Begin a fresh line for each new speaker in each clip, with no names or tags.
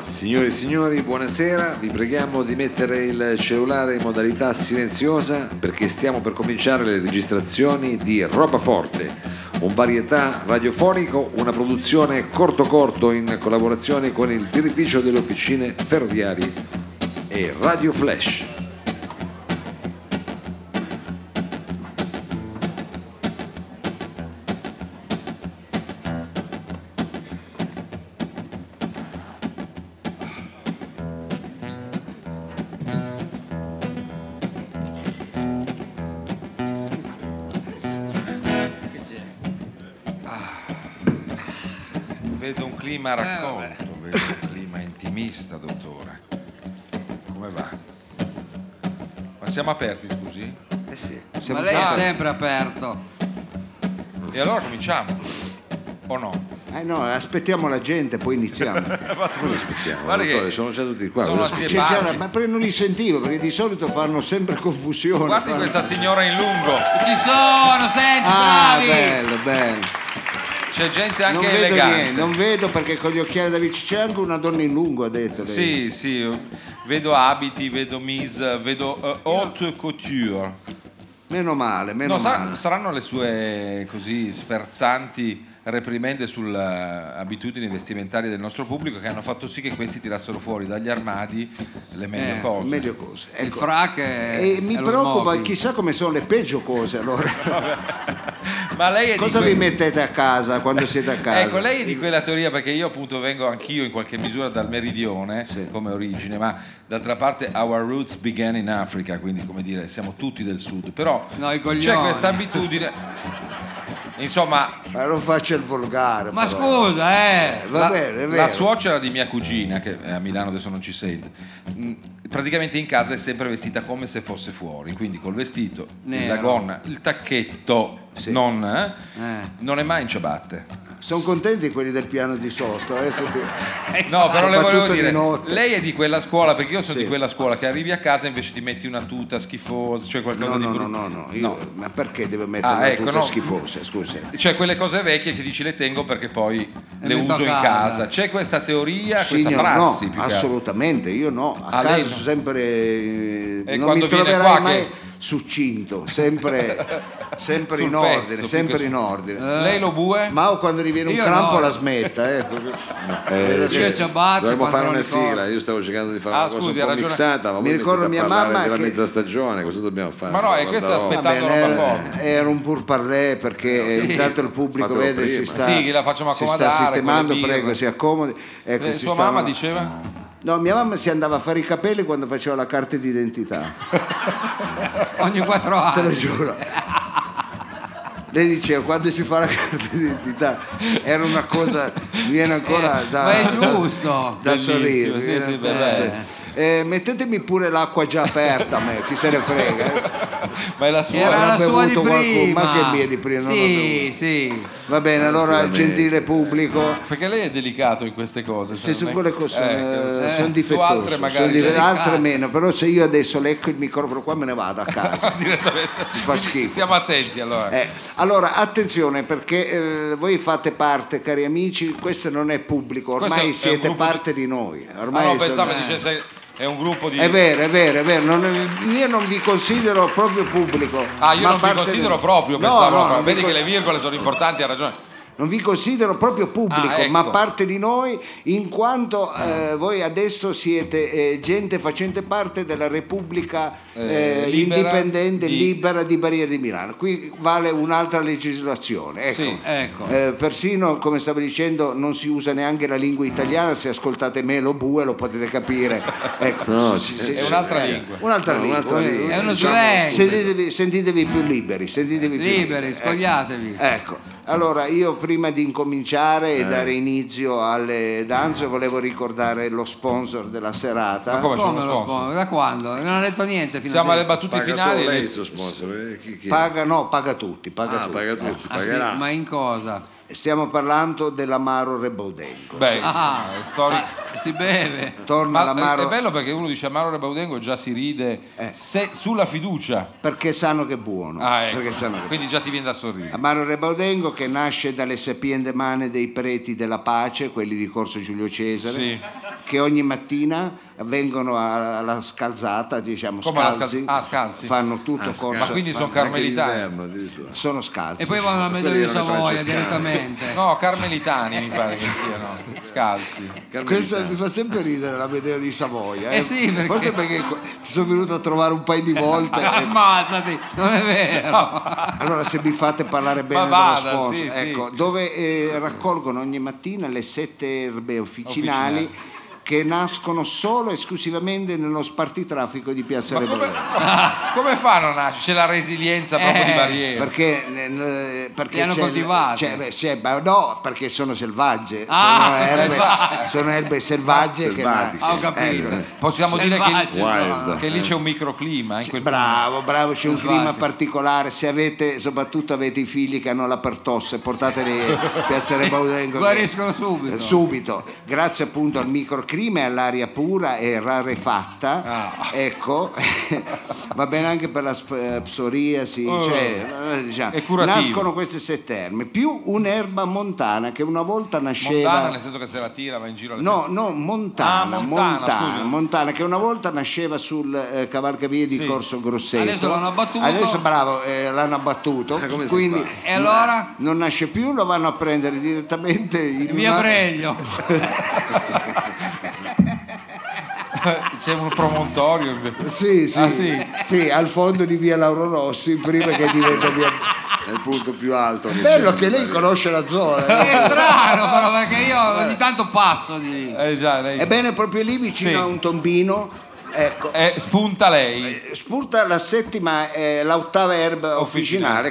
Signore e signori, buonasera. Vi preghiamo di mettere il cellulare in modalità silenziosa perché stiamo per cominciare le registrazioni di Roba Forte, un varietà radiofonico, una produzione corto corto in collaborazione con il birrificio delle officine ferroviarie e Radio Flash.
Vedo un clima raccolto, vedo un clima intimista, dottore. Come va? Ma siamo aperti, scusi?
Eh sì.
Ma
Cioè,
Siamo
lei è
aperti.
sempre aperto.
E allora cominciamo? O no?
Eh no, aspettiamo la gente, poi iniziamo.
Cosa aspettiamo?
Guarda
dottore?
che
sono già tutti qua.
sono
Cosa
assi-
C'è
aspettiamo?
già la- ma poi non li sentivo perché di solito fanno sempre confusione.
Guardi
fanno-
questa signora in lungo,
Ci sono, senti,
Ah,
bravi!
bello, bello.
c'è gente
Non
anche
vedo
elegante.
niente, non vedo perché con gli occhiali da vicino c'è anche una donna in lungo, ha detto. lei.
Sì, sì, vedo abiti, vedo mise, vedo eh, haute couture.
Meno male, meno
No, sa-
male.
saranno le sue così sferzanti reprimende sulle abitudini vestimentari del nostro pubblico che hanno fatto sì che questi tirassero fuori dagli armadi le meglio
Eh,
cose.
Meglio cose.
Il
Ecco.
frac è,
E mi
è lo
preoccupa,
smoking.
chissà come sono le peggio cose allora.
Ma lei è
Cosa
di
vi
que-
mettete a casa quando siete a casa?
Ecco, lei è di quella teoria perché io appunto vengo anch'io in qualche misura dal meridione
Sì.
come origine, ma d'altra parte our roots began in Africa, quindi come dire, siamo tutti del sud, però
No, i coglioni.
c'è questa abitudine Insomma,
Ma non faccia il volgare.
Ma
però.
scusa, eh!
Eh, Va
la,
bene, è
la
vero.
suocera di mia cugina, che è a Milano adesso non ci sente, mh, praticamente in casa è sempre vestita come se fosse fuori, quindi col vestito,
Nero.
la gonna, il tacchetto, non, eh,
Eh.
non è mai in ciabatte.
Sono contenti quelli del piano di sotto. eh, se ti-
No, però le
Soprattutto
volevo
di
dire,
notte.
lei è di quella scuola, perché io sono
Sì.
di quella scuola che arrivi a casa e invece ti metti una tuta schifosa, cioè qualcosa
No,
di
no, no,
brutto.
no, no, io- ma perché deve
Ah,
mettere
ecco,
tutte
no.
schifose, scusi.
Cioè quelle cose vecchie che dici le tengo perché poi
Le
le
metto a
uso in
casa.
casa. C'è questa teoria, questa
Signor,
prassi.
no,
più che altro.
assolutamente, io no, a
Ah,
casa
lei no.
sono sempre eh,
E
non
quando
mi
viene
troverai
qua
mai
che-
succinto, sempre, sempre
Sul
in
pezzo,
ordine,
più che
sempre
su- Eh.
in ordine.
Lei lo bue?
Ma o quando riviene un
Io
crampo
no.
la smetta, eh.
Eh,
Vedo
Io
che-
c'ho ciabatte,
dovremmo fare una
pantaloni corti.
sigla. Io stavo cercando di fare
Ah,
una cosa
scusi,
un po'
ha ragione.
mixata, ma
Mi
voi
ricordo
mettete a
mia
parlare
mamma
della
che-
mezza stagione, cosa dobbiamo fare?
Ma no, e
Guarda,
questo
oh,
aspetta-
Va bene,
Tanto roba
era,
forte.
era un pur parlè
Eh,
perché intanto il pubblico
Fatelo
vede si
prima.
sta,
Sì, che la facciamo
si sta
accomodare,
sistemando,
quelle birre.
prego, si accomodi. Ecco,
Eh,
si
sua
stavano-
mamma diceva?
No, mia mamma si andava a fare i capelli quando faceva la carta d'identità,
Ogni
te
quattro
lo
Ah.
anni.
giuro. Lei diceva quando si fa la carta d'identità era una cosa mi viene ancora
Eh,
da,
ma è
da-
giusto.
da
Bellissimo,
sorridere.
sì,
mi viene
sì, beh,
ancora-
beh.
sì. Eh, mettetemi pure l'acqua già aperta a me, chi se ne frega. eh.
Ma è la sua.
Era la
Avrebbe
sua di
avuto qualcuno-
prima.
ma che mia di prima, non
Sì,
l'avevo.
sì.
Va bene, allora
Assolutamente.
gentile pubblico.
Perché lei è delicato in queste cose.
Se
se non
su
è-
quelle cose
Eh,
sono,
eh,
sono
Su
difettoso,
altre
sono
magari.
dife-
delicato.
altre meno, però se io adesso lecco il microfono qua me ne vado a casa.
direttamente.
Mi fa schifo.
Stiamo attenti allora.
Eh, allora attenzione perché eh, voi fate parte, cari amici, questo non è pubblico,
Questo è
ormai
un
siete
gruppo
parte di noi.
Ah,
Ormai
no,
sono-
pensavo
eh.
dicesse è un gruppo di
È vero, è vero, è vero, non è- io non vi considero proprio pubblico.
Ah, io
ma
non vi
parte di-
considero proprio,
No,
pensavo,
no,
fra-
non vi
vedi
con-
che le virgole sono importanti, ha ragione.
Non vi considero proprio pubblico,
Ah, ecco.
ma parte di noi, in quanto eh, voi adesso siete eh, gente facente parte della Repubblica
Eh,
eh,
libera
indipendente,
di-
libera di Barriere di Milano. Qui vale un'altra legislazione. Ecco.
Sì.
Ecco.
Eh, persino, come stavo dicendo, non si usa neanche la lingua italiana, se ascoltate me lo bue lo potete capire. Ecco,
No,
sì,
c-
sì,
È
sì.
un'altra
Eh,
lingua.
Un'altra
No,
lingua.
un'altra
eh,
lingua.
È uno
diciamo,
slang.
Sentitevi, sentitevi più liberi, sentitevi più
Liberi,
ecco.
spogliatevi.
Ecco, allora io prima di incominciare e
Eh.
dare inizio alle danze volevo ricordare lo sponsor della serata.
Ma come? c'è
Come
uno
lo
sponsor?
sponsor? Da quando? Non ha detto niente fino
Siamo alle
adesso.
battute
Paga
finali.
solo lei sto sponsor. eh, chi- chi è?
Paga, no, paga tutti, paga
Ah,
tutti.
paga tutti,
Ah, sì,
pagherà.
ma in cosa?
Stiamo parlando dell'amaro Rebaudengo.
Beh,
Ah,
insomma, è storico.
ah, si beve.
eh, Torna
Ma eh, è-
l'amaro
è bello perché uno dice Amaro Rebaudengo e già si ride
Eh.
se- sulla fiducia.
perché sanno che è buono.
Ah, ecco.
Perché sanno che è buono.
Quindi già ti viene da sorridere.
Amaro Rebaudengo che nasce dalle sapiente mani dei preti della pace, quelli di Corso Giulio Cesare,
Sì.
che ogni mattina vengono a- alla scalzata, diciamo,
Come alla
scalzi,
scalz- ah, scalzi.
fanno tutto
Ah,
corso.
scherzo,
Ma quindi sono
anche
carmelitani.
d'inverno, addirittura.
sono scalzi.
E poi
sì.
vanno al
quelli
Medio di
erano i
Savoia
francescani.
direttamente.
No, carmelitani mi pare che siano, scalzi.
Questa
Carmelitani.
mi fa sempre ridere l'Amedeo di Savoia.
Eh sì, perché- Ah,
Forse perché co- ti sono venuto a trovare un paio di volte. e-
Ammazzati, non è vero.
Allora, se mi fate parlare bene
vada,
dello sponsor,
sì, sì.
ecco, dove eh, raccolgono ogni mattina le sette erbe officinali, che nascono solo e esclusivamente nello spartitraffico di Piazza
Ma come,
Reboleo.
come fa a non nascere? C'è la resilienza proprio
Eh,
di barriera.
Perché, nel- perché
Li hanno
c'è-
coltivati.
c'è- beh, c'è- ma no, perché sono selvagge, sono,
Ah,
erbe,
esatto.
sono erbe selvagge che
Selvatiche.
Ah, ho capito.
Eh,
Possiamo dire che,
Selvaggi,
Wild.
che lì c'è un microclima. In quel
Bravo, bravo, c'è un
Infatti.
clima particolare. Se avete, soprattutto avete i figli che hanno la pertosse, portateli a Piazza Rebaudengo.
Guariscono subito.
Eh, subito grazie appunto al microclima e all'aria pura e rarefatta
Ah.
ecco va bene anche per la sp- psoriasi
Oh.
cioè, eh, diciamo,
È curativo.
nascono queste sette erme più un'erba montana che una volta nasceva
Montana, nel senso che se la tira va in giro. alle-
No, no, Montana,
Ah, Montana,
Montana, Montana,
scusa.
che una volta nasceva sul eh, cavalcavia di
Sì.
Corso Grosseto.
Adesso l'hanno abbattuto.
Adesso, bravo, eh, l'hanno abbattuto.
Eh, come si
quindi
fa?
E allora?
non nasce più, lo vanno a prendere direttamente in
Via
una-
Breglio.
C'è un promontorio. invece.
Sì, sì,
Ah, sì?
sì, al fondo di via Lauro Rossi, prima che diventa via.
È il punto più alto. Che
Bello
c'è.
che lei conosce la zona.
È strano però perché io ogni tanto passo di lì.
Eh, già, lei-
Ebbene, proprio lì vicino
Sì.
a un tombino, ecco,
Eh, spunta lei.
Spurta la settima, eh, l'ottava erba
Officinale.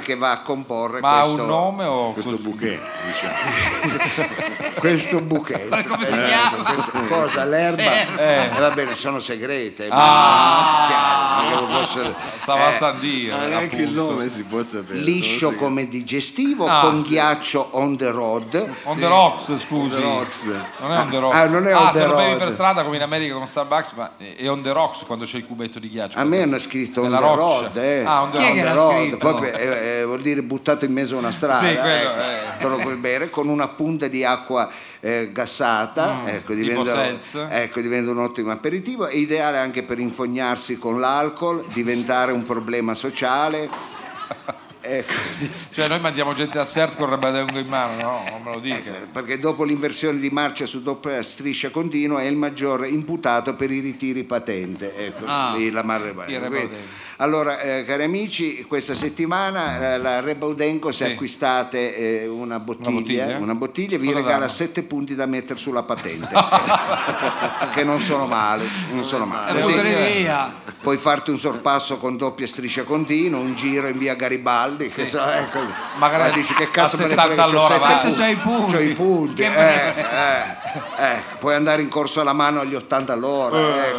officinale che va a comporre
Ma ha
questo,
un nome o
Questo
così?
bouquet, diciamo.
questo bouquet.
Ma come si
Eh,
chiama?
questo- cosa? L'erba?
Eh.
Eh, va bene, sono segrete.
Ah.
ma- chiaro, non lo posso-
Stava a
eh,
San Dio,
Ma neanche il
appunto.
nome si può sapere.
liscio
sono
come digestivo,
Ah,
con
sì.
ghiaccio on the road.
On the rocks, scusi.
The Rocks.
Non è on the rocks.
Ah, non è on
Ah,
the
se lo bevi
road.
per strada come in America con Starbucks, ma è è on the rocks quando c'è il cubetto di ghiaccio.
A me hanno scritto on
Nella
the
roccia.
road. eh.
Ah, on the
Chi è
On
road.
che
the
l'ha
road,
scritto?
proprio, eh, eh, vuol dire buttato in mezzo a una strada.
Sì, quello,
ecco.
eh.
Te lo puoi bere con una punta di acqua eh, gassata, ecco,
Mm, tipo
diventa,
Seltz.
ecco, diventa un ottimo aperitivo. È ideale anche per infognarsi con l'alcol, diventare un problema sociale. Ecco,
Cioè noi mandiamo gente a CERT con il rabadengo in mano, no? Non me lo dica.
perché dopo l'inversione di marcia su doppia striscia continua è il maggiore imputato per i ritiri patente. Ecco,
Ah,
lì la Mar Rebaudengo.
il
Quindi,
Rebaudengo.
Allora, eh, cari amici, questa settimana eh, la Rebaudenco, se
Sì.
acquistate eh, una bottiglia, una
bottiglia?
bottiglia, vi
Cosa
regala
danno?
7 punti da mettere sulla patente, che non sono male, non sono male.
E
Eh,
Così-
buttali
sì.
via.
Puoi farti un sorpasso con doppia striscia continua, un giro in via Garibaldi, che so, ecco.
Magari
Ma dici che
a
cazzo me ne
70
frega, c'ho
all'ora
sette
vai.
punti.
Tanto c'hai i punti.
C'ho i punti,
Che
eh,
me ne
eh, eh. Puoi andare in corso alla mano agli 80 all'ora, ecco,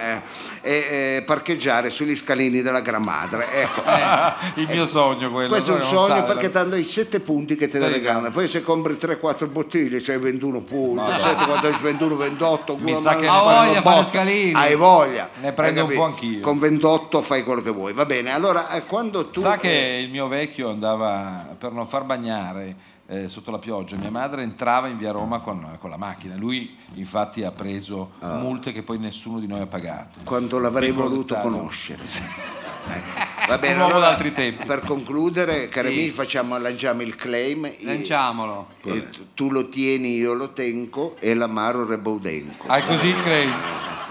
eh. e eh, parcheggiare sugli scalini della gran madre, ecco.
Eh. il mio sogno quello.
Questo è un
sai, non
sogno
sa- eh.
perché tanto i 7 punti che te ne
Dai,
regalano, poi se compri 3-4 bottiglie c'hai 21 punti,
Madonna.
7, 14, 21, 28,
Mi sa che-
Ha voglia, fa
fare
lo scalino.
Hai voglia.
Ne prendo
Hai
un
capito?
po' anch'io.
Con 28 fai quello che vuoi, va bene. Allora eh, quando tu...
Sa che il mio vecchio andava per non far bagnare eh, sotto la pioggia, mia madre entrava in via Roma con, con la macchina. Lui infatti ha preso
Ah.
multe che poi nessuno di noi ha pagato.
Quando l'avrei
Piccolo
voluto
dettaglio.
conoscere. Eh, Va bene,
Un uomo
allora,
d'altri tempi.
per concludere, cari
Sì.
amici, facciamo, lanciamo il claim. I-
Lanciamolo.
e tu- tu lo tieni, io lo tengo e l'amaro rebaudenco.
Hai così il claim?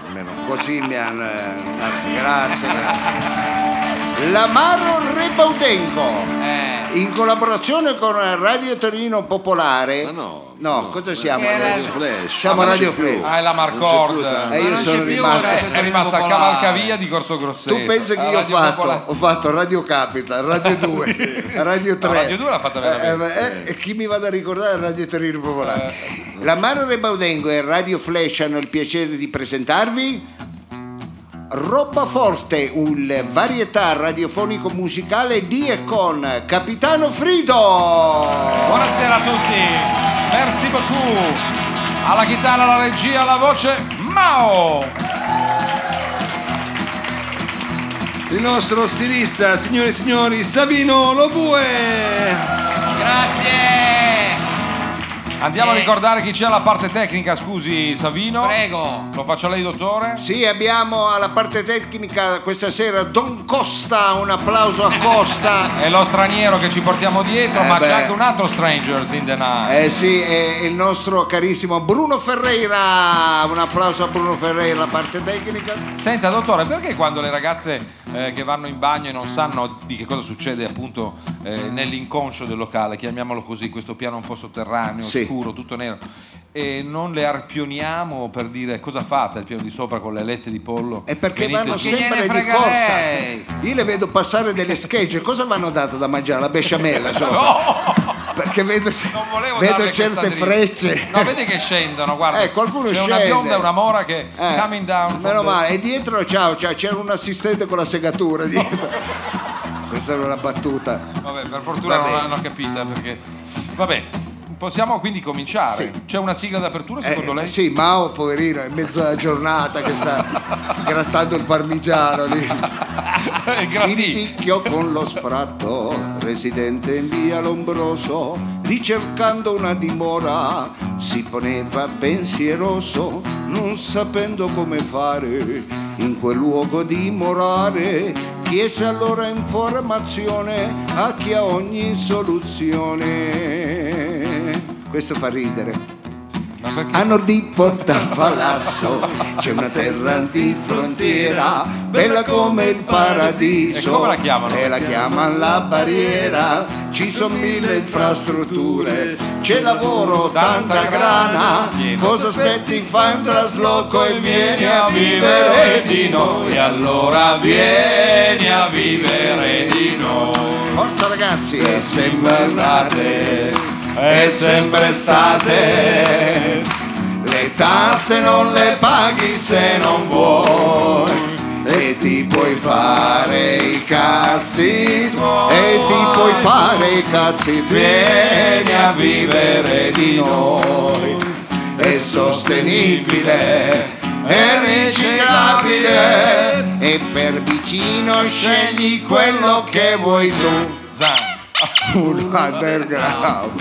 Almeno così mi hanno... eh, Grazie. grazie. L'amaro rebaudenco.
Eh.
In collaborazione con Radio Torino Popolare.
Ma no.
cosa
ma-
siamo?
Siamo
Era-
Radio Flash.
Siamo
Ma non
Radio
c'è più.
Flash.
Ah, è la
Non c'è più,
Marcord.
sa-
Eh, io
Ma non
sono
c'è più
rimasto-
Radio
Eh, è
Torino
rimasta a
Popolare.
cavalcavia di Corso Grosseto.
Tu pensi che
Alla
io ho
Radio
fatto,
Popolare.
ho fatto Radio Capital, Radio 2, Radio 3.
Radio 2 l'ha fatta veramente.
eh, e chi mi vada a ricordare è Radio Torino Popolare.
Eh.
La Mano Rebaudengo e Radio Flash hanno il piacere di presentarvi Roba Forte, un varietà radiofonico musicale di e con Capitano Frido.
Buonasera a tutti, merci beaucoup. Alla chitarra, alla regia, alla voce, Mao.
Il nostro stilista, signore e signori, Savino Lobue.
Grazie.
Andiamo a ricordare chi c'è alla parte tecnica, scusi Savino.
Prego.
Lo faccio a lei, dottore.
Sì, abbiamo alla parte tecnica questa sera Don Costa, un applauso a Costa.
È lo straniero che ci portiamo dietro,
Eh
ma
beh.
c'è anche un altro Strangers in the Night.
Eh sì, è il nostro carissimo Bruno Ferreira, un applauso a Bruno Ferreira, alla parte tecnica.
Senta, dottore, perché quando le ragazze eh, che vanno in bagno e non sanno di che cosa succede appunto eh, nell'inconscio del locale, chiamiamolo così, questo piano un po' sotterraneo,
Sì.
scuro, tutto nero, e non le arpioniamo per dire cosa fate al piano di sopra con le alette di pollo?
È perché
Venite
vanno
giù.
gliene
sempre di
frega lei?
corsa. Io le vedo passare delle schegge, cosa vanno dato da mangiare? La besciamella, insomma. Perché vedo,
Non volevo
vedo
darle
certe
questa dritta.
frecce.
No, vedi che scendono, guarda.
Eh, qualcuno
C'è una
scende.
bionda e una mora che
Eh,
coming down.
Meno
from the-
male, e dietro ciao, ciao, c'era un assistente con la segatura dietro. Questa era una battuta.
Vabbè, per fortuna
Va
non
bene.
l'hanno capita perché. Vabbè, possiamo quindi cominciare.
Sì.
C'è una sigla d'apertura secondo
Eh,
lei?
Sì, Mao, poverino, è in mezzo alla giornata che sta grattando il parmigiano lì.
Eh, Grazie.
Stirpicchio con lo sfratto, residente in via Lombroso, ricercando una dimora, si poneva pensieroso, non sapendo come fare in quel luogo dimorare. Chiese allora informazione a chi ha ogni soluzione. Questo fa ridere.
Ma perché?
A nord di Porta Palazzo c'è una terra antifrontiera, bella come il paradiso.
E come la chiamano?
E la chiamano la barriera. Ci sono mille infrastrutture, c'è lavoro, tanta grana. Cosa aspetti? Fai un trasloco e vieni a vivere di noi.
allora vieni a vivere di noi.
Forza ragazzi!
E sempre andate, e sempre state. Le tasse non le paghi se non vuoi, e ti puoi fare i cazzi tuoi.
E ti puoi fare i cazzi
Vieni
tuoi.
a vivere di noi, è sostenibile, è riciclabile.
E per vicino scegli quello che vuoi tu. un underground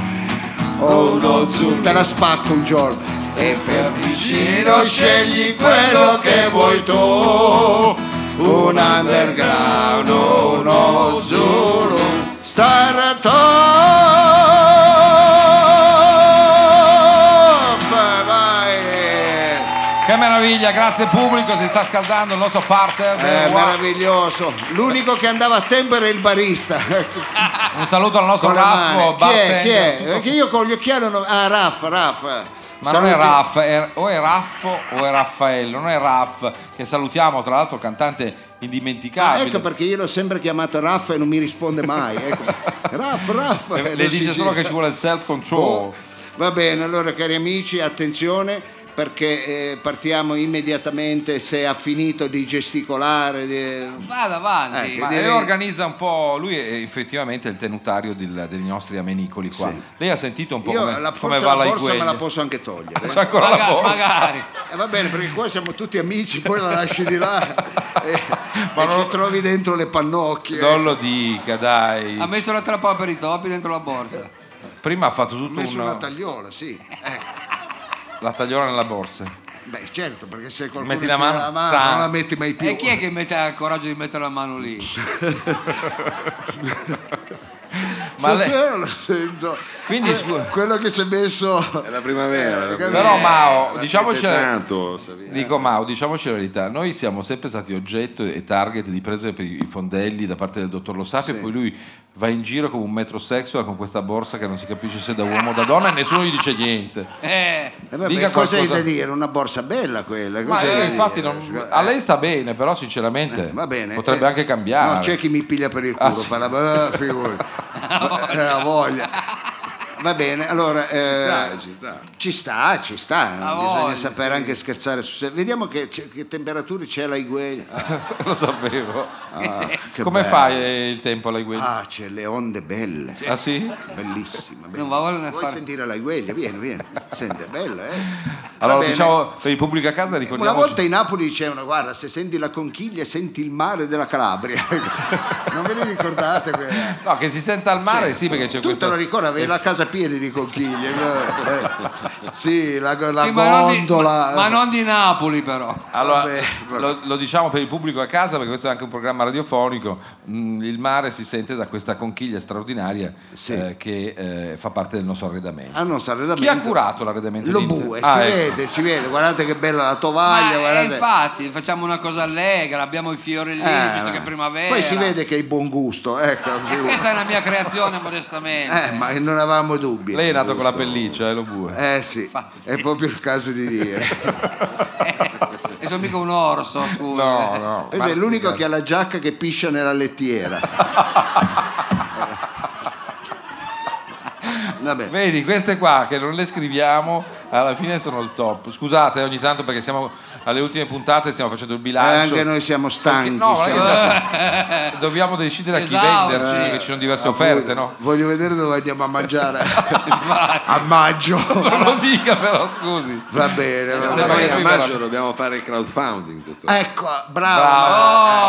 o uno zoom te la spacco un giorno Oh, e per
Giro scegli quello che vuoi tu, un underground, uno zulu.
Star Top vai
Che meraviglia, grazie pubblico, si sta scaldando il nostro partner.
è
Wow.
Eh, meraviglioso l'unico che andava a tempo era il barista
Un saluto al nostro
con la
Raffo,
mano. chi è? Chi
bartender,
è?
tutto
perché io con gli occhiali non... ah Raff Raff
Ma non è
Saluti-
Raff, è- o è Raffo o è Raffaello, non è Raff, che salutiamo tra l'altro cantante
Ah,
indimenticabile.
ecco perché io l'ho sempre chiamato Raff e non mi risponde mai. Ecco. Raff, Raff.
Le-
Lo
Le
si
dice solo
gira.
che ci vuole il self control.
Oh. Va bene, allora cari amici, attenzione perché eh, partiamo immediatamente se ha finito di gesticolare. di-
Vada avanti.
Eh,
Ma
direi-
lei organizza un po', lui è effettivamente il tenutario del- dei nostri amenicoli qua. Lei ha sentito un po'
Io
come,
la,
come
forse
va
la
la Cioè,
borsa me la
Igueglia?
posso anche togliere.
C'è ancora la
Maga-
borsa.
magari.
Eh, va bene, perché qua siamo tutti amici, poi la lasci di là e,
Ma
e
non-
ci trovi dentro le pannocchie.
Non lo dica, dai.
Ha messo la trappola per i topi dentro la borsa.
Prima ha fatto
Ho
tutto
messo
una-
una tagliola, sì. Eh,
la tagliola nella borsa.
beh, certo, perché se qualcuno
Metti la
tira
mano, sa.
non la metti mai più.
E chi è che mette- ha il coraggio di mettere la mano lì?
Ma lei-
Stasera lo sento.
Quindi,
Que-
scusa.
quello che si è messo
È la primavera. la primavera.
Però Mao,
La
diciamoci
siete tanto, Savino.
Dico Mau, diciamoci la verità, noi siamo sempre stati oggetto e target di prese per i fondelli da parte del dottor Lo Sapio, poi lui va in giro come un metrosexual con questa borsa che non si capisce se è da uomo o da donna e nessuno gli dice niente.
Eh,
Eh vabbè,
Dica
cosa hai
qualcosa.
da dire? Una borsa bella quella.
Ma
cosa hai
eh,
da
infatti
dire?
non- a lei sta bene, però sinceramente
Va bene.
potrebbe
eh,
anche cambiare.
No, c'è chi mi piglia per il culo,
Ah, sì.
fa la eh, figurati. Eh, ha voglia. Va bene, allora eh,
Ci sta, ci sta.
ci sta, ci sta,
Ha
bisogna
voglia,
sapere anche scherzare su se. Vediamo che, che temperature c'è la Iguela.
Lo sapevo.
Ah, che
Come
bello.
fai eh, il tempo alla guida?
Ah, c'è le onde belle.
Ah sì?
Bellissima. bellissima.
Non va voglia di
Vuoi
fare-
sentire la gueglia? Vieni, vieni. Sente, è bella, eh. Va
Allora
bene.
diciamo per il pubblico a casa
Una
ricordiamoci
volta in Napoli c'è una, guarda, se senti la conchiglia senti il mare della Calabria. Ecco. non ve ne ricordate quella?
No, che si senta al mare, sì, perché c'è
Tu
questo.
te lo ricordi, avevi la casa piena di conchiglie. no? Eh, sì, la, la
Sì, ma, non di,
gondola.
ma- ma non di Napoli però.
Allora,
Vabbè, vabbè.
lo, lo diciamo per il pubblico a casa, perché questo è anche un programma radiofonico. Mm, Il mare si sente da questa conchiglia straordinaria
Sì.
eh, che eh, fa parte del nostro arredamento.
Ah, non sta
Chi ha curato l'arredamento?
Lo
d'Inter?
bue,
Ah,
si
ecco.
vede, si vede, guardate che bella la tovaglia,
Ma, eh,
guardate.
infatti, facciamo una cosa allegra, abbiamo i fiorellini,
Eh,
visto
vabbè.
che è primavera.
Poi si vede che hai buon gusto, ecco.
E questa è una mia creazione, modestamente.
Eh, ma non avevamo dubbi.
Lei è nato con la pelliccia, eh, lo bue.
Eh sì, è proprio il caso di dire.
e sono mica un orso, Eh, scusa.
No, no.
Questo è Eh, l'unico che ha la giacca che piscia nella lettiera. Vabbè.
Vedi, queste qua che non le scriviamo, alla fine sono il top. Scusate eh, ogni tanto perché siamo alle ultime puntate, stiamo facendo il bilancio.
eh, Anche noi siamo stanchi.
No, non è che
siamo-
sia- dobbiamo decidere a chi
Esausti.
venderci, perché ci sono diverse offerte, no?
Voglio vedere dove andiamo a mangiare a maggio.
Non lo dica però, scusi.
Va bene, va
Sembra
bene.
Ormai
che
a
si
maggio
parla-
dobbiamo fare il crowdfunding,
Eh?
dottore.
Ecco, bravo.
Bravo,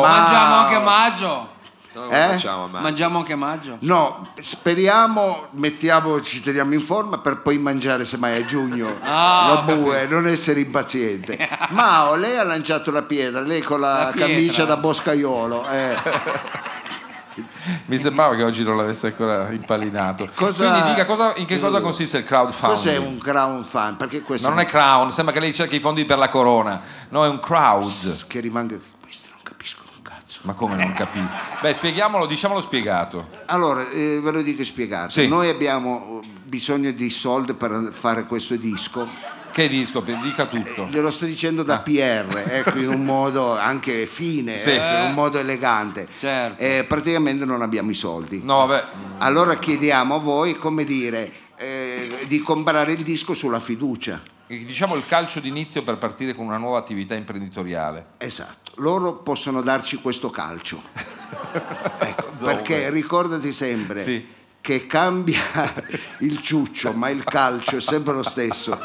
Ma-
oh, Mangiamo anche maggio.
No, come
eh?
facciamo a maggio?
Mangiamo anche maggio.
No, speriamo, mettiamo, ci teniamo in forma per poi mangiare semmai a giugno.
Ah,
lo bue, non essere impaziente. Mao, lei ha lanciato la pietra, lei con la,
La pietra.
camicia da boscaiolo. eh.
Mi sembrava che oggi non l'avesse ancora impallinato.
Cosa-
Quindi dica cosa- in che cosa consiste il crowdfunding.
Cos'è un crown fan? Perché questo
No, non è crown, sembra che lei cerchi i fondi per la corona. No, è un crowd.
che rimanga... Questi non capiscono un cazzo.
Ma come non capì? Beh, spieghiamolo, diciamolo spiegato.
Allora, eh, ve lo dico spiegato.
Sì.
Noi abbiamo eh, bisogno di soldi per fare questo disco.
Che disco, dica tutto.
Glielo sto dicendo da PR, ecco, in un modo anche fine,
Sì.
ecco, in un modo elegante.
Certo.
Eh, praticamente non abbiamo i soldi.
No, vabbè.
Allora chiediamo a voi, come dire, eh, di comprare il disco sulla fiducia.
Diciamo il calcio d'inizio per partire con una nuova attività imprenditoriale.
Esatto, loro possono darci questo calcio. Ecco, perché ricordati sempre
Sì.
che cambia il ciuccio, ma il calcio è sempre lo stesso.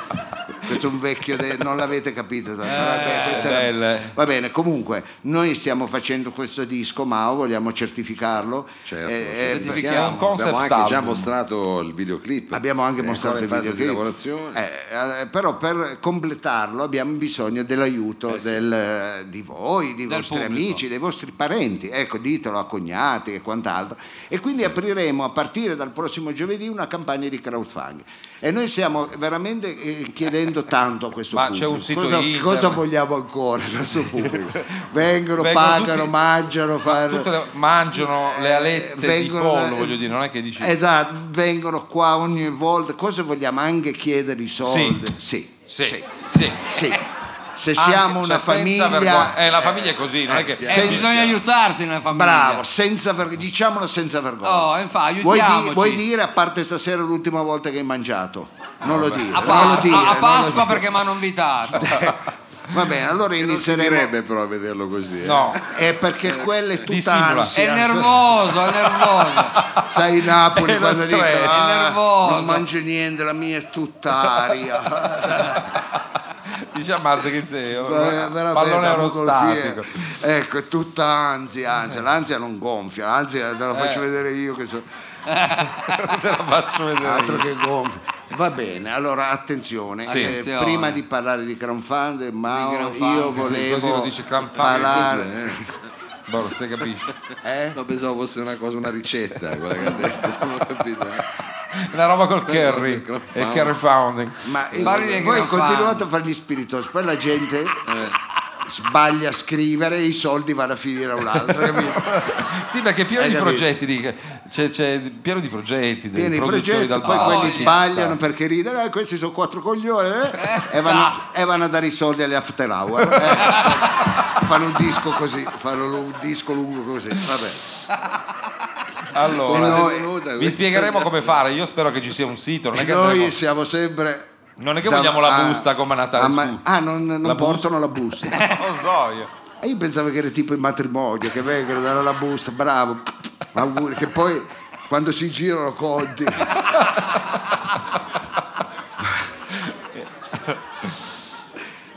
Questo è un vecchio, de- non l'avete
Eh,
capito. però, beh, questa era-
belle.
Va bene, comunque, noi stiamo facendo questo disco, Mao, vogliamo certificarlo.
Certo,
Eh,
ci
eh,
certifichiamo.
perché è un concept
Abbiamo anche già
album.
mostrato il videoclip.
Abbiamo anche
È
mostrato il
ancora in fase
video
di
Eh,
lavorazione.
eh, però per completarlo abbiamo bisogno dell'aiuto
Eh sì.
del, eh, di voi, dei
Del
vostri
pubblico.
amici, dei vostri parenti, ecco, ditelo a cognati e quant'altro. E quindi apriremo a partire dal prossimo giovedì una campagna di crowdfunding. E noi stiamo veramente eh, chiedendo tanto a questo
Ma
pubblico.
c'è un sito
cosa,
internet.
cosa vogliamo ancora da questo pubblico? Vengono,
Vengono
pagano,
tutti-
mangiano, fanno...
Tutte le- mangiano le alette di
Vengono da-
pollo, voglio dire, non è che dici...
Esatto, vengono qua ogni volta. Cosa vogliamo anche chiedere i soldi? Sì, sì,
Sì,
sì.
sì.
Se siamo
Anche-
una
cioè, senza vergogna.
famiglia.
Eh, la famiglia è così, non è che...
Eh,
Senza-
bisogna aiutarsi nella famiglia.
Bravo, senza vergogna, diciamolo senza vergogna.
Oh, infa-
vuoi, di-
aiutiamoci.
vuoi dire, a parte stasera, l'ultima volta che hai mangiato? Non lo dire.
A,
non
Pa-
lo dire,
a- a
non lo
Pasqua
dire.
perché mi hanno invitato.
Va bene, allora
Non si
inizieremo.
direbbe però a vederlo così. eh.
No,
È perché quella è tutta
Dissimula.
ansia.
È nervoso, è nervoso.
Sai Napoli
È lo
quando dicono,
stress.
"Ah,
È nervoso."
Non mangio niente, la mia è tutta aria.
dice ammazza che sei, oh,
Eh, veramente,
pallone
amo
aerostatico.
così, eh. Ecco, è tutta ansia, ansia. L'ansia non gonfia, l'ansia te la faccio vedere io che sono
Te la faccio vedere.
altro che gonfia. Va bene, allora attenzione,
Sì.
eh,
Attenzione.
prima di parlare di crowdfunding, ma
Di crowdfunding,
io
sì, così lo
volevo
dice crowdfunding, Ah.
parlare...
Cos'è?
Boh, se capisci.
Eh?
eh. No, pensavo fosse una cosa, una ricetta quella che ha detto, non ho capito. eh.
Una roba col curry
sì, crowdfunding.
e il curry founding.
Ma eh,
Parli di
voi
crowdfunding.
continuate a fare gli spiritosi, poi la gente sbaglia a scrivere e i soldi vanno a finire a un altro, capito?
Sì, perché è pieno
Hai
di
capito?
progetti, di, c'è, c'è pieno di progetti, di
Viene il progetto,
produzioni dal
poi
palco.
quelli
Sì,
sbagliano
sta.
perché ridono, "Eh, questi sono quattro coglioni eh", e, vanno, e vanno a dare i soldi alle after hour. eh. fanno un disco così, fanno lu- un disco lungo così. Vabbè.
Allora,
Noi-
vi spiegheremo come fare. Io spero che ci sia un sito. Non è che, andremo-
Noi siamo sempre...
non è che
da-
vogliamo la
ah,
busta come a Natale.
ah, ma-
scusa.
ah, non, non
La
portano la busta.
Non lo so io.
E io pensavo che era tipo il matrimonio, che vengono, danno la busta, bravo, auguri, che poi quando si girano conti.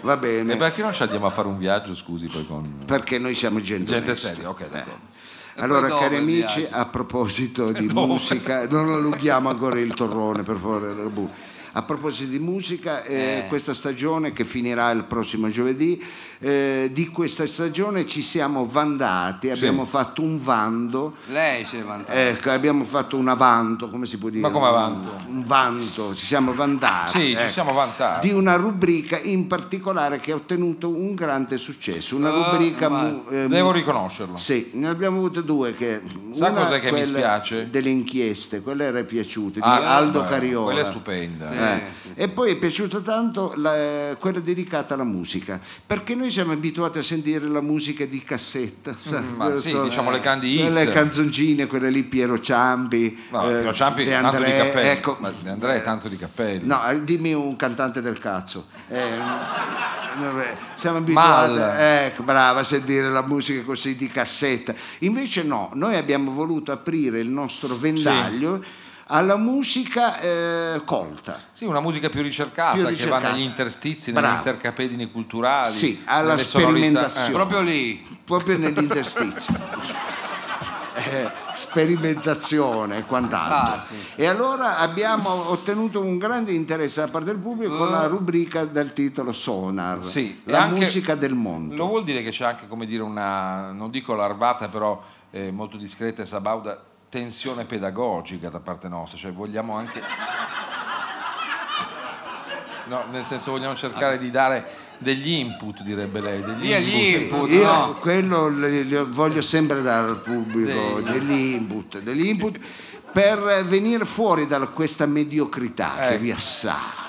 Va
E
bene,
perché non ci andiamo a fare un viaggio, scusi, poi con
perché noi siamo gente
gente
onesta.
seria? Ok, d'accordo.
Allora,
dove
cari
il
amici,
viaggio?
a proposito di musica, non allunghiamo ancora il torrone, per favore. Rabu. A proposito di musica, eh, questa stagione che finirà il prossimo giovedì, eh, di questa stagione ci siamo vandati, abbiamo fatto un vando,
Lei si è vantato.
ecco, abbiamo fatto un avanto, come si può dire?
Ma come
Un-
avanto?
Un vanto, ci siamo vandati.
Sì, ci
ecco,
siamo vantati.
Di una rubrica in particolare che ha ottenuto un grande successo, una
Ah,
rubrica...
ma
mu- eh,
Devo riconoscerlo.
sì, ne abbiamo avute due che...
Sa
una,
cos'è che mi
quella
spiace?
Delle inchieste, quella era piaciuta, di
Ah,
Aldo
beh,
Cariola.
Quella è stupenda.
Sì.
Eh, E poi è piaciuta tanto la- quella dedicata alla musica, perché noi siamo abituati a sentire la musica di cassetta, sa,
Mm, ma
non
sì, diciamo le grandi hit.
quelle canzoncine, quelle lì Piero Ciampi,
No,
eh,
Piero Ciampi
De
tanto di
André,
cappello.
ecco.
Ma De Andrea è tanto di cappello.
No, eh, dimmi un cantante del cazzo. Eh, vabbè, siamo abituati
Mal.
ecco, brava a sentire la musica così di cassetta. Invece no, noi abbiamo voluto aprire il nostro vendaglio alla musica eh, colta.
Sì, una musica più ricercata,
Più
che
ricercata.
va negli interstizi, negli
Bravo.
intercapedini culturali.
Sì, alla
nelle sonorità,
sperimentazione.
eh.
Proprio lì.
proprio nell'interstizio. Eh, sperimentazione e quant'altro. E allora abbiamo ottenuto un grande interesse da parte del pubblico con la rubrica dal titolo Sonar,
Ah. Sì, e
la
anche-
musica del mondo.
Lo vuol dire che c'è anche, come dire, una, non dico larvata, però eh, molto discreta e sabauda, tensione pedagogica da parte nostra, cioè vogliamo anche... No, nel senso vogliamo cercare di dare degli input, direbbe lei, degli
Lì è gli
input.
input,
Io
no?
quello li- li voglio sempre dare al pubblico degli input, degli input per venire fuori da questa mediocrità che
Ecco.
vi assale.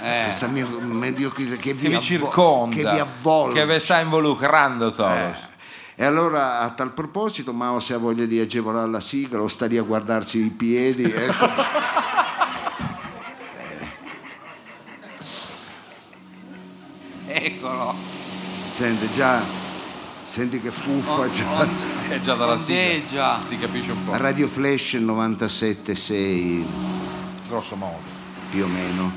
Eh.
Questa mio- mediocrità che vi,
Che vi
avvo-
circonda,
che vi avvolge.
che vi sta involucrando todo.
E allora a tal proposito, Mao se ha voglia di agevolare la sigla o sta lì a guardarci i piedi. ecco.
Eccolo.
Senti già, senti che
Oh,
fuffa. già.
Eh. È già dalla sigla,
Ondeggia.
si capisce un po',
Radio Flash 97.6
grosso modo.
più o meno.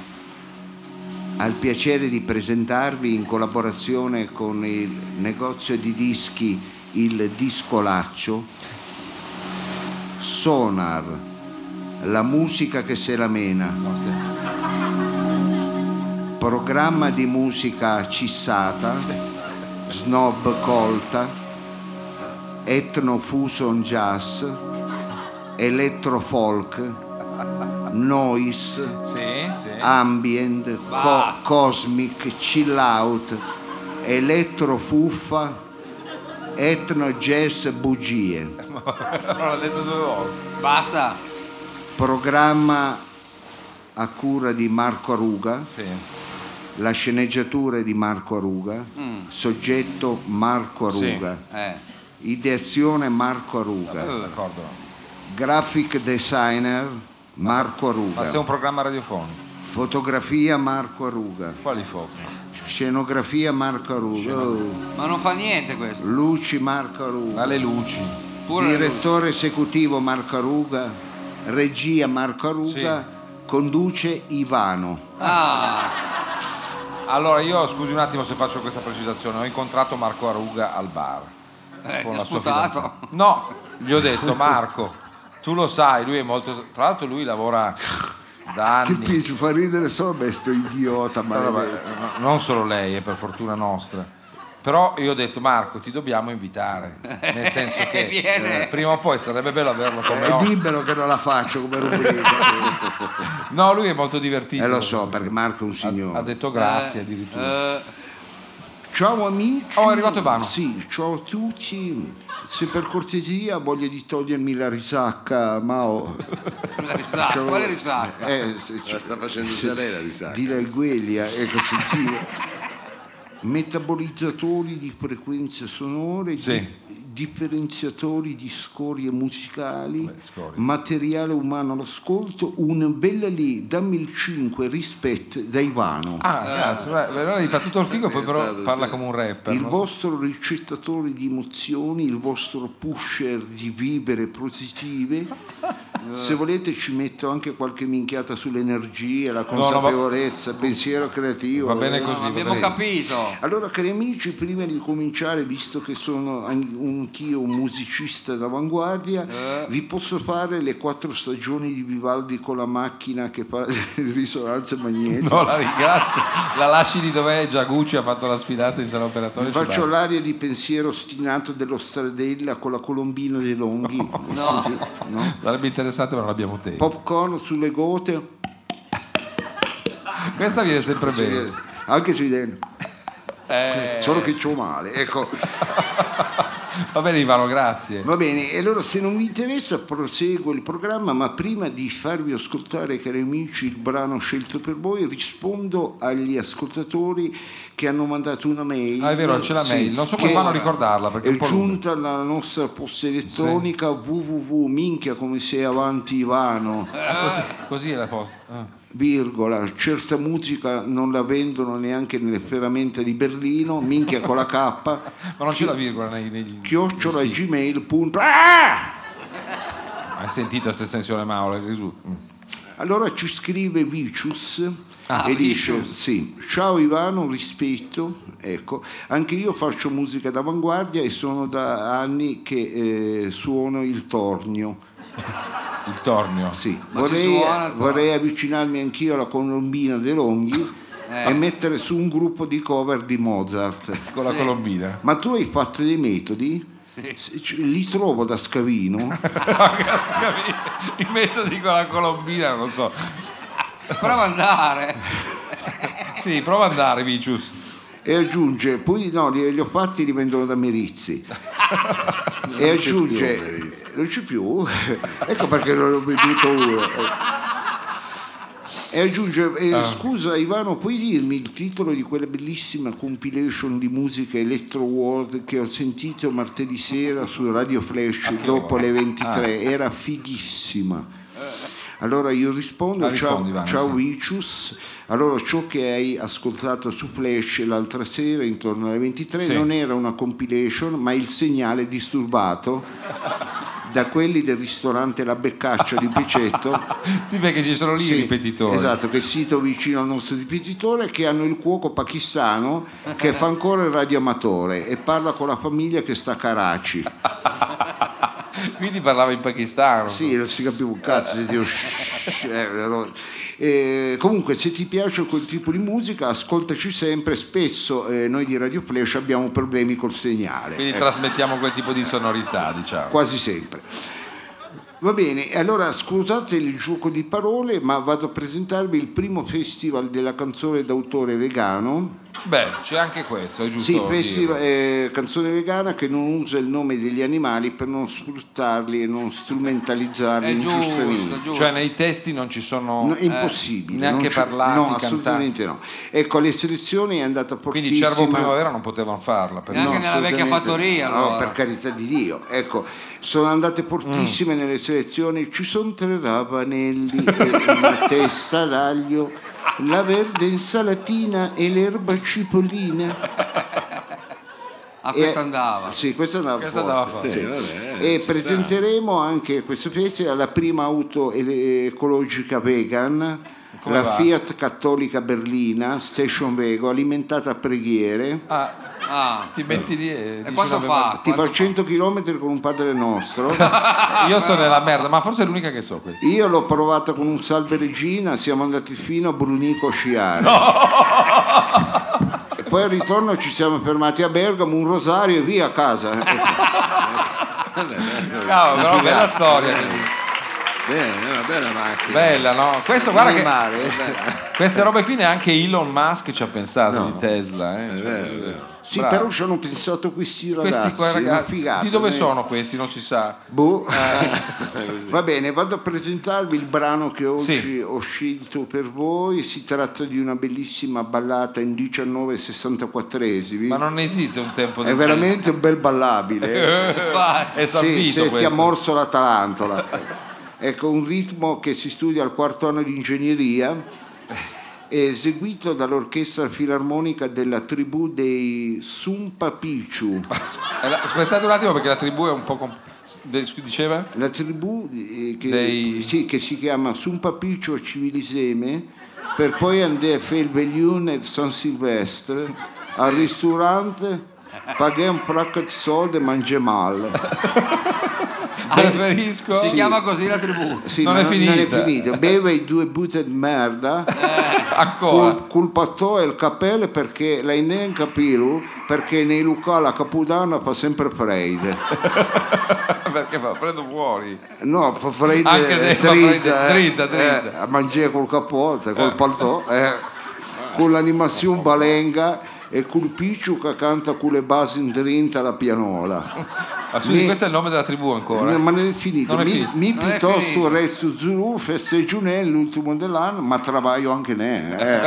Ha il piacere di presentarvi in collaborazione con il negozio di dischi Il Discolaccio Sonar, la musica che se la mena.
No, stia-
programma di musica cissata, snob colta, etno fusion jazz, electro folk, noise,
Sì, sì.
ambient, co- cosmic, chill out, electro fuffa, etno jazz bugie,
non l'ho detto due volte.
Basta.
programma a cura di Marco Ruga.
Sì.
La sceneggiatura è di Marco Aruga, soggetto Marco
Mm. Sì.
Aruga,
Eh.
ideazione Marco Aruga,
D'accordo.
graphic designer Marco
Ma se è
Aruga,
un programma radiofonico,
fotografia Marco Aruga,
quali foto?
scenografia Marco Aruga, oh,
Ma non fa niente questo.
luci Marco
Ma
Aruga,
le luci.
Pure
direttore esecutivo Marco Aruga, regia Marco Aruga, conduce Ivano.
Ah,
Allora io scusi un attimo se faccio questa precisazione, ho incontrato Marco Aruga al bar.
Eh, ti
fidanzata.
ha sputato.
No, gli ho detto Marco, tu lo sai, lui è molto... Tra l'altro lui lavora da
Che
anni.
piace, fa ridere solo me sto idiota
Ma vabbè,
maledetto.
no- Eh, non solo lei, è per fortuna nostra. Però io ho detto Marco, ti dobbiamo invitare, nel senso che
Viene.
eh, prima o poi sarebbe bello averlo come
Eh,
ospite.
dimmelo che non la faccio come rubrica.
No, lui è molto divertito.
Eh lo so, perché Marco è un
Ha,
signore.
ha detto grazie addirittura.
eh,
Ciao amici.
Oh, è arrivato Ivano.
Sì, ciao a tutti. Se per cortesia voglio di togliermi la risacca, ma ho...
la risacca.
Ciao.
Quale
Ah.
risacca?
Eh, se-
La sta facendo già lei la risacca.
Di la gueglia, ecco, sentivo. metabolizzatori di frequenze sonore,
Sì.
di- differenziatori di scorie musicali,
Beh, scorie.
materiale umano all'ascolto, una bella lì, dammi il 5, rispetto da Ivano.
Ah, cazzo, beh, allora gli fa tutto il figo e poi però
Merdato,
parla
sì.
come un rapper.
Eh, il
no?
vostro ricettatore di emozioni, il vostro pusher di vivere positive. Se volete ci metto anche qualche minchiata sull'energia, la
no, va-
consapevolezza, pensiero creativo.
Va bene
eh.
così,
No, abbiamo
va bene.
capito.
Allora, cari amici, prima di cominciare, visto che sono an- anch'io un musicista d'avanguardia,
Eh.
vi posso fare le quattro stagioni di Vivaldi con la macchina che fa risonanze magnetiche.
No, la ringrazio. La lasci di dov'è Giagucci ha fatto la sfilata in sala operatoria. ci
Faccio
va.
l'aria di pensiero ostinato dello Stradella con la Colombina dei Longhi. Senti, no?
Sarebbe interessante, ma non abbiamo tempo.
Popcorn sulle gote.
Questa viene sempre
si
bene.
vede, eh, Anche sui denti.
Eh.
Solo che c'ho male, ecco.
Va bene, Ivano, grazie.
Va bene, e allora se non vi interessa proseguo il programma, ma prima di farvi ascoltare, cari amici, il brano scelto per voi, rispondo agli ascoltatori che hanno mandato una mail.
Ah, è vero, c'è la mail, non so come
che
fanno a ricordarla, perché è
È
un po' lunga.
giunta alla nostra posta elettronica www, minchia come sei avanti Ivano,
Eh, Così, così è la posta. Ah.
virgola, certa musica non la vendono neanche nelle ferramenta di Berlino, minchia con la K,
Ma non c'è la virgola nei, negli...
chiocciola
sì.
gmail punto- Ah!
Hai sentito questa estensione Mauro? risulta. Mm.
Allora ci scrive Vicius
Ah,
e dice: sì, Ciao Ivano, rispetto. Ecco, anche io faccio musica d'avanguardia e sono da anni che eh, suono il tornio.
Il tornio.
Sì,
Ma
vorrei,
si suona il tornio?
vorrei avvicinarmi anch'io alla colombina dei Longhi
Eh.
e mettere su un gruppo di cover di Mozart.
Con la colombina.
Ma tu hai fatto dei metodi?
Sì.
Se- c- Li trovo da Scavino.
I metodi con la colombina, non so.
Prova ad andare.
Sì, prova ad andare, Vicius.
e aggiunge poi no li, li ho fatti li vendono da Merizzi e aggiunge
più Merizzi.
non c'è più ecco perché non ho bevuto uno e aggiunge eh,
Ah.
scusa Ivano puoi dirmi il titolo di quella bellissima compilation di musica electro world che ho sentito martedì sera su Radio
Ah,
Flash dopo
ora?
le 23
Ah.
era fighissima allora io rispondo,
Ah,
ciao,
rispondi, Ivano,
ciao
sì.
Vicius. Allora, ciò che hai ascoltato su Flash l'altra sera, intorno alle 23,
Sì.
non era una compilation, ma il segnale disturbato da quelli del ristorante La Beccaccia di Picetto.
Sì, perché ci sono lì
Sì,
i ripetitori.
Esatto, che è sito vicino al nostro ripetitore, che hanno il cuoco pakistano che fa ancora il radioamatore e parla con la famiglia che sta a Karachi.
Ah, Quindi parlava in pakistano.
Sì, non si capiva un cazzo, si dice, "Shh", eh, allora- Eh, comunque se ti piace quel tipo di musica ascoltaci sempre, spesso eh, noi di Radio Flash abbiamo problemi col segnale,
Quindi
eh,
trasmettiamo quel tipo di sonorità, diciamo.
quasi sempre. Va bene, e allora scusate il gioco di parole, ma vado a presentarvi il primo festival della canzone d'autore vegano.
Beh, c'è anche questo, è giusto.
Sì,
dirlo.
festival, eh, canzone vegana che non usa il nome degli animali per non sfruttarli e non strumentalizzarli
È giusto,
ingiustamente.
giusto.
Cioè nei testi non ci sono... eh,
No, è impossibile.
neanche
non c'è-
parlarli,
No,
cantarli.
assolutamente no. Ecco, alle selezioni è andata fortissima.
Quindi Cervo Primavera non potevano farla. Per
Neanche
no.
nella vecchia
assolutamente.
fattoria,
No,
allora.
per carità di Dio. Ecco, sono andate fortissime nelle selezioni. Ci sono tre ravanelli, eh, una testa d'aglio, la verde insalatina e l'erba cipollina.
A questo
eh,
E-
andava.
Sì, questa andava
Questa
forte,
andava forte. eh,
sì.
Sì, vabbè,
e
ci
presenteremo anche a questo festival la prima auto ele- ecologica vegan,
Come
la
va?
Fiat Cattolica Berlina Station Vego, alimentata a preghiere.
Ah,
Ah.
ti metti lì e... dici
quanto
una
fa?
Ti fa
quanto
100 km con un padre nostro.
bevanda. Io sono nella merda, ma forse è l'unica che so. quella.
Io l'ho provata con un salve regina, siamo andati fino a Brunico a sciare. E poi al ritorno ci siamo fermati a Bergamo, un rosario e via a casa.
Cavolo, però bella storia.
Bene, è una bella macchina.
Bella, no? Questo,
Non
guarda
è
che...
male.
Queste robe qui neanche Elon Musk ci ha pensato
No.
di Tesla. eh.
È
Cioè,
vero, è vero.
Sì,
Bravo.
però ci hanno pensato questi ragazzi.
Questi qua
una
ragazzi,
figata,
di dove
eh.
sono questi? Non si sa.
Boh.
Va bene, vado a presentarvi il brano che oggi
Sì.
ho scelto per voi. Si tratta di una bellissima ballata in 1964esimi.
Ma non esiste un tempo
È
del
veramente un bel ballabile. eh.
genere. È
sì,
sappito
se ti
questo.
ha morso la tarantola. Ecco, un ritmo che si studia al quarto anno di ingegneria, eseguito dall'orchestra filarmonica della tribù dei Sumpa Picchu.
Eh, la- Aspettate un attimo perché la tribù è un po'... com- de- scu- Diceva?
La tribù eh, che,
Dei-
sì, che si chiama Sumpapiccio Civiliseme, per poi andare a fare il veglione di San Silvestre al ristorante, pagare un placco di soldi e mangiare male. Ah,
Trasferisco.
Si chiama così la tribù.
Sì,
Non
ma
è
non è
finita. Eh,
finito. Beve i due butte di merda.
Ancora.
Col, col pattò e il cappello perché lei ne capiru perché nei locali a Capodanno fa sempre freddo
perché fa freddo fuori.
No, fa freddo
Anche te,
eh,
fa
dritta,
freddo,
eh,
dritta, dritta.
eh, a mangiare col capote, col paltò, eh, con l'animazione balenga e col picciu che canta con le basi in drinta alla pianola.
Ah, scusi,
Mi-
questo è il nome della tribù ancora.
Ma non è finito,
Non è
mi,
finito.
mi
Non è
piuttosto
finito.
resto Zulu, festeggio ne l'ultimo dell'anno, ma travaglio anche ne. eh.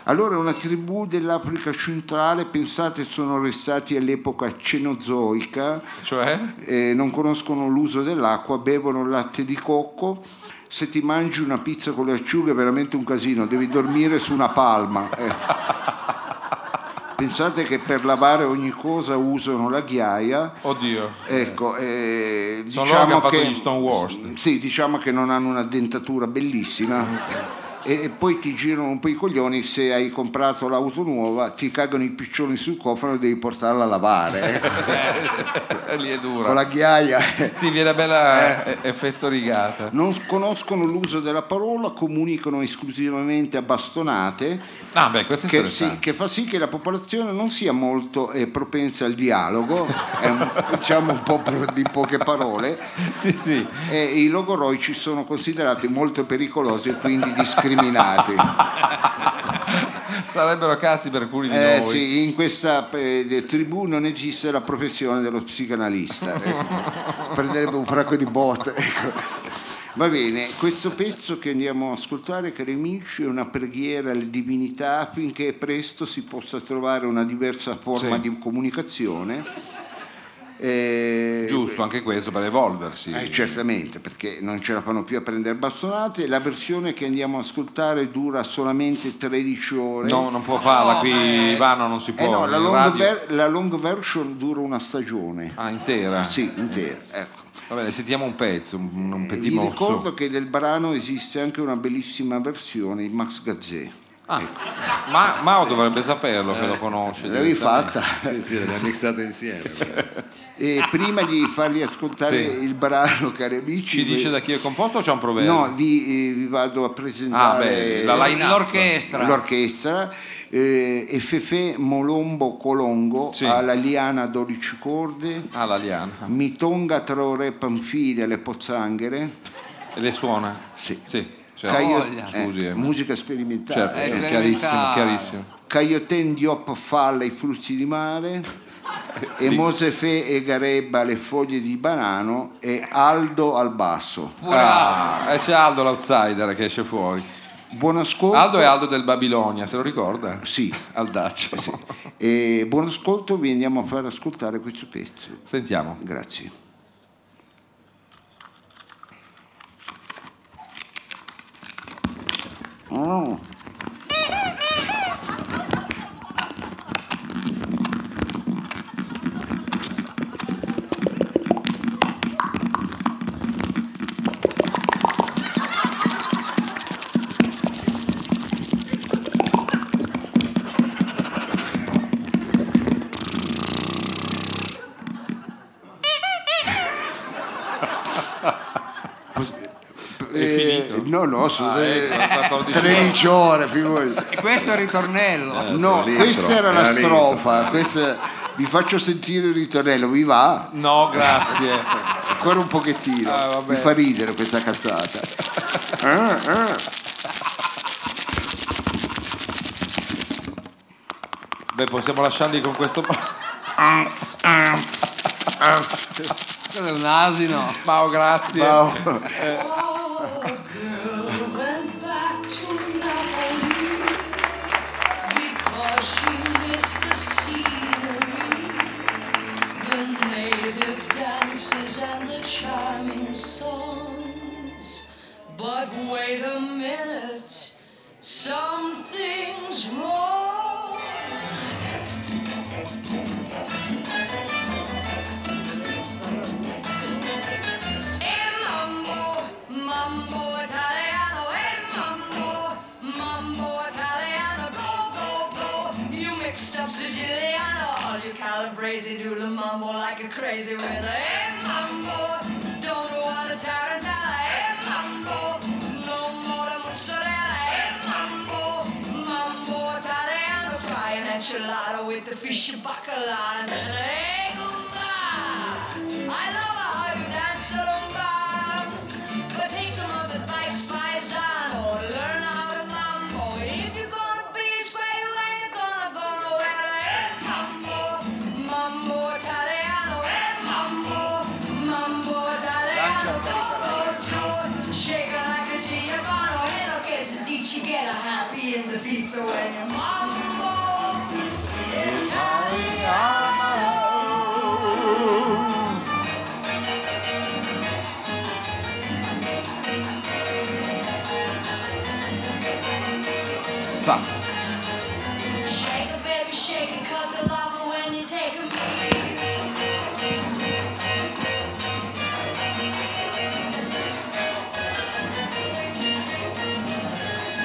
Allora è una tribù dell'Africa centrale, pensate sono restati all'epoca cenozoica,
Cioè?
eh, non conoscono l'uso dell'acqua, bevono latte di cocco. Se ti mangi una pizza con le acciughe è veramente un casino, devi dormire su una palma. eh. Pensate che per lavare ogni cosa usano la ghiaia.
Oddio.
Ecco, eh,
Sono
diciamo
loro che hanno fatto
che,
gli Stonewashed. Mm.
Sì, diciamo che non hanno una dentatura bellissima. E e poi ti girano un po' i coglioni se hai comprato l'auto nuova, ti cagano i piccioni sul cofano e devi portarla a lavare. eh.
Eh, Lì è dura.
Con la ghiaia. eh.
Sì, viene bella eh, effetto rigata.
non conoscono l'uso della parola, comunicano esclusivamente a bastonate,
Ah, beh, questo è
che, sì-
interessante.
che fa sì che la popolazione non sia molto eh, propensa al dialogo, è un- diciamo un po' pro- di poche parole,
Sì, sì.
e i logoroici sono considerati molto pericolosi e quindi discriminati.
Sarebbero cazzi per alcuni di
Eh,
noi.
sì, in questa eh, tribù non esiste la professione dello psicanalista, ecco. prenderebbe un fracco di botte. ecco. Va bene, questo pezzo che andiamo a ascoltare, cari amici, è una preghiera alle divinità affinché presto si possa trovare una diversa forma
Sì.
di comunicazione. Eh,
Giusto, anche questo per evolversi.
Eh, certamente, perché non ce la fanno più a prendere bastonate. La versione che andiamo a ascoltare dura solamente 13 ore.
No, non può farla qui, Ivano, non si può.
Eh no, la
in
long,
radio-
ver- la long version dura una stagione.
Ah, intera.
Sì, intera. Ecco.
Va bene, sentiamo un pezzo, un, un
Eh,
petit
Vi
morceau.
ricordo che del brano esiste anche una bellissima versione di Max Gazzè.
Ah, ecco. Ma Mao dovrebbe saperlo che
Eh,
lo conosce.
L'avevi fatta.
Sì, sì, l'abbiamo mixato insieme.
E prima di fargli ascoltare
Sì.
il brano, cari amici,
Ci dice da chi è composto o c'è un proverbio?
no, vi, eh, vi vado a
ah,
presentare
beh, la line
L'orchestra.
l'orchestra eh, FF Molombo Colongo
Sì.
alla Liana 12 corde
Ah, la liana.
Mitonga Traoré Panfili alle pozzanghere
E le suona?
Sì.
Sì. cioè-
Caio-
voglia.
Scusi,
eh,
eh, ma-
musica sperimentale
certo,
eh.
Eh,
sì,
sperimentale.
chiarissimo, chiarissimo.
Caioten Diop Falla i frutti di mare e Mosefe e Garebba le foglie di banano e Aldo al basso
Pura-
Ah, e c'è Aldo l'outsider che esce fuori.
buon ascolto
Aldo è Aldo del Babilonia, se lo ricorda?
Sì.
Aldaccio.
E buon ascolto vi andiamo a far ascoltare questo pezzo
Sentiamo.
grazie
È finito?
Eh, no no
Ah,
scusate.
ecco, la 14.
13 ore, figurati.
E questo è il
Eh.
ritornello.
No,
l'intro,
questa era
era
la
l'intro.
strofa. Questa... Vi faccio sentire il ritornello, vi va?
No, grazie.
Ancora un pochettino.
Ah, vabbè.
mi fa ridere questa cazzata. Ah, ah.
Beh, possiamo lasciarli con questo.
Questo è un asino.
Mao, grazie.
Oh, girl went back to Napoli because she missed the scenery, the native dances and the charming songs. But wait a minute, something's wrong. E mammo, mammo italiano, e mammo, mammo italiano, go, go, go. You mixed up Siciliano, all you calabrese do the mambo like a crazy with a e mammo, don't want a tarantella, e mammo, no more the mozzarella, e mammo, mammo italiano, try an enchilada with the fish bacala and an egg I love how you dance along, but take some of the advice by Zano. Learn how to mambo. If you're gonna be square, when you're gonna gonna wear it, mambo, mambo Italiano, eh, mambo, mambo Italiano. Go, go, Joe, shake it like a eh, Giovanni. In case you get a happy in the feet, so when you mambo Italiano.
Sa.
Shake it, baby, shake it, cause I love it when you take a me.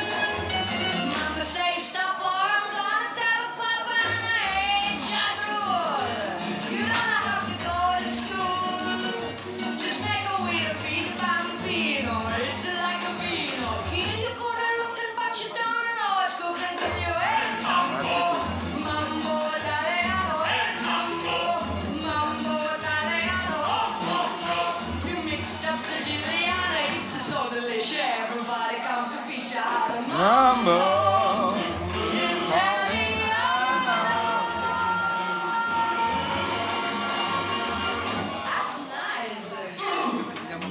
Mama say stop or I'm gonna tell Papa and I ain't Jack Rule. You don't have to go to school. Just make a weed a beat bambino. It's like a vino. Kid, you're good at looking, but you don't know what's cooking till you ain't mambo. Mambo italiano, eh? Mambo, mambo italiano. Oh, oh, oh. You mixed up Siciliana, it's so delicious. Everybody come to Pisha, how to mambo. That's nice.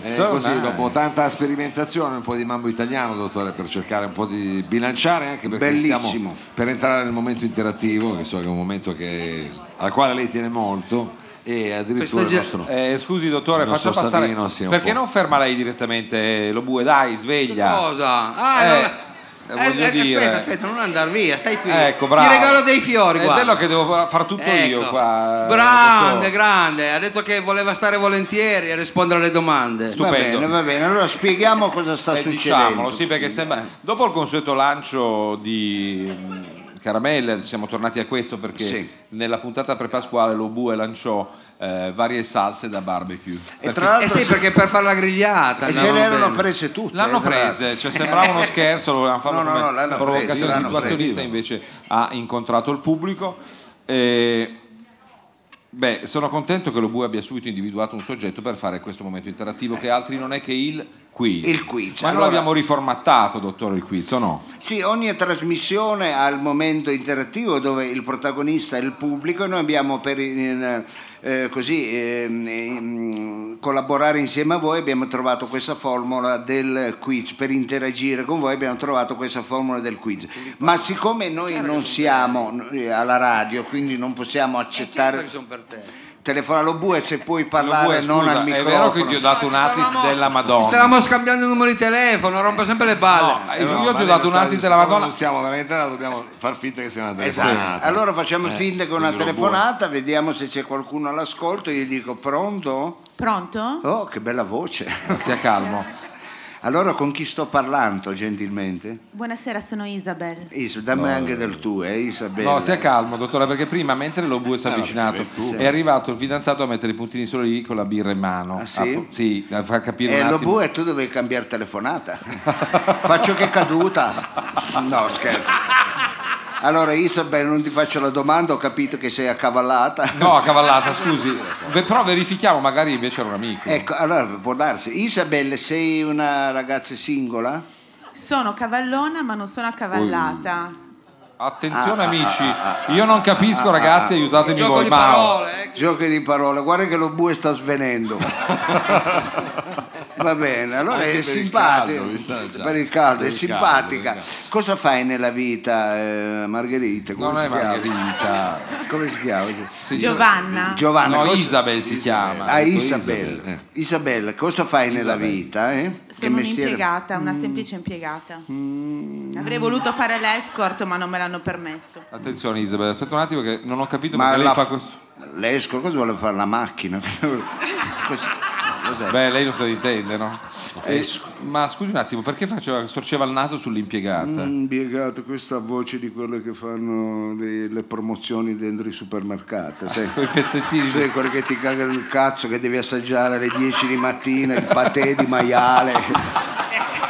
Eh,
So
così,
nice.
dopo tanta sperimentazione, un po' di mambo italiano, dottore, per cercare un po' di bilanciare anche perché
Bellissimo.
stiamo per entrare nel momento interattivo, che so che è un momento che- al quale lei tiene molto e addirittura il
Questa
nostro...
Eh, scusi dottore,
Il nostro
faccia passare.
Savino, sì, un
perché
po'.
non ferma lei direttamente eh, lo bue? Dai, sveglia.
Cosa? Ah,
Eh,
no,
eh, voglio dire.
Aspetta, aspetta, non andare via, stai qui.
Ecco, bravo.
Ti regalo dei fiori,
È
guarda.
bello che devo fa- far tutto io
Ecco.
qua. eh,
Grande,
dottore.
grande. Ha detto che voleva stare volentieri a rispondere alle domande.
Stupendo.
Va bene, va bene, allora spieghiamo cosa sta
Eh,
succedendo.
diciamolo, sì, perché
eh.
sembra. Dopo il consueto lancio di mm, caramelle, siamo tornati a questo perché
Sì.
nella puntata prepasquale lo bue lanciò eh, varie salse da barbecue.
E
Perché
tra
Eh
l'altro
sì, perché per fare la grigliata.
e se
andavano
le erano
bene.
prese tutte. esatto.
L'hanno
tra l'altro.
prese, cioè sembrava uno scherzo, lo volevano fare
No, no,
come
no, l'hanno prese,
provocazione
l'hanno
situazionista,
prese.
invece ha incontrato il pubblico. E, beh, sono contento che lo Bue abbia subito individuato un soggetto per fare questo momento interattivo che altri non è che il quiz.
Il quiz,
Ma
allora-
noi l'abbiamo riformattato, dottore, il quiz, o no?
Sì, ogni trasmissione ha il momento interattivo dove il protagonista è il pubblico e noi abbiamo per in- eh, così, ehm, ehm, collaborare insieme a voi abbiamo trovato questa formula del quiz, per interagire con voi abbiamo trovato questa formula del quiz. Ma siccome noi non siamo eh, alla radio, quindi non possiamo
Eh,
Certo che
accettare...
sono per te.
Telefona lo bue se puoi
Lo
parlare
Bue,
non
scusa,
al
È vero che
microfono.
ti ho dato un assist
Stavamo-
della
Ci
Madonna.
stavamo scambiando i numeri di telefono, rompe sempre le palle.
No,
Eh no,
io ti
ma
ho
lei
dato
lo
un
sa,
assist
siccome
della Madonna.
Non siamo alla verità, dobbiamo far finta che sia una
Eh,
Esatto.
telefonata.
Allora facciamo finta che è una
quindi lo
telefonata, vediamo se c'è qualcuno all'ascolto. Io dico pronto?
Pronto?
Oh, che bella voce.
Sia calmo.
Allora con chi sto parlando gentilmente?
Buonasera, sono Isabel.
Is, dammi anche del tuo, eh, Isabella.
No, sia calmo, dottore, perché prima, mentre lo
Ah,
bue si è avvicinato, è arrivato il fidanzato a mettere i puntini soli lì con la birra in mano.
Ah, sì?
Ah, sì, a far capire
E
un
Eh, lo
attimo.
bue tu dovevi cambiare telefonata. faccio che è caduta. No, scherzo. Allora Isabella, non ti faccio la domanda, ho capito che sei accavallata.
No, a cavallata, scusi. Ve- però verifichiamo, magari invece era un amico.
Ecco, allora può darsi. Isabella, sei una ragazza singola?
Sono cavallona ma non sono accavallata.
Ah,
Attenzione amici, io non capisco ragazzi, aiutatemi
Gioco
voi.
di
Mauro.
parole, eh.
Giochi di parole, guarda che lo bue sta svenendo. Va bene, allora
Anche
è
per il
simpatica.
caldo,
Per
mi
il
sta già-
caldo,
per
è
il caldo,
simpatica.
per il caldo.
Cosa fai nella vita, eh, Margherita? Come
Non
si
è
chiama?
Margherita.
Come si chiama?
Sì,
Giovanna.
Giovanna.
No,
cosa-
Isabel si chiama.
Ah,
Ho detto
Isabella.
Isabel, eh.
Isabella, cosa fai nella
Isabel.
vita? eh? Che
Sono
mestiere? Mm.
un'impiegata, una semplice impiegata. Avrei voluto fare l'escort, ma non me l'hanno permesso.
Attenzione Isabel, aspetta un attimo che non ho capito
Ma
perché
la
lei fa
f-
questo.
l'esco, cosa vuole fare la macchina? Cosa- cos'è?
Beh, lei lo sa intende, no? Eh, ma scusi un attimo, perché faceva, sorceva il naso
Esatto.
sull'impiegata?
Mm. impiegato questa voce di quelle che fanno le, le promozioni dentro i supermercati sai?
Ah.
Quei pezzettini.
Sai, quelli che ti cagano il cazzo che devi assaggiare alle 10 di mattina il patè di maiale
Certo.
Oh.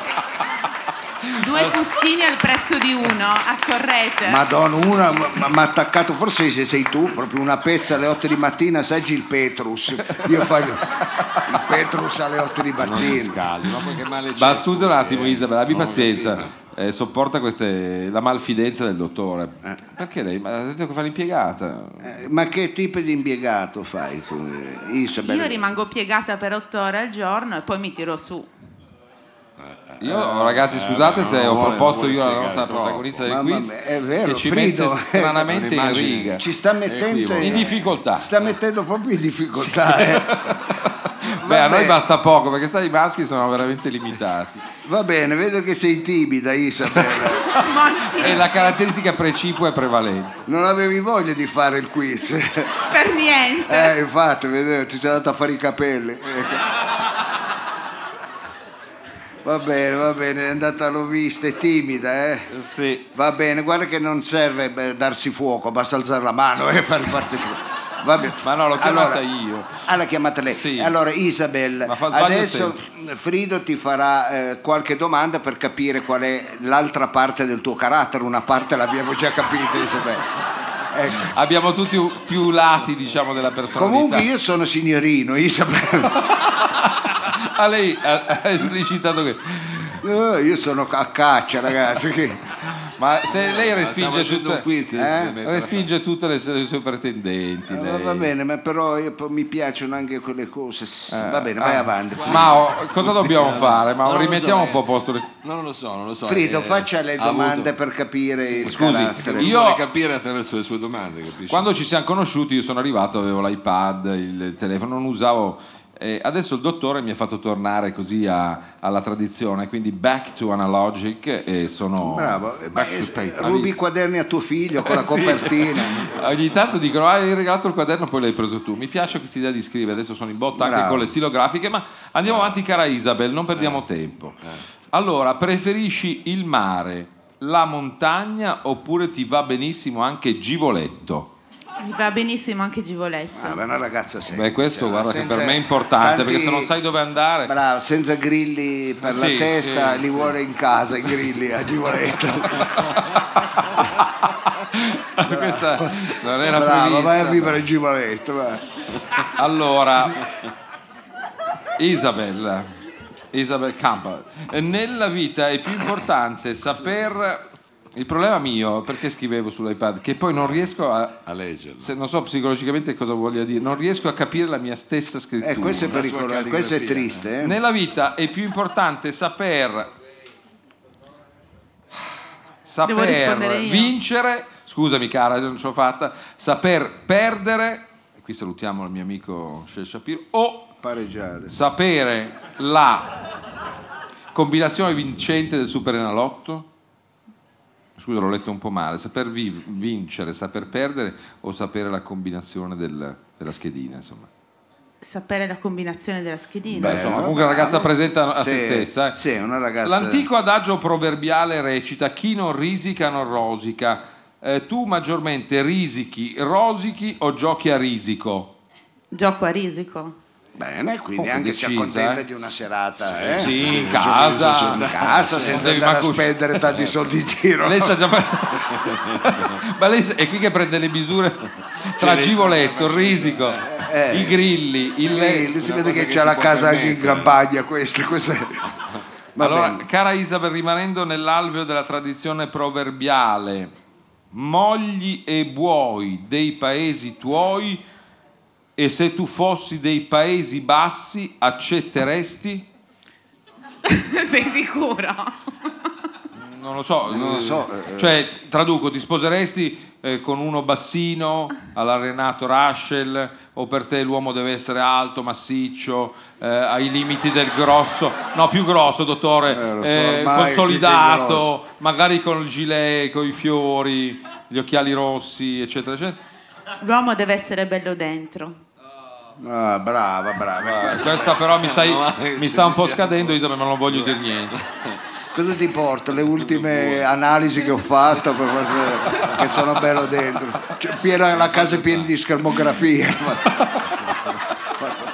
Due fustini al prezzo di uno, accorrete.
madonna una mi ha attaccato forse se sei tu proprio una pezza alle 8 di mattina assaggi il petrus io faccio il petrus alle 8 di
Non si
mattina
scaldi, ma poi che male
Certo,
c'è.
Ma scusa un
scusi,
attimo
eh.
Isabel, abbi
Non ho
pazienza.
capito.
Eh, sopporta queste, la malfidenza del dottore. Perché lei? Ma ha detto che fa l'impiegata.
Eh, ma che tipo di impiegato fai tu eh, Isabella
Io rimango piegata per otto ore al giorno e poi mi tiro su.
Eh,
Io, ragazzi, scusate
no,
se
non
ho
vuole-
proposto
non
io
vuole
la nostra
spiegare
protagonista del
troppo.
quiz
Mamma mia, è vero,
che ci
Frido,
mette stranamente
eh,
in
un'immagine.
riga.
ci sta mettendo
Equivoco.
In difficoltà.
sta mettendo proprio in difficoltà eh.
Beh, a noi
Vabbè.
basta poco perché sai i maschi sono veramente limitati.
Va bene, vedo che sei timida Isabella.
E
Monti,
la caratteristica precipua è prevalente.
Non avevi voglia di fare il quiz.
per niente.
Eh, infatti, vedevo, ti sei andata a fare i capelli. Ecco. Va bene, va bene, è andata l'ho vista, è timida, eh.
Sì.
Va bene, guarda che non serve beh, darsi fuoco, basta alzare la mano eh, e far partecipare. Va bene.
Ma no, l'ho chiamata io.
Ah, l'ha chiamata lei.
Sì.
Allora, Isabel,
Ma fa sbaglio
adesso Frido ti farà eh, qualche domanda per capire qual è l'altra parte del tuo carattere. Una parte l'abbiamo già capita, Isabel. Ecco.
Abbiamo tutti u- più lati, diciamo, della personalità.
Comunque io sono signorino, Isabel.
Ah, lei ha, ha esplicitato che...
Eh, io sono a caccia, ragazzi. che-
Ma se lei
Eh, Ma stiamo
respinge
facendo
tutte,
un quiz, eh,
eh?
si mette la-
respinge tutte le, se- le sue pretendenti,
Eh,
lei.
Va bene, ma però io po- mi piacciono anche quelle cose.
Eh,
Va bene, vai
ah.
avanti.
Ma oh, cosa dobbiamo
eh,
fare? Ma
non lo
rimettiamo
so,
un po' a
eh.
posto le...
No, Non lo so, non lo so.
Frido,
eh,
faccia le
ha avuto-
domande per capire il
scusi,
carattere.
io-
Io vorrei capire attraverso le sue domande, capisci?
Quando ci siamo conosciuti, io sono arrivato, avevo l'iPad, il telefono, non usavo. eh, adesso il dottore mi ha fatto tornare così a- alla tradizione, quindi back to analogic e sono
Bravo, eh, ma,
back to
eh,
paper.
rubi i
Visto?
quaderni a tuo figlio con la copertina.
Ogni tanto dicono: Ah, hai regalato il quaderno, poi l'hai preso tu. Mi piace questa idea di scrivere. Adesso sono in botta anche
Bravo. Eh.
con le stilografiche. Ma andiamo avanti, cara Isabel, non perdiamo tempo. Allora, preferisci il mare, la montagna oppure ti va benissimo anche Givoletto?
Mi va benissimo anche Givoletto.
Eh. Ah, ma è una ragazza seria.
Beh, questo
Cioè,
guarda che
senza
per me è importante
tanti-
perché se non sai dove andare.
Bravo, senza grilli per
Sì,
la testa,
sì,
li
sì.
vuole in casa i grilli a Givoletto.
Questa non era
Bravo, vai a
prevista.
vivere a Givoletto. vai.
Allora, Isabel, Isabel Campa, nella vita è più importante saper. Il problema mio, perché scrivevo sull'iPad, che poi non riesco a.
A leggerlo.
se- non so psicologicamente cosa voglia dire, non riesco a capire la mia stessa scrittura.
Eh, questo è
la sua
pericoloso, questo è
calligrafia.
triste. eh.
Nella vita è più importante saper,
Devo rispondere
saper
io?
vincere, scusami cara, non ce l'ho fatta, saper perdere, e qui salutiamo il mio amico Shel Shapiro, o
Pareggiare.
sapere la combinazione vincente del Superenalotto. Scusa, l'ho letto un po' male. Saper vi- vincere, saper perdere o sapere la combinazione del- della schedina, insomma.
Sapere la combinazione della schedina.
Beh, insomma, comunque la ragazza presenta a se
Sì,
stessa. eh.
sì, una ragazza-
L'antico adagio proverbiale recita: chi non risica non rosica. Eh, tu maggiormente risichi, rosichi o giochi a risico?
Gioco a risico.
Bene, quindi
Oh,
anche si
decisa,
accontenta
eh.
di una serata eh?
Sì, in
in
casa.
casa senza
devi
andare
manco
a
usci-
spendere tanti soldi in giro.
Lei sta già fa- Ma lei è qui che prende le misure tra Givoletto, il risico, i grilli, il
Lì,
letto.
lì Eh, si
una
vede
cosa
che
che
c'ha
si
la
può
casa anche in
permettere.
campagna, questo, questo è- Va
Allora,
bene.
cara Isabel, rimanendo nell'alveo della tradizione proverbiale, mogli e buoi dei paesi tuoi, e se tu fossi dei paesi bassi accetteresti?
Sei sicuro?
Non lo so,
Non lo so, eh,
cioè traduco, ti sposeresti eh, con uno bassino alla Renato Raschel o per te l'uomo deve essere alto, massiccio, eh, ai limiti del grosso, no più grosso dottore,
Eh, lo so,
eh,
ormai
consolidato, magari con il gilet, con i fiori, gli occhiali rossi, eccetera, eccetera.
L'uomo deve essere bello dentro.
Ah, brava, brava.
Eh, Questa però mi, stai-
Meno male che
mi
ci
sta un po'
siamo.
scadendo, Isabel, ma non voglio dire niente.
Cosa ti porto? Le ultime analisi che ho fatto per guardare che sono bello dentro. C'è piena- la casa è piena di schermografie.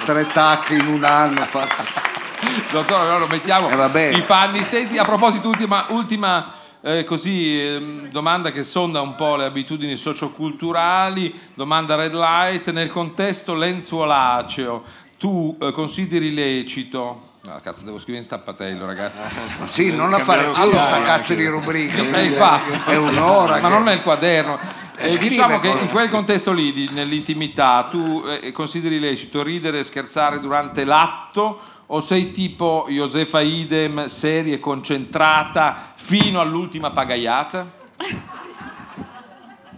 Tre tacchi in un anno. fatto.
Dottore, allora lo mettiamo
Eh, va bene.
i panni stesi. A proposito, ultima, ultima, eh, così, ehm, domanda che sonda un po' le abitudini socioculturali, domanda red light, nel contesto lenzuolaceo, tu eh, consideri lecito... No, cazzo, devo scrivere in stappatello, ragazzi.
Sì, non la fare più
Allora,
sta cazzo di rubrica.
Eh, infatti.
È un'ora.
Ma
che-
non nel quaderno. Eh,
scrive
diciamo che
cosa.
in quel contesto lì, di- nell'intimità, tu eh, consideri lecito ridere e scherzare durante l'atto o sei tipo Josefa Idem, seria e concentrata fino all'ultima pagaiata?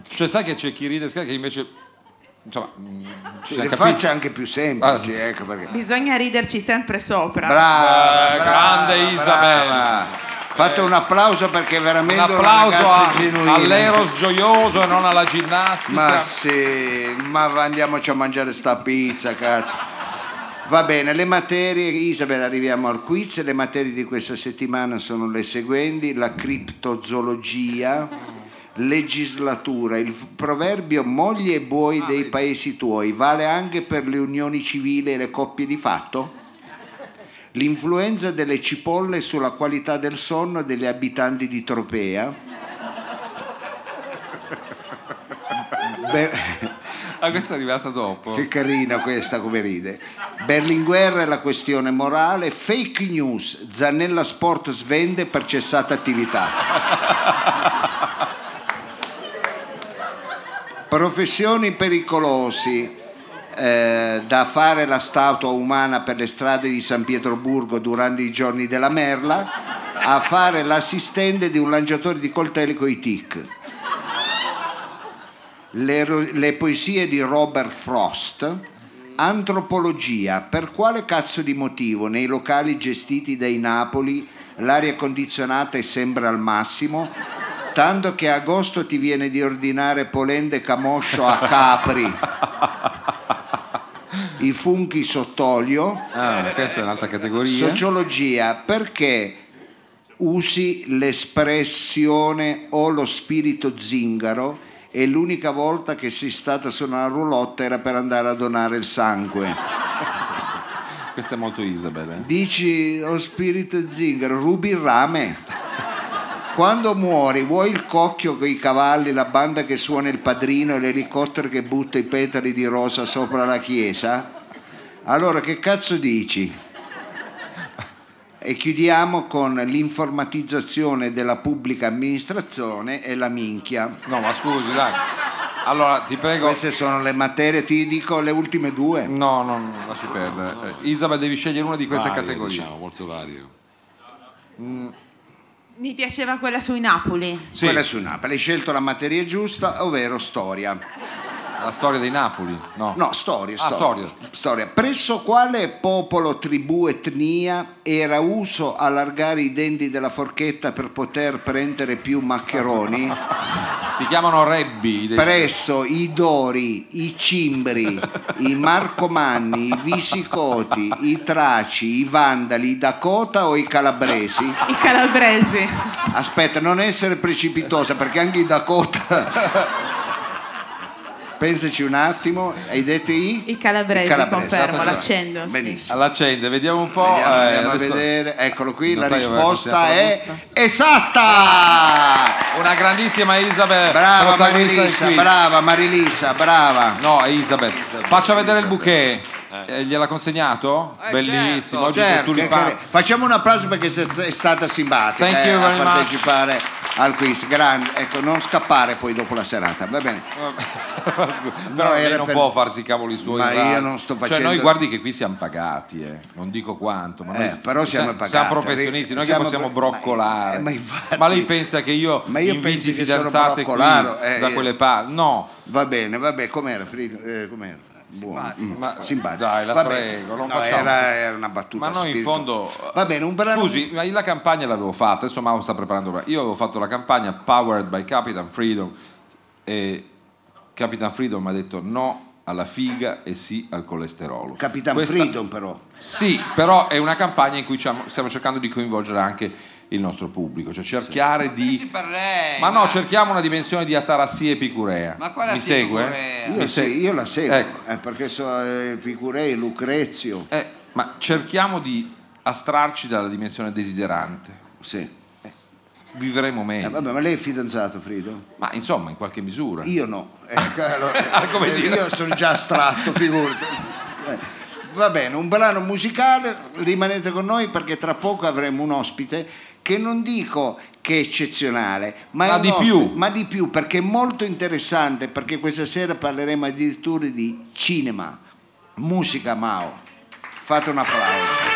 Cioè sai che c'è chi ride e scherza che invece... Insomma, mm, ci
Le
siamo capiti.
facce anche più
Ah,
semplici, ecco perché.
Bisogna riderci sempre sopra.
Brava,
Eh,
brava,
grande
brava.
Isabel. Eh.
Fate un applauso perché è
Un
veramente
applauso
una
a-
ragazza genuina.
all'Eros gioioso e non alla ginnastica.
Ma sì, ma va- andiamoci a mangiare sta pizza, cazzo. Va bene, le materie, Isabel, arriviamo al quiz. Le materie di questa settimana sono le seguenti: la criptozoologia, legislatura, il proverbio moglie e buoi dei paesi tuoi, vale anche per le unioni civili e le coppie di fatto? L'influenza delle cipolle sulla qualità del sonno degli abitanti di Tropea. Beh,
Ah, questa è arrivata dopo.
Che carina questa come ride. Berlinguer è la questione morale, fake news, Zanella Sport svende per cessata attività. Professioni pericolosi, eh, da fare la statua umana per le strade di San Pietroburgo durante i giorni della merla, a fare l'assistente di un lanciatore di coltelli con i tic. Le, ro- le poesie di Robert Frost. Antropologia. Per quale cazzo di motivo nei locali gestiti dai Napoli l'aria condizionata è sempre al massimo? Tanto che a agosto ti viene di ordinare polende e camoscio a Capri. I funghi sott'olio.
Ah, questa è un'altra categoria.
Sociologia, perché usi l'espressione o lo spirito zingaro e l'unica volta che sei stata su una roulotte era per andare a donare il sangue.
Questa è molto Isabel. eh.
Dici lo spirito zingaro, rubi il rame. Quando muori vuoi il cocchio con i cavalli, la banda che suona il padrino e l'elicottero che butta i petali di rosa sopra la chiesa? Allora che cazzo dici? E chiudiamo con l'informatizzazione della pubblica amministrazione e la minchia.
No, ma scusi, dai. Allora, ti prego.
Queste sono le materie, ti dico le ultime due.
No, no, no, lasci perdere. Eh, Isabel, devi scegliere una di queste
Vario,
categorie.
Diciamo, molto vario.
Mi piaceva quella sui Napoli.
Sì,
Quella è su Napoli, hai scelto la materia giusta, ovvero storia.
la storia dei Napoli. No.
No, storia,
Ah,
storia. Storia. Presso quale popolo, tribù, etnia era uso allargare i denti della forchetta per poter prendere più maccheroni?
Si chiamano Rebbi. dei-
Presso i Dori, i Cimbri, i Marcomanni, i Visicoti, i Traci, i Vandali, i Dakota o i Calabresi?
I calabresi.
Aspetta, non essere precipitosa perché anche i Dakota... Pensaci un attimo, hai detto i?
I calabresi, confermo,
esatto.
l'accendo. sì.
Benissimo.
All'accende, vediamo un po'.
Vediamo,
eh,
andiamo
adesso-
a vedere. Eccolo qui, la
Notaio,
risposta
aveva
è
questa
esatta!
Una grandissima Isabel.
Brava
protagonista del
Marilisa,
quiz.
brava Marilisa, brava.
No, è Isabel. Faccia vedere il bouquet. Eh, gliel'ha consegnato? Bellissimo.
certo,
Oggi
certo.
tu
Che- che- Facciamo un applauso perché sei- sei stata simpatica
Thank
eh,
you
a
very much.
partecipare al quiz. Grande, ecco, non scappare poi dopo la serata, va bene.
Però
No,
lei
era
non
per-
può farsi i cavoli suoi.
Ma
in radio.
io non sto facendo-
Cioè, noi guardi che qui siamo pagati, eh. non dico quanto, ma noi
Eh, però siamo
sa-
pagati.
Siamo professionisti, noi che
Siamo
possiamo
pro-
broccolare.
Ma- eh, ma infatti-
lei pensa che io,
Ma io
inviti
pensi che sono
fidanzate qui
broccolaro, eh,
da
io-
quelle parti? No,
Va bene, va bene, com'era Frido? Eh, com'era? Buono. Mm,
ma-
simpatico.
dai, la
Va bene.
prego, non
No,
facciamo
era,
questo.
era una battuta.
ma noi in
spirito.
fondo...
Va bene, un brano.
Scusi, ma la campagna l'avevo fatta, adesso Mau sta preparando... ora. Io avevo fatto la campagna Powered by Capitan Freedom e Capitan Freedom mi ha detto no alla figa e sì al colesterolo.
Capitan
Questa-
Freedom però.
Sì, però è una campagna in cui ciamo- stiamo cercando di coinvolgere anche il nostro pubblico, cioè cercare
Sì,
di...
eh, per lei.
Ma no, cerchiamo una dimensione di atarassia epicurea.
Ma quale
Mi
assia
segue?
epicurea?
Io,
Eh, Mi
sì,
seg-
io la seguo,
Ecco.
eh, perché so eh, Figurei, Lucrezio.
Eh, ma cerchiamo di astrarci dalla dimensione desiderante.
Sì.
Vivremo meglio.
Eh, vabbè, ma lei è fidanzato, Frido?
Ma insomma, in qualche misura.
Io no. Ecco, allora,
Ah, come
eh,
dire.
Io sono già astratto, figurati. Eh, Va bene, un brano musicale, rimanete con noi perché tra poco avremo un ospite che non dico che è eccezionale, ma, è
Ma
un
di
ospite-
più.
ma di più perché è molto interessante perché questa sera parleremo addirittura di cinema, musica Mao. Fate un applauso.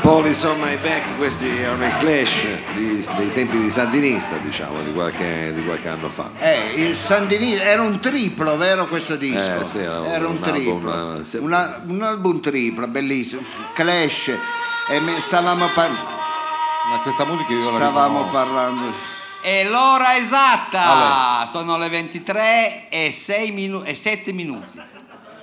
Police on my back, questi erano i clash di- dei tempi di Sandinista, diciamo, di qualche, di qualche anno fa.
Eh, il Sandinista era un triplo, vero questo disco?
Eh, sì, era un-
un,
un
triplo.
album, eh, sì.
Un, al- un album triplo, bellissimo. Clash. E me- stavamo, par-
Ma questa musica io la
stavamo
riconosco.
parlando.
È l'ora esatta. Sono le 23 e, 6 minu- e 7 minuti.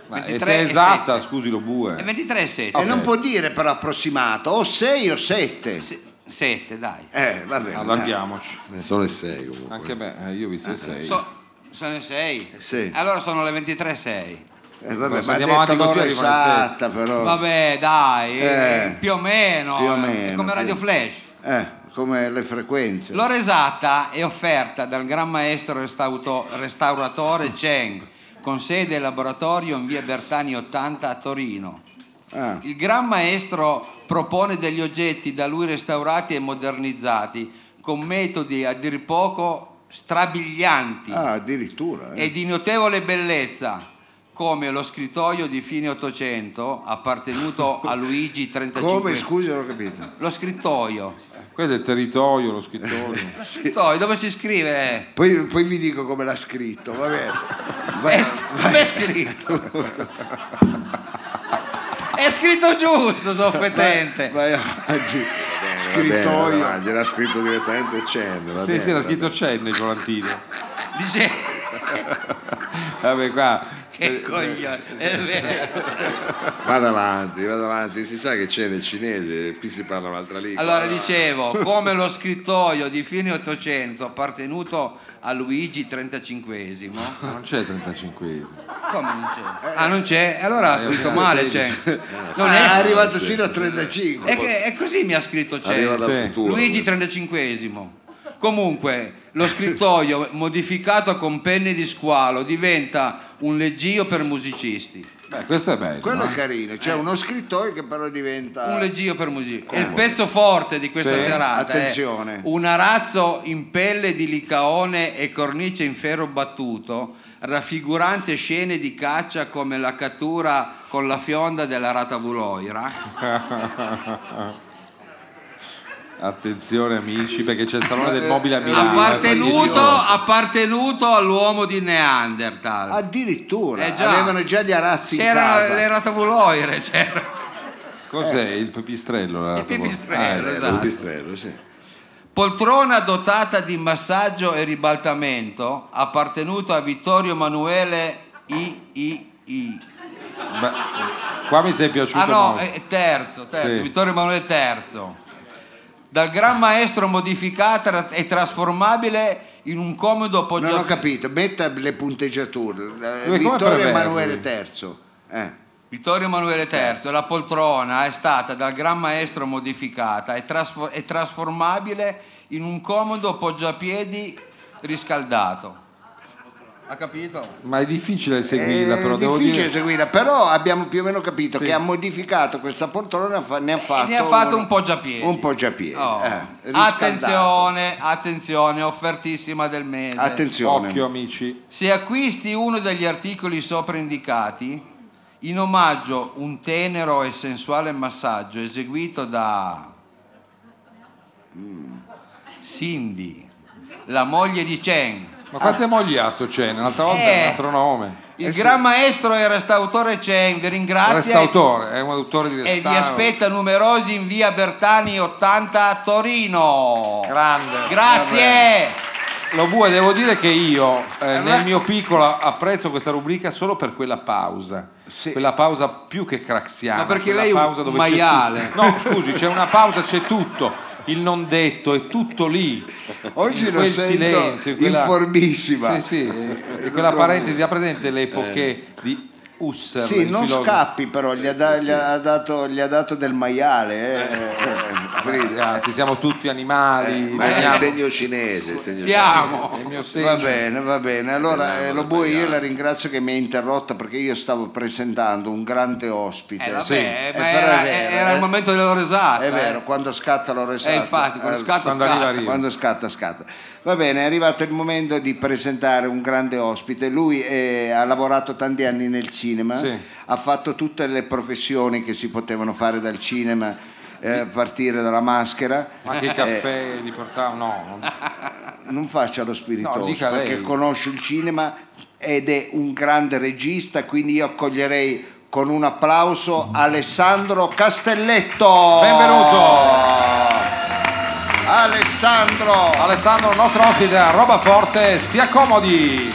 Ma e
23
se
e
è esatta,
sette.
scusi lo bue.
È 23 e 7.
E non può dire però approssimato, o 6 o 7.
7, dai.
Eh, va bene.
Allarghiamoci.
Sono le sei comunque.
Anche me, eh, io ho visto le sei.
So- sono le 6?
Sì.
Allora sono le 23 e 6.
dai. Eh, vabbè,
Se
ma ha
andiamo
detto
avanti così
l'ora
arrivano le sette.
esatta però.
Vabbè, dai, eh,
Eh.
più o meno.
Più o
eh,
meno,
Come
sì.
Radio Flash.
Eh, come le frequenze.
L'ora esatta è offerta dal gran maestro restauto- restauratore Cheng, con sede e laboratorio in via Bertani 80 a Torino.
Ah,
Il gran maestro propone degli oggetti da lui restaurati e modernizzati con metodi a dir poco strabilianti
ah, addirittura. eh.
e di notevole bellezza come lo scrittoio di fine 800 appartenuto a Luigi 35
Come, scusa, non ho capito.
lo scrittoio
Questo è il territorio, lo scrittore.
Scrittoio, dove si scrive?
Poi, poi vi dico come l'ha scritto, va bene. Va-
È, com'è Eh, scritto? è scritto giusto, soffetente.
Vai avanti.
Va bene,
Scrittoio.
va, gliel'ha scritto direttamente Chen. va
sì,
bene,
sì,
va
l'ha scritto Cenne il volantino.
Dice,
Vabbè, qua
che coglione, è vero.
Vada avanti, vada avanti, si sa che c'è nel cinese, qui si parla un'altra lingua.
Allora dicevo, come lo scrittoio di fine 800 appartenuto a Luigi XXV,
Non c'è il 35esimo.
come non
Eh.
c'è? Ah, non c'è? Allora ha scritto male, c'è. Non
Ah, è
è? Eh,
arrivato fino a 35.
È, che- è così mi ha scritto
Arriva
c'è.
dal
Sì.
futuro.
Luigi XXV. Comunque, lo scrittoio modificato con penne di squalo diventa un leggio per musicisti.
Beh, questo è
Ecco,
bello.
Quello
no?
eh.
è carino, c'è uno scrittoio che però diventa...
Un leggio per musicisti. E il pezzo forte di questa
Sì,
serata
attenzione.
è un arazzo in pelle di licaone e cornice in ferro battuto, raffigurante scene di caccia come la cattura con la fionda della rata vuloira.
Attenzione amici, perché c'è il salone
Eh,
del mobile a Milano. eh,
Appartenuto,
a
appartenuto all'uomo di Neanderthal.
Addirittura,
Eh, già.
avevano già gli arazzi Ah, in casa.
C'erano le ratavuloire, c'era.
Cos'è il pepistrello? la
Eh. Il
proposta?
pipistrello,
Ah, è-
Un
esatto.
pistrello, sì.
Poltrona dotata di massaggio e ribaltamento, appartenuto a Vittorio Emanuele III.
ma- qua mi sei piaciuto
Ah no,
molto.
eh, terzo, terzo,
Sì.
Vittorio Emanuele III. Dal gran maestro modificata tra- e trasformabile in un
Non
comodo
ho
appoggiato.
capito, metta le punteggiature. Eh,
Lui come
Vittorio
preverbi?
Emanuele III. Eh.
Vittorio Emanuele III, la poltrona è stata dal gran maestro modificata e, trasfo- e trasformabile in un comodo poggiapiedi riscaldato. Ha capito?
Ma è difficile seguirla, però
È
devo
Eh, difficile
dire.
seguirla, però abbiamo più o meno capito
Sì.
che ha modificato questa poltrona, fa- ne ha fatto,
ne ha fatto un poggiapiedi.
Ah, Un poggiapiedi.
Oh.
eh, riscaldato.
attenzione, eh, attenzione, offertissima del mese.
Attenzione.
Occhio amici.
Se acquisti uno degli articoli sopra indicati, in omaggio un tenero e sensuale massaggio eseguito da Cindy, la moglie di Chen.
Ma quante mogli ha sto Chen? Un'altra volta è
Ah. Eh.
un altro nome. Eh
Il
Eh
gran maestro e restautore Chen vi ringrazia e,
Restautore, è un autore di
e vi
restauro.
aspetta numerosi in via Bertani 80 a Torino.
Grande.
Grazie.
Lo vuoi, devo dire che io, eh, nel mio piccolo, apprezzo questa rubrica solo per quella pausa.
Sì.
Quella pausa più che craxiana.
Ma perché
quella
lei è un
pausa dove c'è
maiale.
tutto. No, scusi, c'è una pausa, c'è tutto. Il non detto, è tutto lì.
Oggi
In
lo
quel
sento
silenzio, in quella-
informissima.
Sì, sì, eh, eh, quella parentesi, ha presente le epoche di
eh,
Husserl?
Sì,
il
non
filosofo?
scappi però, gli ha, da- gli ha dato, gli ha dato del maiale. eh, eh, Frido.
Ragazzi, siamo tutti animali.
Ma è
veniamo-
il segno cinese, il
è
segno
il
Siamo.
mio segno.
Va bene, va bene. Allora, eh, lo Bue, io la ringrazio che mi ha interrotta perché io stavo presentando un grande ospite.
Eh, vabbè,
Sì.
ma
Eh, però
era,
è vero,
era
eh.
il momento della risata.
È vero,
eh.
quando scatta l'ora
Eh, infatti, quando scatta,
quando
scatta.
arriva, arriva.
Quando scatta, scatta. Va bene, è arrivato il momento di presentare un grande ospite. Lui eh, ha lavorato tanti anni nel cinema,
Sì.
ha fatto tutte le professioni che si potevano fare dal cinema, eh, a partire dalla maschera.
Ma che caffè li portavo? No, non-
Non faccia lo
No,
spiritoso,
dica lei.
perché conosce il cinema ed è un grande regista, quindi io accoglierei con un applauso Alessandro Castelletto.
Benvenuto.
Alessandro!
Alessandro, il nostro ospite a Roba Forte, si accomodi.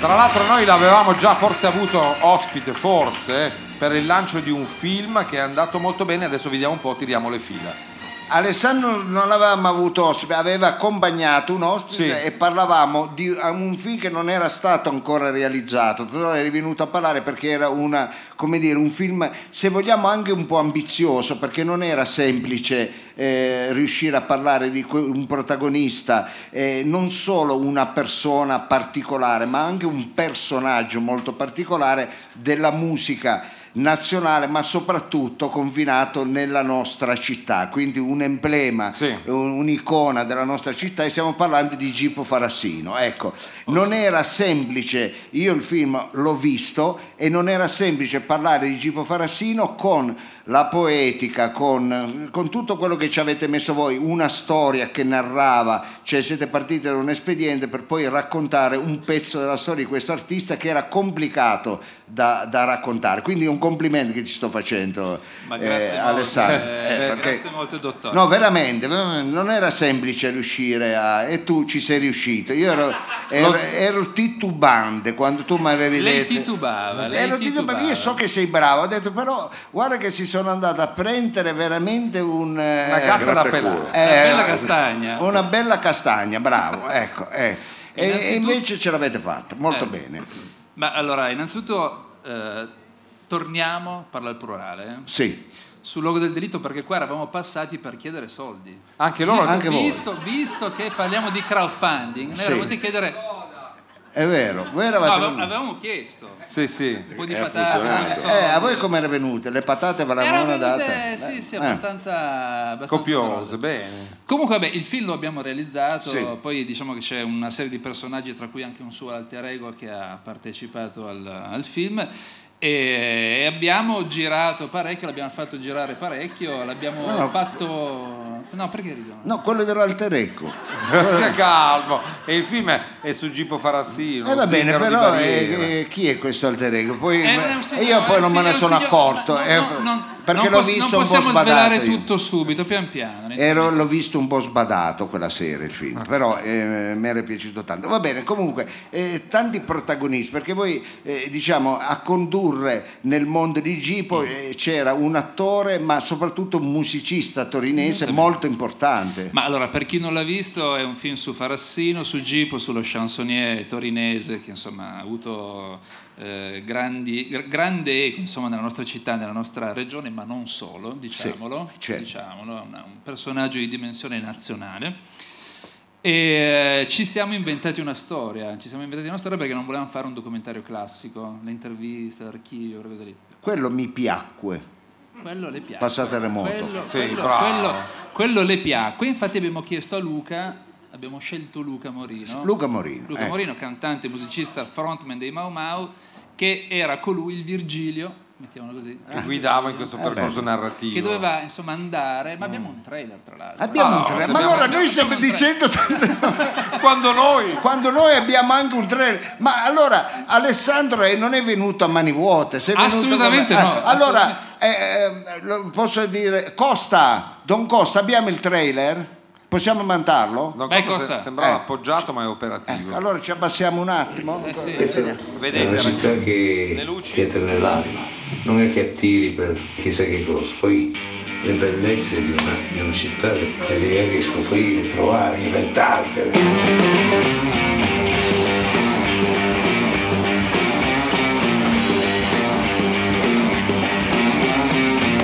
Tra l'altro noi l'avevamo già forse avuto ospite, forse, per il lancio di un film che è andato molto bene, adesso vediamo un po', tiriamo le fila.
Alessandro non avevamo avuto ospite, aveva accompagnato un ospite
Sì.
e parlavamo di un film che non era stato ancora realizzato, però eri venuto a parlare perché era una, come dire, un film, se vogliamo, anche un po' ambizioso, perché non era semplice eh, riuscire a parlare di que- un protagonista, eh, non solo una persona particolare, ma anche un personaggio molto particolare della musica nazionale ma soprattutto confinato nella nostra città quindi un emblema
Sì.
un- un'icona della nostra città e stiamo parlando di Gipo Farassino ecco non era semplice io il film l'ho visto e non era semplice parlare di Gipo Farassino con la poetica con, con tutto quello che ci avete messo voi una storia che narrava cioè siete partiti da un espediente per poi raccontare un pezzo della storia di questo artista che era complicato da, da raccontare. Quindi un complimento che ci sto facendo,
Ma grazie
eh,
molto,
Alessandro.
eh,
eh,
eh,
perché-
grazie molto, dottore.
No, veramente, eh, non era semplice riuscire a... e tu ci sei riuscito. Io ero, ero- ero titubante quando tu mi avevi
Lei
detto...
titubava, lei
Ero titubante,
titubava.
Io so che sei bravo, ho detto però guarda che si sono andato a prendere veramente un... eh,
Una gatta da pelare.
Una bella castagna.
Una bella castagna, bravo, ecco. eh. E, e
Innanzitutto-
invece ce l'avete fatta, molto
Eh.
bene.
Ma allora, innanzitutto eh, torniamo, parla il plurale,
Sì.
sul logo del delitto perché qua eravamo passati per chiedere soldi.
Anche loro
Anche- voi.
visto, visto che parliamo di crowdfunding, noi
Sì.
eravamo venuti a chiedere...
È vero, voi
No,
eravate...
avevamo avevamo chiesto
Sì, sì.
un po' di
Eh, ha
patate,
funzionato.
un po' di soldi.
Eh, a voi come era venute? Le patate ve
Erano
l'avevano
venute,
date?
sì, sì,
Eh.
abbastanza... abbastanza
Copiose,
grosse.
bene.
Comunque, vabbè, il film lo abbiamo realizzato,
Sì.
poi diciamo che c'è una serie di personaggi, tra cui anche un suo alter ego che ha partecipato al, al film. E abbiamo girato parecchio, l'abbiamo fatto girare parecchio, l'abbiamo
No.
fatto. No, perché ridono?
No, quello dell'alter ego.
Sia calmo. E il film è, è su Gippo Farassino.
Eh, va
un
bene,
zingaro di
però
barriera.
eh, eh, chi è questo alter ego? Poi,
Eh, ma è un
e
signore,
io poi non me ne
signor-
sono
signor-
accorto,
no, no,
eh,
no,
perché
non
l'ho
poss-
visto
Non
un po'
possiamo
sbadato
svelare
io.
tutto eh. subito, pian piano.
Ero- l'ho visto un po' sbadato quella sera il film, però eh, mi era piaciuto tanto. Va bene, comunque, eh, tanti protagonisti, perché voi eh, diciamo a condurre nel mondo di Gipo eh, c'era un attore, ma soprattutto un musicista torinese molto importante.
Ma allora, per chi non l'ha visto, è un film su Farassino, su Gipo, sullo chansonnier torinese che insomma ha avuto eh, grandi, gr- grande eco insomma, nella nostra città, nella nostra regione, ma non solo, diciamolo,
certo.
diciamolo, è una- un personaggio di dimensione nazionale. E eh, ci siamo inventati una storia, ci siamo inventati una storia perché non volevamo fare un documentario classico, le interviste, l'archivio, quelle cose lì.
Quello mi piacque.
Quello le piacque.
Passate remoto.
Quello,
Sì,
quello-
bravo.
quello- quello le piacque. Infatti abbiamo chiesto a Luca, abbiamo scelto Luca Morino.
Luca Morino.
Luca
eh.
Morino, cantante, musicista, frontman dei Mau Mau, che era colui, il Virgilio, mettiamolo così,
Ah.
Che guidava in questo
Eh,
percorso narrativo.
che doveva insomma andare, ma abbiamo un trailer tra l'altro.
Abbiamo
Ah,
un
no,
tre-
se
Ma
abbiamo-
allora noi stiamo
abbiamo un tre-
dicendo tante
Quando noi...
quando noi abbiamo anche un trailer. Ma allora Alessandro eh, non è venuto a mani vuote, sei venuto
Assolutamente
con-
no,
Ah, Allora eh, eh, lo- posso dire Costa, Don Costa, abbiamo il trailer? Possiamo mandarlo?
Non
Beh,
so se-
Costa.
sembrava
Eh.
appoggiato ma è operativo.
Allora ci abbassiamo un attimo.
Eh
È
Vedete
una città
ragazzi,
che
le luci.
che te ne l'anima, non è che attiri per chissà che cosa. Poi le bellezze di una, di una città le, le devi anche scoprire, trovare, inventartele.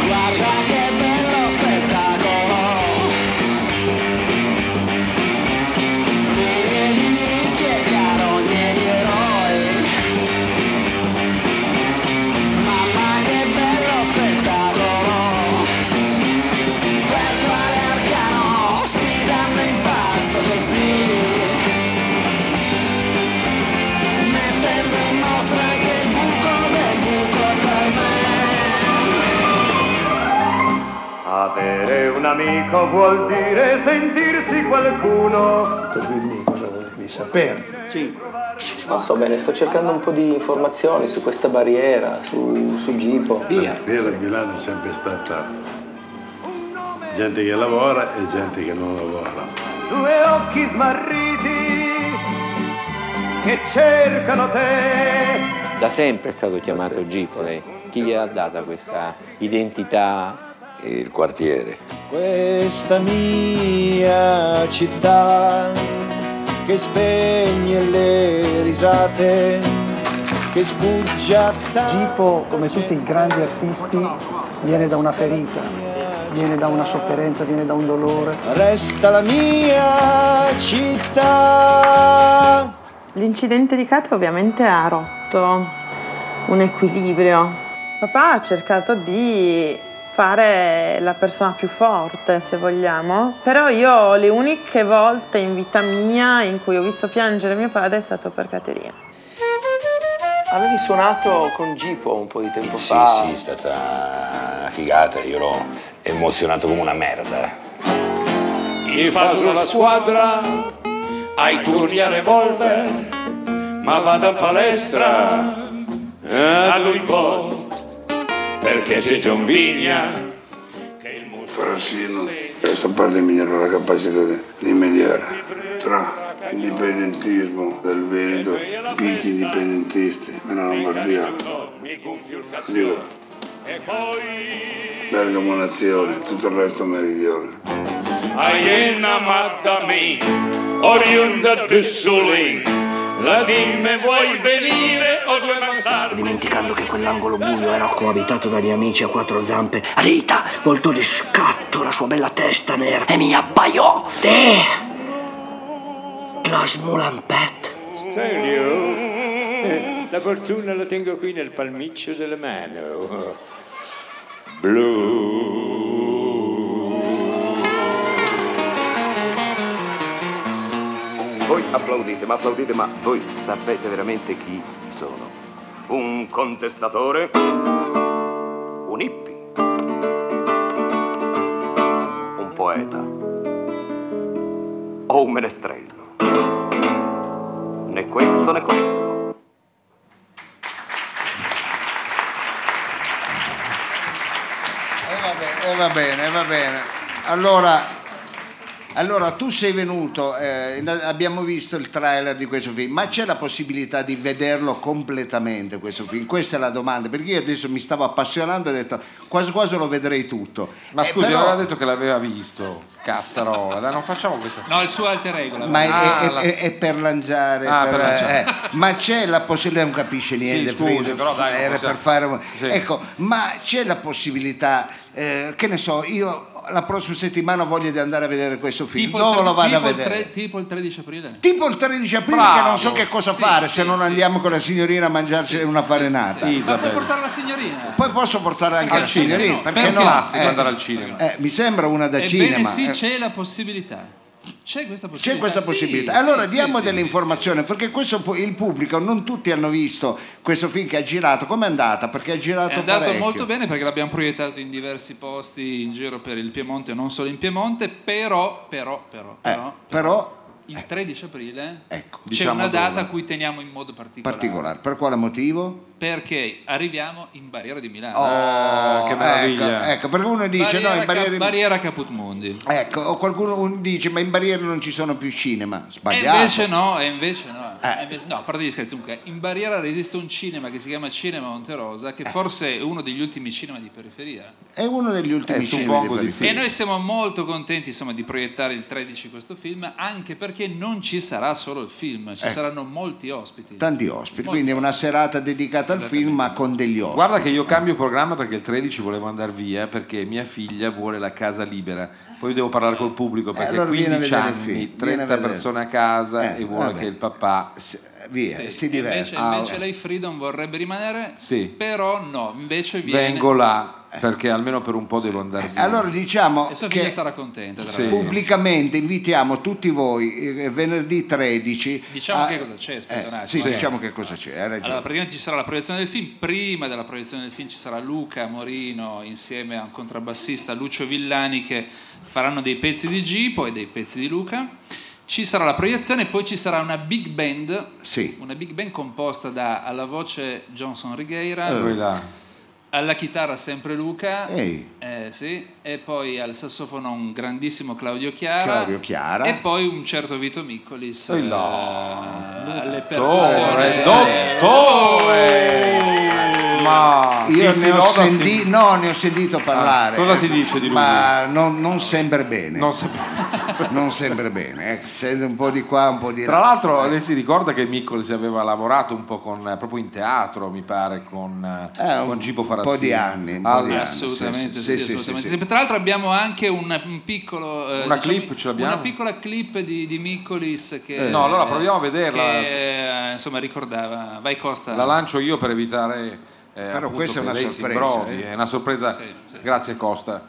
Guarda che bello spettacolo Mille di ricchi e carognieri eroi Mamma che bello spettacolo Dentro all'arcano si danno in pasto così Mettendo in mostra anche il buco del buco per me
Avere un amico vuol dire sentirsi qualcuno.
Dimmi cosa volevi sapere.
Non so bene, sto cercando un po' di informazioni su questa barriera, su, su Gipo.
Via. Via a Milano è sempre stata gente che lavora e gente che non lavora.
Due occhi smarriti che cercano te.
Da sempre è stato chiamato Gipo lei. Chi gliel'ha data questa identità?
Il quartiere.
Questa mia città che spegne le risate, che sfuggia
Gipo, come tutti i grandi artisti, viene da una ferita, viene da una sofferenza, viene da un dolore.
resta la mia città.
L'incidente di Kate ovviamente ha rotto un equilibrio. Papà ha cercato di fare la persona più forte, se vogliamo, però io le uniche volte in vita mia in cui ho visto piangere mio padre è stato per Caterina.
Avevi suonato con Gipo un po' di tempo
Sì,
fa.
sì, è stata una figata, io l'ho emozionato come una merda.
Gli faccio la squadra ai turni a revolver, ma vado a palestra
a lui Bot, perché c'è John Vigna.
Frassino e San Parli migliorò la capacità di- di mediare tra l'indipendentismo del Veneto, picchi indipendentisti, meno Lombardia, dico, Bergamo Nazione, tutto il resto meridione.
Aiena Maddami, oriunda Düsseling, la dimme vuoi venire o due mansardi?
Dimenticando che quell'angolo buio era coabitato dagli amici a quattro zampe, Rita voltò di scatto la sua bella testa nera e mi abbaiò. Te! La smulampet.
Stelio, la fortuna la tengo qui nel palmiccio della mano.
Voi applaudite, ma applaudite, ma voi sapete veramente chi sono? Un contestatore? Un hippie? Un poeta? O un menestrello? Né questo né quello.
Eh, va bene, va bene. Allora, allora tu sei venuto, eh, inna- abbiamo visto il trailer di questo film, ma c'è la possibilità di vederlo completamente questo film? Questa è la domanda, perché io adesso mi stavo appassionando e ho detto quasi quasi lo vedrei tutto.
Ma
Eh,
scusi,
però-
aveva detto che l'aveva visto. Cazzarola, dai, non facciamo questa.
No, il suo alter ego.
ma è,
Ah,
è-
la-
è- è per lanciare,
Ah,
per-
per lanciare.
eh, ma c'è la possibilità, non capisce niente,
Sì, scusi,
Frido,
però dai, non
era
possiamo-
per fare un-
Sì.
ecco, ma c'è la possibilità, eh, che ne so, io la prossima settimana ho voglia di andare a vedere questo film,
Tipo il
dove
tre-
lo vado a
tipo il
vedere?
tre- tipo il 13 aprile.
Tipo il 13 aprile
Bravo.
che non so che cosa
Sì,
fare se
sì,
non
sì.
andiamo con la signorina a mangiarci una farinata.
Ma puoi portare la signorina.
Poi posso portare anche
Perché
al
no?
signorino,
Per
perché
un
no?
classico
Eh,
andare al cinema.
eh, mi sembra una da
Ebbene
cinema.
sì,
eh.
c'è la possibilità. C'è questa possibilità.
C'è questa
Eh, Sì,
possibilità.
sì,
allora
sì,
diamo
sì,
delle
sì.
informazioni, perché questo pu- il pubblico, non tutti hanno visto questo film che ha girato. Com'è andata? Perché ha girato
È andato
parecchio.
molto bene perché l'abbiamo proiettato in diversi posti in giro per il Piemonte, non solo in Piemonte, però, però, però, però,
Eh, Però eh.
il 13 aprile c'è
Diciamo
una data
dove.
a cui teniamo in modo particolare.
particolare. Per quale motivo?
Perché arriviamo in Barriera di Milano.
Oh, Ecco, ecco, perché uno dice
Barriera
no, in barriere
Cap- barriera Caput Mundi.
Ecco, o qualcuno un- dice ma in barriere non ci sono più cinema.
E
Sbagliato.
Eh, invece no, e invece no.
Eh.
E invece- no, a parte gli scherzi, comunque, in Barriera esiste un cinema che si chiama Cinema Monterosa,
Eh.
che forse è uno degli ultimi cinema di periferia.
È uno degli ultimi cinema di Parigi.
E Eh, noi siamo molto contenti insomma, di proiettare il 13 questo film, anche perché non ci sarà solo il film, ci
Eh.
Ecco.
saranno molti ospiti.
Tanti ospiti, quindi è una serata dedicata al film ma con degli ospiti.
Guarda che io cambio programma perché il 13 volevo andare via perché mia figlia vuole la casa libera. Poi devo parlare col pubblico perché
Eh, allora vieni a
15
vedere il
anni,
film, vieni a
30
vedere.
persone a casa
Eh,
e vuole
vabbè.
che il papà
via, Ah,
Sì, Invece, invece lei Freedom vorrebbe rimanere,
Ah, Sì.
però no, invece viene.
vengo là perché almeno per un po' devo andare via.
Eh. Allora diciamo
E sua figlia
che
sarà contenta. tra
Sì.
l'altro.
pubblicamente invitiamo tutti voi eh, venerdì 13
Diciamo
a-
che cosa c'è, aspetta
Eh,
un attimo.
sì,
Sì.
diciamo che cosa c'è, hai ragione.
Allora, praticamente ci sarà la proiezione del film. Prima della proiezione del film ci sarà Luca Morino insieme a un contrabbassista Lucio Villani che faranno dei pezzi di G, poi dei pezzi di Luca. Ci sarà la proiezione, poi ci sarà una big band,
Sì.
una big band composta da alla voce Johnson Righeira,
Eh, lui là.
alla chitarra sempre Luca,
Ehi.
eh, sì, e poi al sassofono un grandissimo Claudio Chiara,
Claudio Chiara.
e poi un certo Vito Miccolis
Ehi
eh, alle
Dottore,
percussioni.
dottore! Ma
Io
chi si
ne ho,
loda si-
senti- no, ne ho sentito parlare.
Ah, cosa si dice di lui?
Ma non, non sembra bene. Non
sembra,
bene. ecco, sente un po' di qua, un po' di là.
Tra l'altro lei si ricorda che Miccoli si aveva lavorato un po' con, eh, proprio in teatro, mi pare, con, eh,
Eh, un
con Gipo
po'
Farassino.
di anni, un po' di anni,
Assolutamente,
sì,
sì,
sì,
assolutamente
sì,
sì. Tra l'altro abbiamo anche un, un piccolo... eh,
Una clip, ce l'abbiamo?
Una piccola clip di, di Miccolis che...
Eh, no, allora proviamo a vederla.
Che, eh, insomma, ricordava... Vai Costa.
La lancio io per evitare... eh, appunto,
questa è
che
una
lei
sorpresa,
Si imbrovi.
eh.
È una sorpresa. Grazie Costa.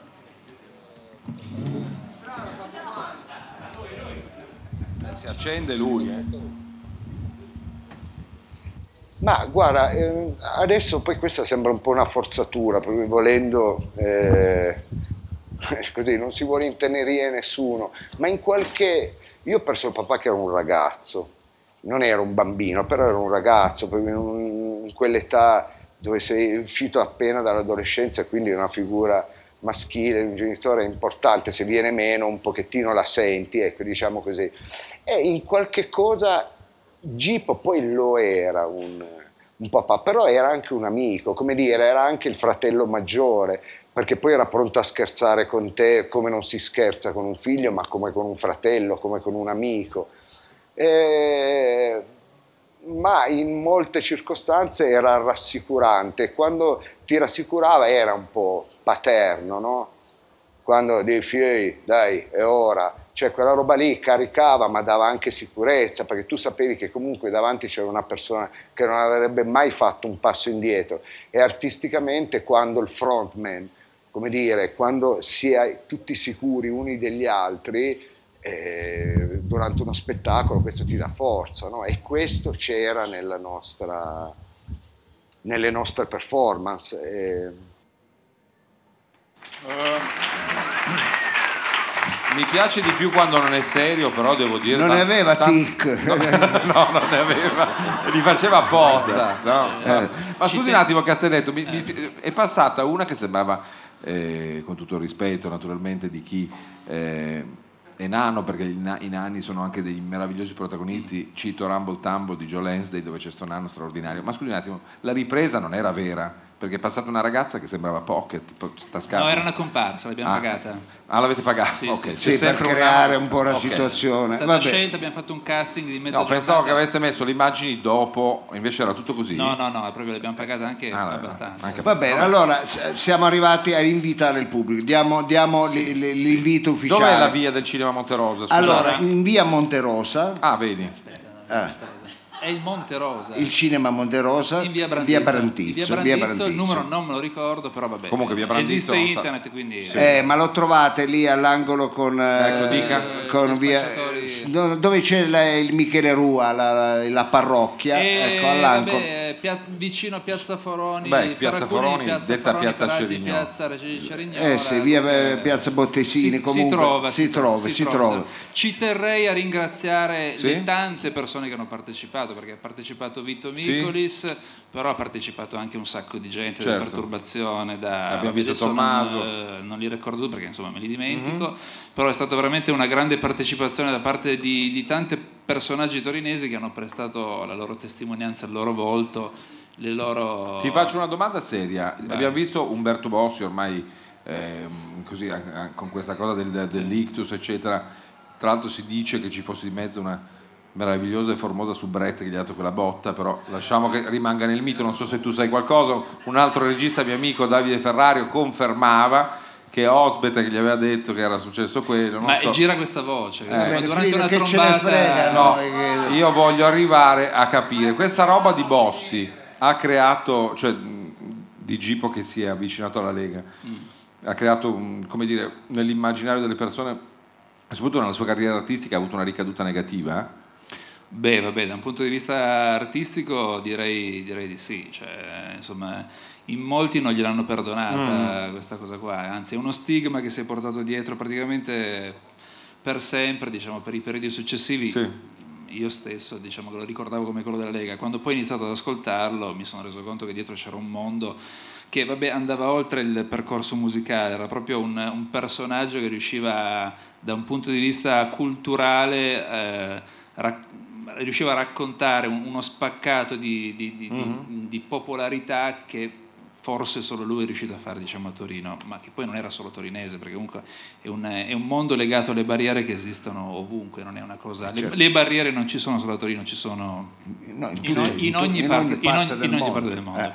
Eh, Si accende lui. eh.
Ma guarda, ehm, adesso poi questa sembra un po' una forzatura, proprio volendo, eh, così, non si vuole intenerire nessuno, ma in qualche... Io ho perso il papà che era un ragazzo, non ero un bambino, però ero un ragazzo, proprio in, un- in quell'età dove sei uscito appena dall'adolescenza, e quindi una figura maschile, un genitore è importante, se viene meno un pochettino la senti, ecco, diciamo così. E in qualche cosa Gipo poi lo era un, un papà, però era anche un amico, come dire, era anche il fratello maggiore, perché poi era pronto a scherzare con te come non si scherza con un figlio, ma come con un fratello, come con un amico. Eh, ma in molte circostanze era rassicurante, quando ti rassicurava era un po' paterno, no? Quando dici, "Ehi, dai, è ora, cioè quella roba lì caricava ma dava anche sicurezza, perché tu sapevi che comunque davanti c'era una persona che non avrebbe mai fatto un passo indietro e artisticamente quando il frontman, come dire, quando si è tutti sicuri uni degli altri, eh, durante uno spettacolo questo ti dà forza, no? E questo c'era nella nostra, nelle nostre performance. eh.
Mi piace di più quando non è serio, però devo dire.
Non ne aveva tic.
No, no, non ne aveva, li faceva apposta. no, no.
Eh.
Ma scusi un attimo, Castelletto, mi- mi- è passata una che sembrava, eh, con tutto il rispetto naturalmente di chi eh, è nano, perché i na- i nani sono anche dei meravigliosi protagonisti. Cito Rumble Tumble di Joe Lansday, dove c'è sto nano straordinario. Ma scusi un attimo, la ripresa non era vera. Perché è passata una ragazza che sembrava pocket, po- tascata.
No, era una comparsa, l'abbiamo
Ah.
pagata.
Ah, l'avete pagata?
Sì,
ok,
sì,
c'è
sì. Sì, per
sempre
creare un po' la
Ok.
È
situazione.
stata
Vabbè.
scelta, abbiamo fatto un casting di mezza
No, pensavo che
giornata.
aveste messo le immagini dopo, invece era tutto così.
No, no, no, proprio l'abbiamo pagata anche abbastanza.
Ah, anche
Va bene, allora s- siamo arrivati a invitare il pubblico, diamo, diamo li- li- l'invito ufficiale.
Dov'è la via del cinema Monterosa? Scusate.
Allora, in via Monterosa,
ah, vedi.
eh,
È il Monte Rosa.
il cinema Monterosa,
in via Brandizzo.
via
In
Brantizzo.
via
via
Brandizzo, il
Brantizzo.
numero non me lo ricordo, però vabbè.
Comunque via Brandizzo
Esiste
non sa-
internet, quindi...
Eh, ma lo trovate lì all'angolo con, eh,
Ecco, dica.
con via, s- do- dove c'è la- il Michele Rua, la, la- la parrocchia,
Eh,
ecco, all'angolo.
vabbè, pia- vicino a Piazza Foroni,
Beh, Piazza
Ferracuni,
Foroni, detta Piazza
Ferrati,
Cerignola.
Piazza Reg- Cerignola,
Eh sì, via eh, Piazza Bottesini,
si
comunque
trova,
si, trova, si trova.
Ci terrei a ringraziare
Sì?
le tante persone che hanno partecipato, perché ha partecipato Vito Micolis, però ha partecipato anche un sacco di gente da
Certo.
perturbazione. Da,
Abbiamo visto
adesso
Tommaso.
Non, eh, non li ricordo tutti perché insomma me li dimentico,
Mhm.
però è stata veramente una grande partecipazione da parte di, di tante personaggi torinesi che hanno prestato la loro testimonianza, il loro volto, le loro...
Ti faccio una domanda seria.
Vai.
Abbiamo visto Umberto Bossi ormai ehm, così, a- a- con questa cosa del- dell'ictus, eccetera. Tra l'altro si dice che ci fosse di mezzo una meravigliosa e formosa subretta che gli ha dato quella botta, però lasciamo che rimanga nel mito, non so se tu sai qualcosa. Un altro regista, mio amico Davide Ferrario, confermava che Osbete che gli aveva detto che era successo quello. Non
Ma
so.
gira questa voce,
Eh.
insomma,
Vabbè,
durante
Frida,
una
che ce ne
trombata...
frega,
No, io voglio arrivare a capire questa roba di Bossi ha creato, cioè mh, di Gipo che si è avvicinato alla Lega,
Mm.
ha creato, un- come dire, nell'immaginario delle persone, soprattutto nella sua carriera artistica, ha avuto una ricaduta negativa. eh.
Beh, vabbè, da un punto di vista artistico direi, direi di sì, cioè, insomma, in molti non gliel'hanno perdonata questa cosa qua, anzi è uno stigma che si è portato dietro praticamente per sempre, diciamo, per i periodi successivi. Io stesso, diciamo, che lo ricordavo come quello della Lega, quando poi ho iniziato ad ascoltarlo mi sono reso conto che dietro c'era un mondo che vabbè, andava oltre il percorso musicale, era proprio un, un personaggio che riusciva, da un punto di vista culturale, eh, rac- riusciva a raccontare un- uno spaccato di, di- di- di- di popolarità che forse solo lui è riuscito a fare diciamo, a Torino, ma che poi non era solo torinese, perché comunque è un, è un mondo legato alle barriere che esistono ovunque, non è una cosa... le-
Certo.
Le, barriere non ci sono solo a Torino, ci sono
No, in
in, o-
tutto-
in ogni
in
parte,
ogni
in
parte
ogni-
del
in ogni
mondo. eh.
parte del mondo.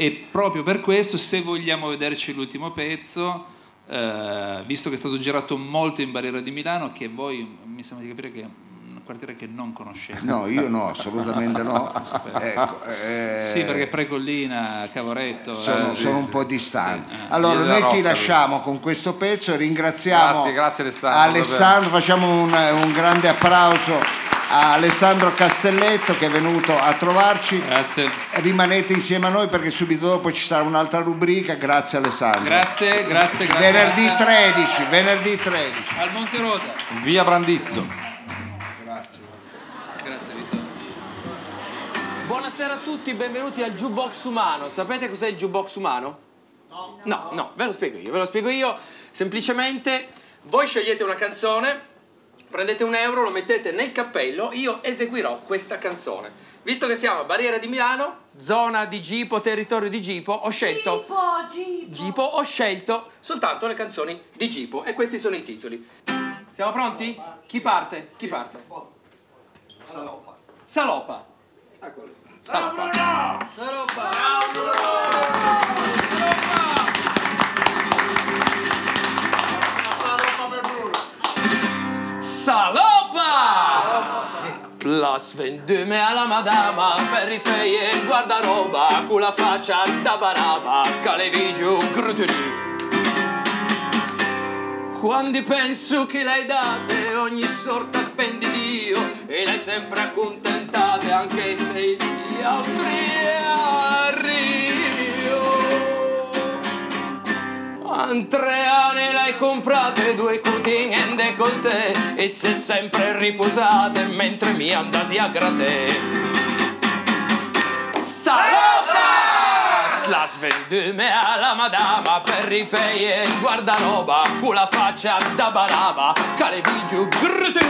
E proprio per questo, se vogliamo vederci l'ultimo pezzo, eh, visto che è stato girato molto in Barriera di Milano, che voi mi sembra di capire che è un quartiere che non conoscete.
No, io no, assolutamente no. Ecco, eh,
Sì, perché Precollina, Cavoretto.
sono,
eh,
sono un
sì.
po' distante.
Sì, eh.
Allora,
Via della
noi ti
Rocca,
lasciamo con questo pezzo, ringraziamo
Grazie, grazie Alessandro.
Alessandro, facciamo un, un grande applauso a Alessandro Castelletto che è venuto a trovarci.
Grazie.
Rimanete insieme a noi perché subito dopo ci sarà un'altra rubrica. Grazie Alessandro.
Grazie, grazie, grazie.
Venerdì
grazie.
13, venerdì 13.
Al Monte Rosa.
Via Brandizzo.
Grazie Vittorio.
Buonasera a tutti, benvenuti al Jukebox Umano. Sapete cos'è il Jukebox Umano? No. No, no, ve lo spiego io, ve lo spiego io. Semplicemente voi scegliete una canzone, prendete un euro, lo mettete nel cappello, io eseguirò questa canzone. Visto che siamo a Barriera di Milano, zona di Gipo, territorio di Gipo, ho
então,
scelto... Gipo, ho scelto soltanto le canzoni di Gipo e questi sono i titoli. Siamo pronti? Chi parte? Chi parte? Salopa. Salopa. Salopa. Salopa! La svendume alla madama, periferie, guardaroba, con la faccia da baraba, calevi giù, grudini. Quando penso che lei date ogni sorta appendi Dio e lei sempre accontentate anche se gli altri arrivo. Andreane lei comprate due cutine in décolleté e se sempre riposate mentre mi andasi a gratte. Saropa! La svendume alla madama, periferie, guardaroba, con la faccia da baraba, calevigiu, grutù!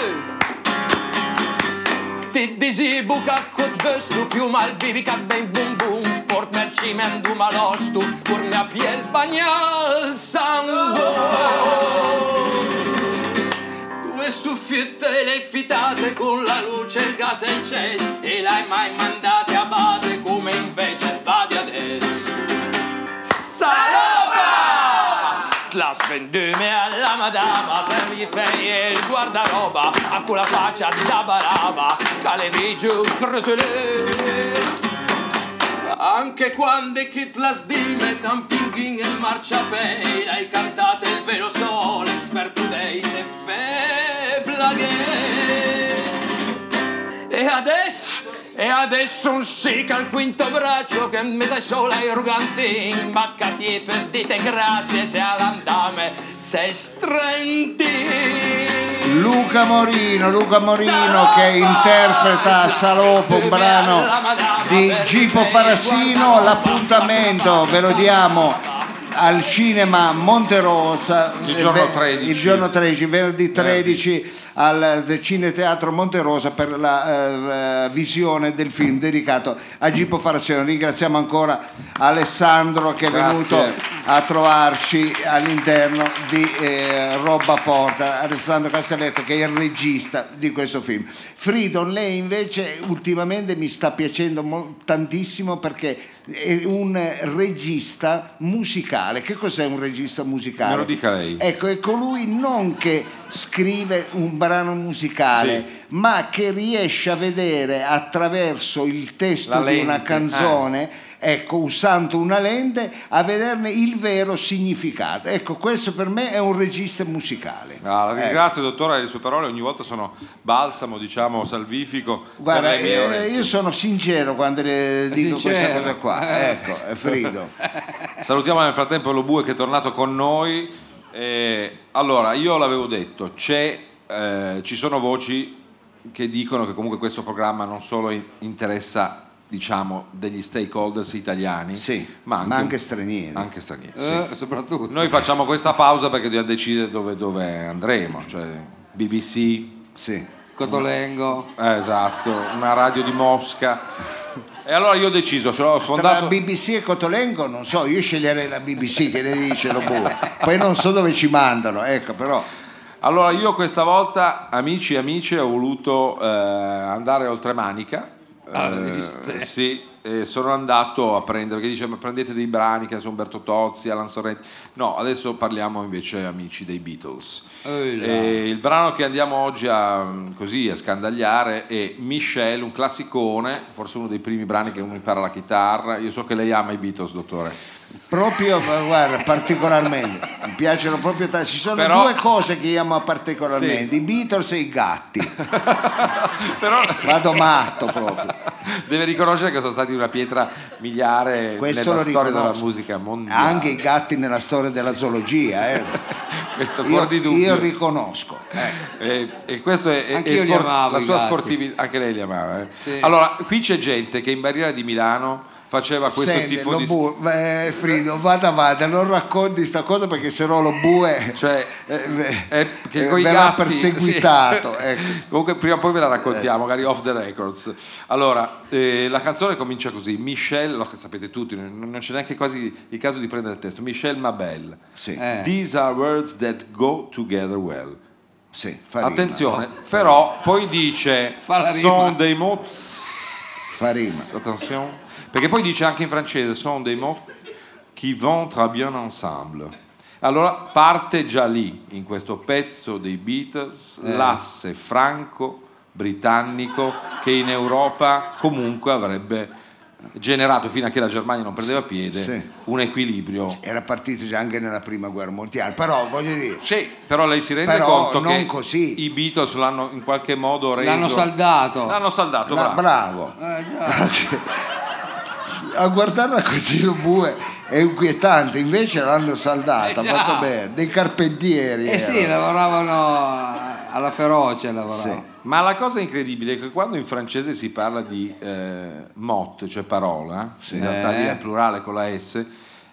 Ti disi buca con vestu, più mal vivi ca ben bum bum, port merci mendu malostu, curne a piel bagnal sangue. Due suffiette le fittate e con la luce il gas e il ces E l'hai mai mandate a bade come invece vadi adesso Salopa! La svendume alla madama per gli ferie il guardaroba A quella faccia da baraba, calevi giù, crutulù anche quando chi la sdime tan pinghing e marciapei Hai cantato il vero sole, esperto dei te E adesso, e adesso un sic al quinto braccio Che mi dai solo ai rugantin Baccati e pestite grazie se all'andame sei strenti
Luca Morino, Luca Morino che interpreta a Salopo un brano di Gipo Farassino, l'appuntamento ve lo diamo al cinema Monterosa
Il giorno
eh,
13.
il giorno 13, venerdì 13 al eh, Cineteatro Monterosa per la eh, visione del film dedicato a Gipo Farassino. Ringraziamo ancora Alessandro che è
Grazie.
venuto a trovarci all'interno di eh, Robba Forte, Alessandro Castelletto che è il regista di questo film. Fridon, lei invece ultimamente mi sta piacendo mo- tantissimo perché è un regista musicale. Che cos'è un regista musicale?
Me lo dica lei.
Ecco, è colui non che scrive un brano musicale, ma che riesce a vedere attraverso il testo
La
di una
lente, eh.
canzone, ecco, usando una lente, a vederne il vero significato. Ecco, questo per me è un regista musicale. Ecco.
Ah,
Eh.
la ringrazio, dottore, le sue parole ogni volta sono balsamo, diciamo, salvifico. per
Guarda,
le mie
eh,
orecchie.
io sono sincero quando le dico questa
Sincero.
cosa qua.
Eh.
Ecco, eh, Frido.
Salutiamo nel frattempo lo Bue che è tornato con noi. Eh, allora, io l'avevo detto, c'è, eh, ci sono voci che dicono che comunque questo programma non solo in- interessa diciamo degli stakeholders italiani ma anche,
ma anche stranieri.
anche stranieri,
Eh,
soprattutto noi facciamo questa pausa perché dobbiamo decidere dove, dove andremo cioè BBC Cotolengo esatto una radio di Mosca e allora io ho deciso ce l'ho
Tra
sfondato
BBC e Cotolengo non so, io sceglierei la BBC che ne dice lo pure. Poi non so dove ci mandano, ecco però.
Allora, io questa volta, amici e amiche, ho voluto eh, andare oltre Manica.
Ah,
Eh,
viste.
sì, e sono andato a prendere, perché dice, ma prendete dei brani che sono Umberto Tozzi, Alan Sorrenti. No, adesso parliamo invece, amici, dei Beatles.
Ehi là.
E il brano che andiamo oggi a, mm, così, a scandagliare è Michelle, un classicone, forse uno dei primi brani che uno impara la chitarra. Io so che lei ama i Beatles, dottore.
Proprio, ma guarda, particolarmente. Mi piacciono proprio tanto. Ci sono
Però-
due cose che io amo particolarmente, i Beatles e i gatti. Vado matto proprio.
Deve riconoscere che sono stati una pietra miliare
Questo
nella
lo
storia della
riconosco.
musica mondiale.
Anche i gatti nella storia della zoologia. eh.
Questo
Io,
fuori di dubbio. Eh,
io riconosco.
E, e questo è, è- è
Anch'io li amavo
la
i
sua
gatti.
sportività, anche lei li amava. eh.
Sì.
Allora, qui c'è gente che in barriera di Milano faceva questo
Senti,
tipo
lo
di
bue- eh, Frido, vada, vada, non racconti sta cosa perché se no lo bue
cioè, eh, che
eh,
coi
verrà
gatti-
perseguitato,
sì.
ecco.
Comunque, prima o poi ve la raccontiamo,
Eh.
magari off the records. Allora, eh, la canzone comincia così: Michel, lo sapete tutti, non non c'è neanche quasi il caso di prendere il testo. Michel Mabel,
Eh.
These are words that go together well.
fa rima.
Attenzione, però poi dice
Fa la rima.
Son dei mots.
Fa rima.
Attenzione, perché poi dice anche in francese Son dei mots qui vont très bien ensemble. Allora parte già lì, in questo pezzo dei Beatles,
Eh.
l'asse franco-britannico che in Europa comunque avrebbe generato, fino a che la Germania non prendeva piede,
Sì.
un equilibrio.
Era partito già anche nella prima guerra mondiale, però voglio dire,
Sì, però lei si rende
Però
conto
non
che i Beatles l'hanno in qualche modo reso...
L'hanno saldato.
L'hanno saldato,
la-
bravo. Eh,
bravo. A guardarla così lo bue è inquietante, invece l'hanno saldata,
Eh, già.
fatto bene, dei carpentieri.
Eh sì,
erano.
lavoravano alla feroce, lavoravano.
Ma la cosa incredibile è che quando in francese si parla di eh, mot, cioè parola, in realtà
Eh.
lì è plurale con la S,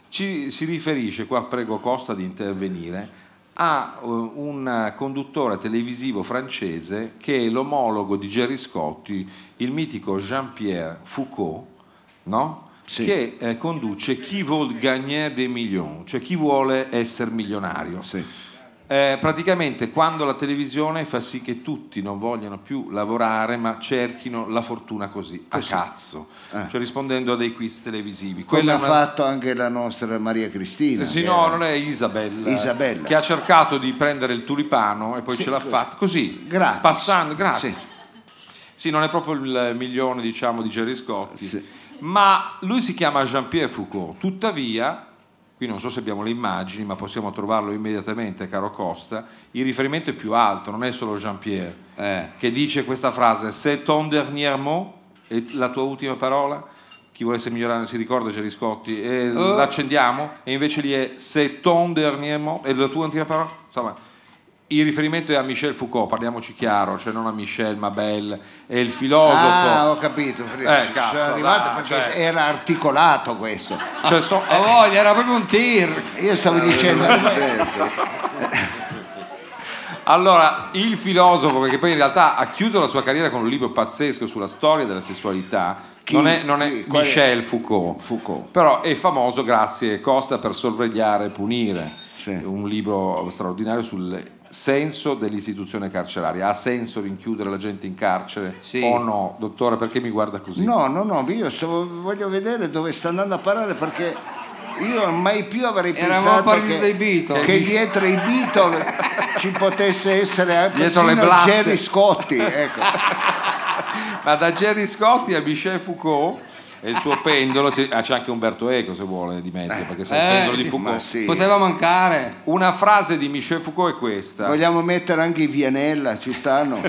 ci, si riferisce, qua prego Costa di intervenire, a eh, un conduttore televisivo francese che è l'omologo di Gerry Scotti, il mitico Jean-Pierre Foucault, no? che eh, conduce Chi vuol gagner des millions, cioè chi vuole essere milionario. Eh, praticamente quando la televisione fa sì che tutti non vogliano più lavorare ma cerchino la fortuna così, a cazzo, cioè rispondendo a dei quiz televisivi.
Eh. Come
Quella
ha
è una-
fatto anche la nostra Maria Cristina.
Eh sì,
che
no,
era-
non è Isabella,
Isabella.
che ha cercato di prendere il tulipano e poi
Sì,
ce l'ha
sì.
fatta così,
Gratis.
passando, grazie.
Sì.
Sì, non è proprio il milione diciamo di Gerry Scotti, ma lui si chiama Jean-Pierre Foucault. Tuttavia, qui non so se abbiamo le immagini, ma possiamo trovarlo immediatamente, caro Costa, il riferimento è più alto, non è solo Jean-Pierre, che dice questa frase, se ton dernier mot, è la tua ultima parola, chi volesse migliorare si ricorda Gerry Scotti, e
Oh.
l'accendiamo, e invece lì è se ton dernier mot, è la tua ultima parola, insomma... Il riferimento è a Michel Foucault, parliamoci chiaro, cioè non a Michel Mabel, è il filosofo.
Ah, ho capito, Fritz,
Eh,
ci
cazzo,
sono arrivato
dai,
perché
cioè.
era articolato questo.
Cioè, so-
Ho voglia, era proprio un tir. Io
Eh,
stavo dicendo
Allora, il filosofo, perché poi in realtà ha chiuso la sua carriera con un libro pazzesco sulla storia della sessualità,
Chi?
non è, non è
Chi? Qual è?
Michel Foucault, però è famoso grazie a Costa per sorvegliare e punire, un libro straordinario sul senso dell'istituzione carceraria. Ha senso rinchiudere la gente in carcere o no? Dottore, perché mi guarda così?
No, no, no, io so- voglio vedere dove sta andando a parare perché io mai più avrei
Eravamo
pensato
partiti
che,
dai Beatles.
che dietro i Beatles ci potesse essere anche
Dietro le
persino
blatte. Esatto.
Jerry Scotti. Ecco.
Ma da Gerry Scotti a Michel Foucault e il suo pendolo, sì, ah, c'è anche Umberto Eco se vuole di mezzo, perché se è il
Eh. Eh,
pendolo di
sì,
Foucault
ma sì. Poteva
mancare. Una frase di Michel Foucault è questa.
Vogliamo mettere anche i Vianella, ci stanno.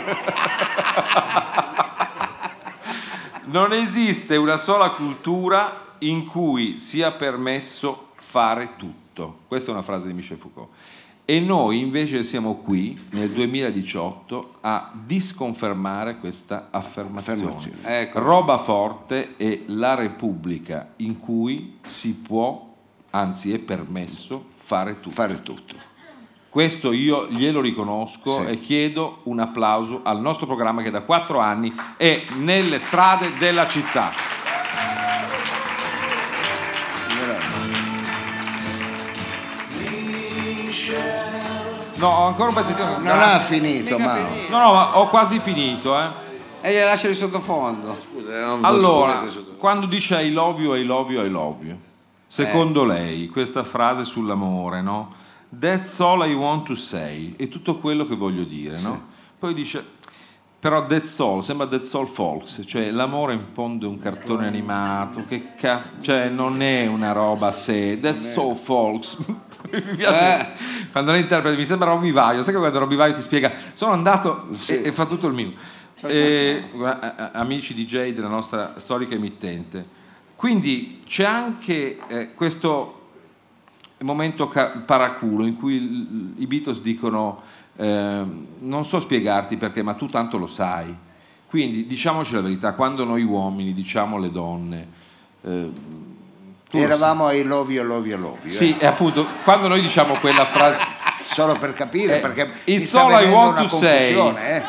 Non esiste una sola cultura in cui sia permesso fare tutto. Questa è una frase di Michel Foucault. E noi invece siamo qui nel 2018 a disconfermare questa affermazione.
Affermazione. Ecco.
Roba forte è la Repubblica in cui si può, anzi è permesso, fare tutto.
Fare tutto.
Questo io glielo riconosco e chiedo un applauso al nostro programma che da quattro anni è nelle strade della città. No, ho ancora un pezzettino.
Non
Grazie.
ha finito,
Mica
Mao.
No, no, ma ho quasi finito, eh.
E gliela lascia di sottofondo.
Allora, quando dice I love you, I love you, I love you, secondo
Eh.
lei questa frase sull'amore, no? That's all I want to say, è tutto quello che voglio dire, no? Poi dice, però that's all, sembra that's all folks, cioè l'amore in fondo è un cartone animato, che ca- cioè non è una roba se, that's all folks. mi piace quando lei interpreta, mi sembra Robby Vaio, sai che quando Robby Vaio ti spiega, sono andato e- e, fa tutto il mio.
Ciao, ciao,
Eh, guarda, a- a- amici DJ della nostra storica emittente. Quindi c'è anche eh, questo momento ca- paraculo in cui il- i Beatles dicono ehm, non so spiegarti perché ma tu tanto lo sai quindi diciamoci la verità quando noi uomini diciamo alle donne eh, tu lo
Eravamo ai Lovio, Lovio, Lovio.
sai- sì
eh.
e appunto quando noi diciamo quella frase
Solo per capire,
Eh,
perché
il
mi sta
solo I
venendo
want
una
to say.
confusione, eh.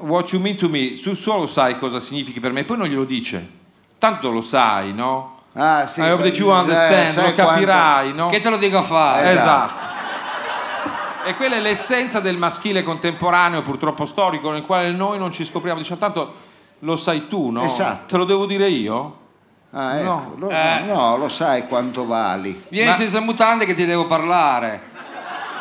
What you mean to me, tu solo sai cosa significhi per me, poi non glielo dice. Tanto lo sai, no?
Ah, sì,
I hope that you
eh,
understand,
sai
lo capirai,
quanto-
no?
Che te lo dico a fare?
Esatto.
Esatto.
E quella è l'essenza del maschile contemporaneo, purtroppo storico, nel quale noi non ci scopriamo. Diciamo, tanto lo sai tu, no?
Esatto.
Te lo devo dire io?
Ah, ecco, lo-
Eh.
no, lo sai quanto vali.
Vieni
Ma-
senza mutande che ti devo parlare.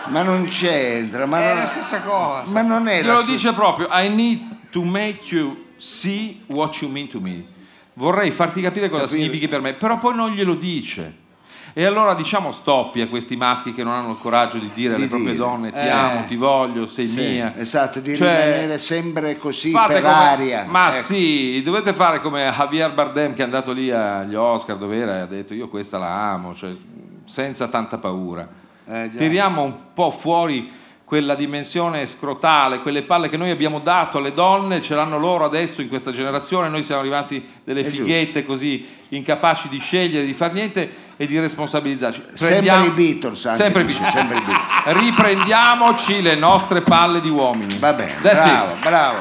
Ma non c'entra, ma
È
non-
la stessa cosa.
Ma non è la
Glielo
stessa-
dice proprio, I need to make you see what you mean to me. Vorrei farti capire cosa significhi per me, però poi non glielo dice. E allora diciamo stoppi a questi maschi che non hanno il coraggio di dire alle
Di
proprie
dire.
donne ti
Eh.
amo, ti voglio, sei
Sì,
mia.
Esatto, di
Cioè,
rimanere sempre così
fate
per
come-
aria.
Ma
Ecco.
sì, dovete fare come Javier Bardem che è andato lì agli Oscar dove era e ha detto io questa la amo, cioè, senza tanta paura.
Eh, già.
Tiriamo un po' fuori quella dimensione scrotale, quelle palle che noi abbiamo dato alle donne, ce l'hanno loro adesso in questa generazione, noi siamo rimasti delle
È giusto.
fighette così incapaci di scegliere, di far niente e di responsabilizzarci.
Sempre i Beatles, anche
sempre i
dice,
Beatles.
sempre i Beatles.
Riprendiamoci le nostre palle di uomini. Va bene,
bravo, bravo.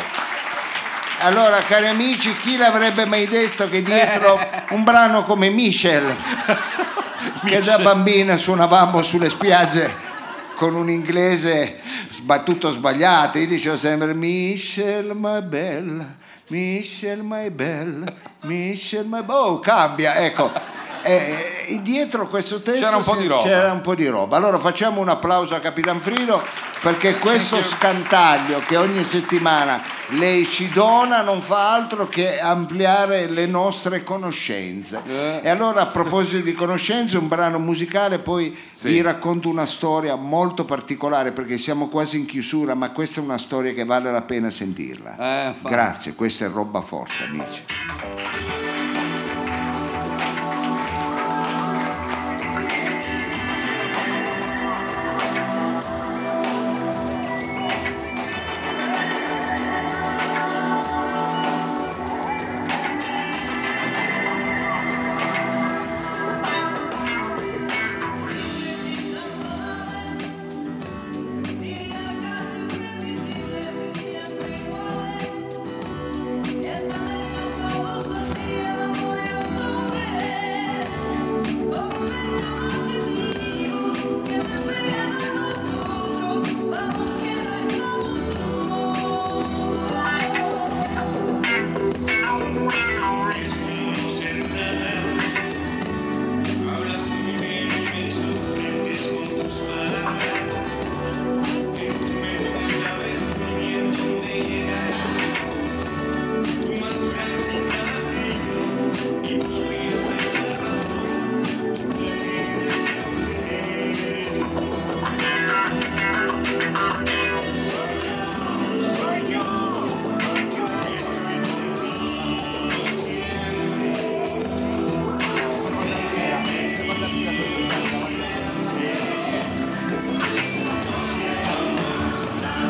Allora, cari amici, chi l'avrebbe mai detto che dietro un brano come Michel, che da bambina suonavamo sulle spiagge con un inglese sbattuto sbagliato, io dicevo sempre Michel, ma è bella, Michel, ma è bella, Michel, ma è bella. Oh, cambia, ecco. Eh, eh, dietro questo testo
C'era un po'
si-
di roba.
c'era un po' di roba. Allora facciamo un applauso a Capitan Frido perché questo scantaglio che ogni settimana lei ci dona non fa altro che ampliare le nostre conoscenze.
Eh.
E allora a proposito di conoscenze, un brano musicale, poi vi racconto una storia molto particolare perché siamo quasi in chiusura, ma questa è una storia che vale la pena sentirla.
Eh, fa-
Grazie, questa è roba forte, amici.
Esta noche estamos así, amores hombres, como esos objetivos que se pegan a nosotros, vamos que no estamos juntos. Aún es conocer nada, hablas muy bien y me sorprendes con tus palabras, en tu mente sabes muy bien dónde llegarás. Tu más práctica brillo y podría ser la razón por la que deseo creer. Soy yo, soy yo, estoy contigo siempre. Te necesito siempre. No quiero más nada, nada.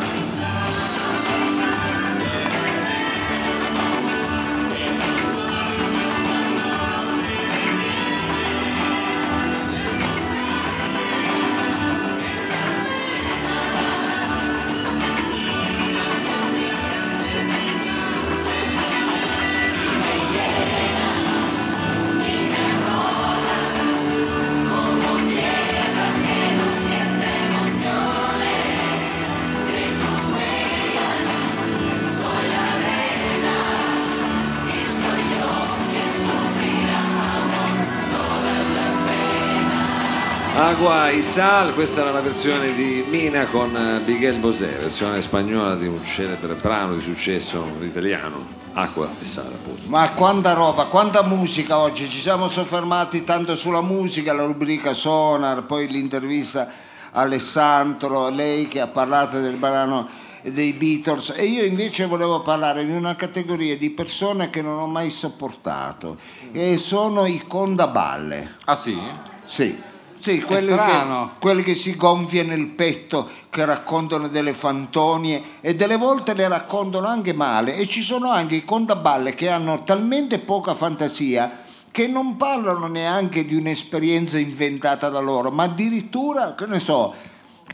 Agua y Sal, questa era la versione di Mina con eh, Miguel Bosé, versione spagnola di un celebre brano di successo italiano, Acqua e Sal appunto.
Ma quanta roba, quanta musica oggi, ci siamo soffermati tanto sulla musica, la rubrica Sonar, poi l'intervista a Alessandro, lei che ha parlato del brano dei Beatles e io invece volevo parlare di una categoria di persone che non ho mai sopportato e sono i condaballe.
Ah sì?
Sì. Sì,
È
quelle che,
strano.
quelle che si gonfie nel petto, che raccontano delle fantonie e delle volte le raccontano anche male e ci sono anche i contaballe che hanno talmente poca fantasia che non parlano neanche di un'esperienza inventata da loro, ma addirittura, che ne so,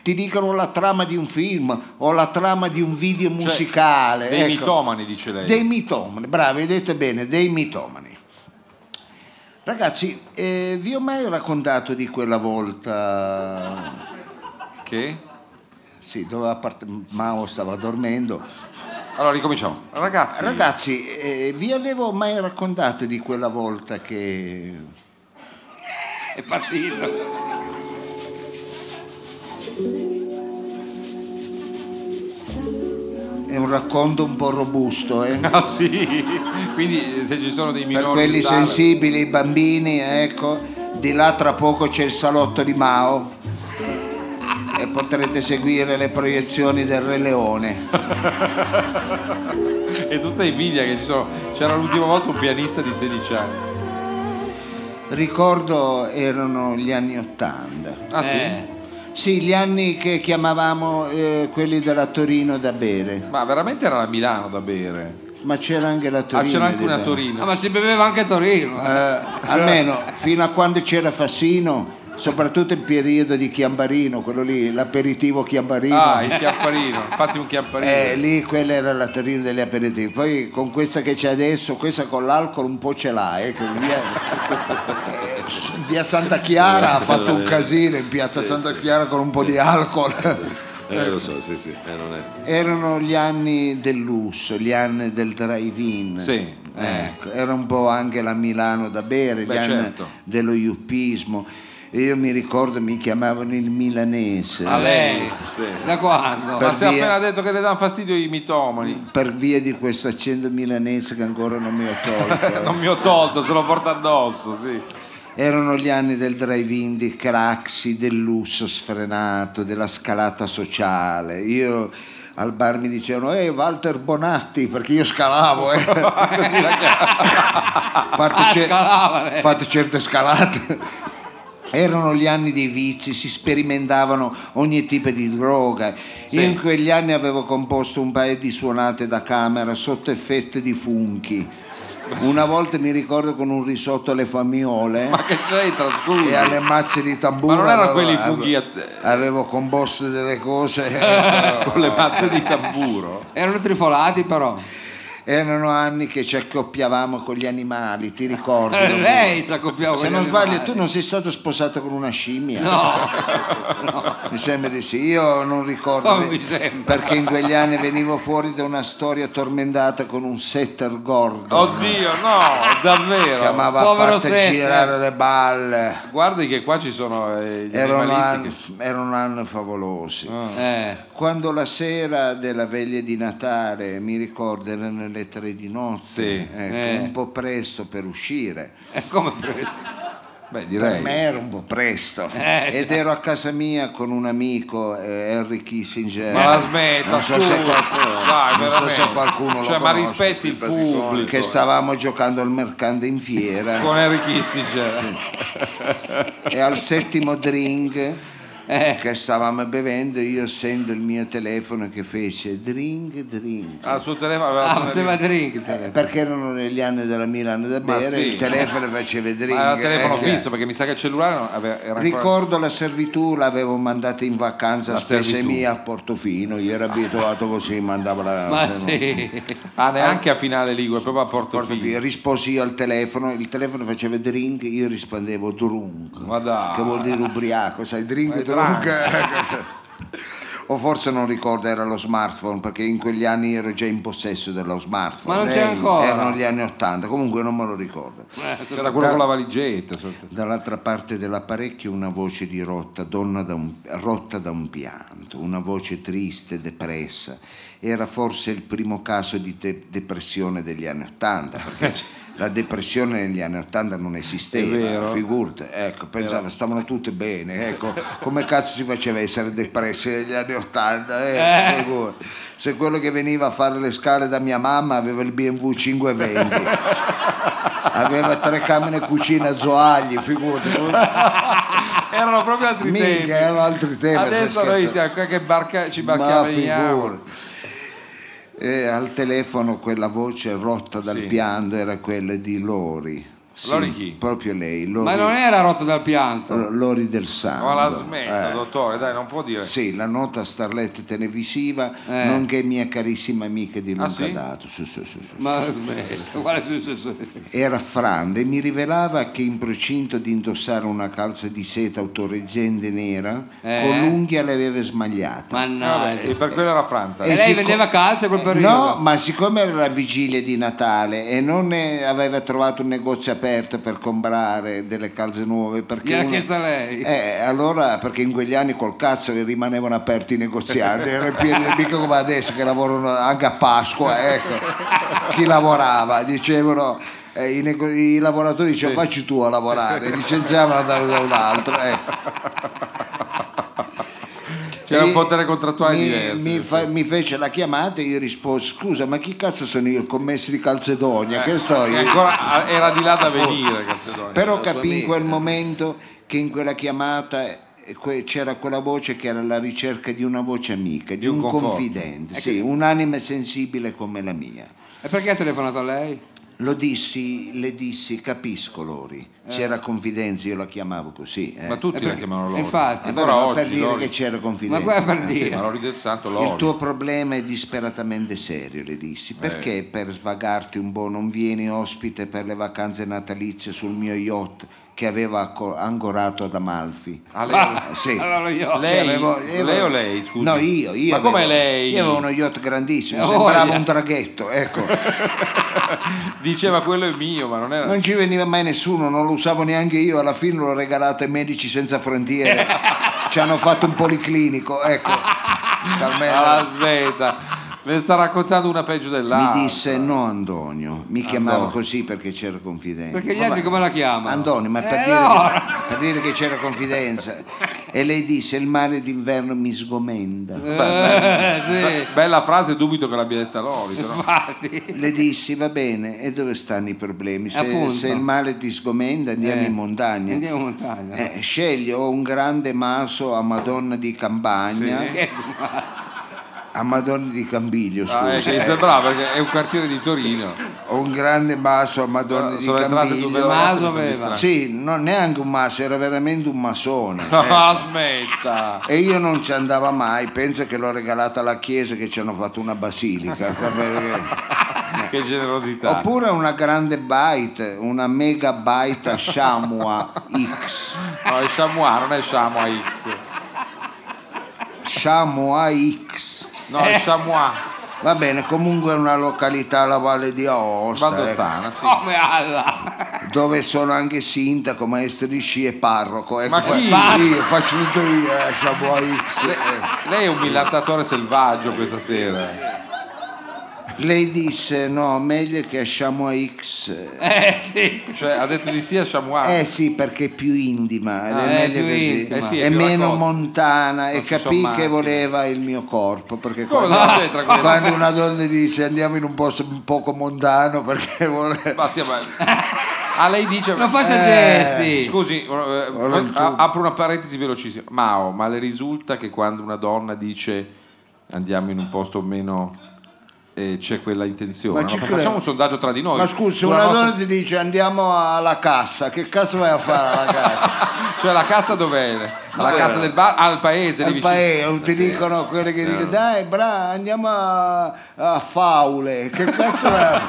ti dicono la trama di un film o la trama di un video
Cioè,
musicale.
Dei
ecco.
mitomani, dice lei.
Dei mitomani, bravi, hai detto bene, dei mitomani. Ragazzi, eh, vi ho mai raccontato di quella volta
Che?
sì, dove parte... Mao stava dormendo.
Allora ricominciamo. Ragazzi,
Ragazzi, eh, vi avevo mai raccontato di quella volta che...
è partito.
È un racconto un po' robusto, eh?
Ah sì, quindi eh, se ci sono dei
per
minori...
quelli
in sala-
sensibili, i bambini, ecco. Di là tra poco c'è il salotto di Mao e potrete seguire le proiezioni del Re Leone.
e tutta invidia che ci sono. C'era l'ultima volta un pianista di 16 anni.
Ricordo erano gli anni Ottanta.
Ah, sì?
Sì, gli anni che chiamavamo eh, quelli della Torino da bere,
Ma veramente era la Milano da bere.
ma c'era anche la
Ah,
Torino. Ah,
c'era anche
di
una
bere.
Torino.
Ah, ma si beveva anche a Torino.
Eh, almeno fino a quando c'era Fassino, soprattutto il periodo di Chiambarino, quello lì, l'aperitivo Chiambarino.
Ah, il chiapparino. Fatti un chiapparino.
Eh, lì quella era la Torino degli aperitivi. Poi con questa che c'è adesso, questa con l'alcol un po' ce l'ha. eh, che via, eh, via Santa Chiara ha fatto un casino in piazza
Sì,
Santa
sì.
Chiara con un po' di alcol.
Eh, lo so, sì, sì, eh, non è.
Erano gli anni del lusso, gli anni del drive-in.
Sì, eh.
Ecco, era un po' anche la Milano da bere,
Beh,
gli anni
certo.
dello yuppismo. E Io mi ricordo mi chiamavano il milanese.
A lei?
Da quando?
Ma
Per
si è
via-
appena detto che le danno fastidio i mitomani.
Per via di questo accento milanese che ancora non mi ho tolto. eh.
non mi ho tolto, se lo porta addosso, sì.
Erano gli anni del drive-in, di Craxi, del lusso sfrenato, della scalata sociale. Io al bar mi dicevano, eh Walter Bonatti, perché io scalavo, eh. Fate
Ah,
cer-
scalava, eh.
fate certe scalate. Erano gli anni dei vizi, si sperimentavano ogni tipo di droga. Io in quegli anni avevo composto un paio di suonate da camera sotto effetto di funchi. Una volta mi ricordo con un risotto alle famiole
Ma che c'entra, scusi?
e alle mazze di tamburo.
Ma non erano
avevo-
quelli i funghi a-
Avevo composto delle cose. Oh.
con le mazze di tamburo?
Erano trifolati però. Erano anni che ci accoppiavamo con gli animali, ti ricordi?
Eh, lei si accoppiava
Se
con gli
non sbaglio,
animali.
tu non sei stato sposato con una scimmia?
No.
Mi sembra di sì, io non ricordo
Non
bene,
mi sembra.
perché in quegli anni venivo fuori da una storia tormentata con un setter gordo.
Oddio, no, davvero.
che amava fatte girare le balle.
Guardi che qua ci sono eh, gli
Erano
animalisti
anni, erano anni favolosi.
Eh.
Quando la sera della veglia di Natale, mi ricordo, erano le tre di notte,
Sì,
ecco,
eh.
un po' presto per uscire.
Come presto?
Beh,
Per me era un po' presto.
Eh,
Ed ero a casa mia con un amico, eh, Henry Kissinger.
Ma la smetta,
non so se
scusa.
qualcuno,
Dai,
non so
veramente.
se qualcuno
Cioè,
lo
ma
conosce,
rispetti il pubblico.
Che stavamo giocando al mercante in fiera.
con Henry Kissinger.
e al settimo drink
Eh.
che stavamo bevendo io sento il mio telefono che fece drink drink
Al suo telefono aveva
Ah,
suonato-
faceva drink.
Eh, perché erano negli anni della Milano da
Ma
bere
sì.
il telefono faceva drink
Ma era il telefono
eh,
fisso perché mi sa che il cellulare non aveva- era ancora-
Ricordo la servitù, l'avevo mandata in vacanza
La
a spese
servitù.
mie a Portofino, io ero abituato così, mandavo la... eh,
Ma
no.
sì. Ah, neanche a finale Ligure, proprio a Portofino.
Risposi io al telefono, il telefono faceva drink, io rispondevo drunk,
Ma dai.
che vuol dire ubriaco, sai, drink,
Ma è
drunk. o forse non ricordo, era lo smartphone, perché in quegli anni ero già in possesso dello smartphone.
Ma non c'era ancora?
Erano gli anni 80, comunque non me lo ricordo.
C'era quello con la valigetta. soprattutto.
Dall'altra parte dell'apparecchio una voce di rotta, donna da un- rotta da un pianto, una voce triste, depressa. Era forse il primo caso di de- depressione degli anni Ottanta, perché la depressione negli anni Ottanta non
È
esisteva,
vero.
figurati. Ecco, pensavo, stavano tutte bene, ecco, come cazzo si faceva a essere depressi negli anni Ottanta?
Eh.
Se quello che veniva a fare le scale da mia mamma aveva il BMW 520 aveva tre camere e cucina a zoagli, figurati.
erano proprio altri
Minchia,
tempi.
erano altri tempi,
Adesso
stai
noi
scherzando.
siamo qua che barca, ci
Ma
barcaveniamo.
figurati. E al telefono quella voce rotta dal
Sì.
pianto era quella di Lori. Sì,
Lori chi?
Proprio lei. Lori,
Ma non era rotta dal pianto.
Lori del Santo.
Ma la smetta,
Eh.
dottore, dai, non può dire.
Sì, la nota starletta televisiva,
Eh.
nonché mia carissima amica
Ah,
di Luca
sì?
Dato. Sì, sì, sì, sì.
Ma smetto, guarda, sì, sì, sì.
Era franda e mi rivelava che in procinto di indossare una calza di seta autoreggente nera,
Eh.
con l'unghia le aveva smagliata.
Mannaggia.
Eh, e per quello era franta.
E lei vendeva calze quel periodo?
eh, No, ma siccome era la vigilia di Natale e non ne aveva trovato un negozio aperto per comprare delle calze nuove, perché
Gliel'ha
uno-
chiesta lei.
Eh, allora perché in quegli anni col cazzo che rimanevano aperti i negozianti, era pieno di- mica come adesso che lavorano anche a Pasqua, ecco. Chi lavorava, dicevano eh, i, nego- i lavoratori dicevano facci tu a lavorare, licenziavano da da un altro, ecco.
C'era
Mi-
un potere contrattuale
mi,
diverso.
mi fa- mi fece la chiamata e io risposi: Scusa, ma chi cazzo sono io? Il commesso di Calcedonia? che so
E
io?
Eh,
Eh,
ancora ah, era di là da venire, Calzedoni.
Però
La sua
capì in
amica.
quel momento che in quella chiamata eh, que- c'era quella voce che era la ricerca di una voce amica, di,
un
un
conforto.
confidente,
Eh,
sì,
che-
un'anima sensibile come la mia.
E perché ha telefonato a lei?
Lo dissi, le dissi, capisco Lori, c'era confidenza, io la chiamavo così. eh.
Ma tutti
Eh,
la
perché-
chiamano Lori.
Infatti,
Ancora
ma
oggi,
per dire
Lori.
che c'era confidenza.
Eh
eh, sì,
Sì, ma Lori del Santo, Lori.
Il tuo problema è disperatamente serio, le dissi.
Eh.
Perché per svagarti un po' non vieni ospite per le vacanze natalizie sul mio yacht che aveva acco- ancorato ad Amalfi?
Ah, lei-
Eh, sì.
allora io-
Sì,
Lei- lei o lei, scusi?
No, io. io
Ma come
avevo-
lei?
Io avevo uno yacht grandissimo,
Eh,
sembrava
voglia.
un traghetto, ecco.
Diceva quello è mio, ma non era...
Non ci veniva mai nessuno, non lo usavo neanche io, alla fine l'ho regalato ai medici senza frontiere. ci hanno fatto un policlinico, ecco. Talmente-
Ah, aspetta, ne sta raccontando una peggio dell'altra.
Mi disse no Antonio, mi chiamava
Antonio.
così perché c'era confidenza.
Perché gli altri come la chiamano?
Antonio, ma per,
Eh,
dire
allora!
che, per dire che c'era confidenza. E lei disse il mare d'inverno mi
Eh,
sgomenta.
Beh, beh, Eh, Bella frase, dubito che l'abbia detta Lori. però.
Le dissi va bene, e dove stanno i problemi? Se,
Appunto.
se il mare ti sgomenta andiamo
Eh,
in montagna.
Andiamo in montagna.
Eh, scegli o un grande maso a Madonna di Campagna,
Che-
a Madonna di Campiglio, scusa.
ecco,
Ah, eh, che mi sembrava perché è un quartiere di Torino.
Ho un grande maso a Madonna
Sono
di
entrate
Campiglio.
due maso aveva.
Sì, no, neanche un maso, era veramente un masone.
No,
ecco.
aspetta.
E io non ci andavo mai, penso che l'ho regalata alla chiesa che ci hanno fatto una basilica. perché-
Che generosità.
Oppure una grande byte, una megabyte a Shamua X.
No, è Chamois, non è Chamois X.
Shamua X.
No,
Eh.
è Chamois.
Va bene, comunque è una località alla Valle di Aosta.
Vado
ecco.
stana, sì.
Come alla...
dove sono anche sindaco, maestro di sci e parroco. Ecco,
Ma chi?
Io faccio tutto io, eh, Shamua X.
Lei, lei è un millattatore selvaggio questa sera.
Lei disse no, meglio che a Shamua X.
Eh sì. Cioè, ha detto di sì a Chamois.
Eh sì, perché è più intima,
Ah,
è
è
meglio
più
così.
intima. Eh sì, è
è
più
meno
raccolta.
montana e
Non ci sono
capì che
macchine.
voleva il mio corpo. Perché
Come
quando,
non c'entra quello?
quando una donna dice andiamo in un posto un poco montano perché vuole.
Ma sì, ma... Ah, lei dice...
Non faccia
Eh,
gesti.
Scusi, eh,
Allora,
a- apro una parentesi velocissima. Mao, ma le risulta che quando una donna dice andiamo in un posto meno... eh, c'è quella intenzione.
Ma ci
no?
credo.
Facciamo un sondaggio tra di noi.
Ma scusa,
Sulla
una
nostra-
donna ti dice andiamo alla cassa, che cazzo vai a fare alla cassa?
Cioè la cassa dov'è? La
Dov'è?
cassa del bar al paese. lì
al
vicino.
paese ti
Eh, sì. Eh.
dicono quelli che dicono dai bra andiamo a, a faule che cazzo vai a,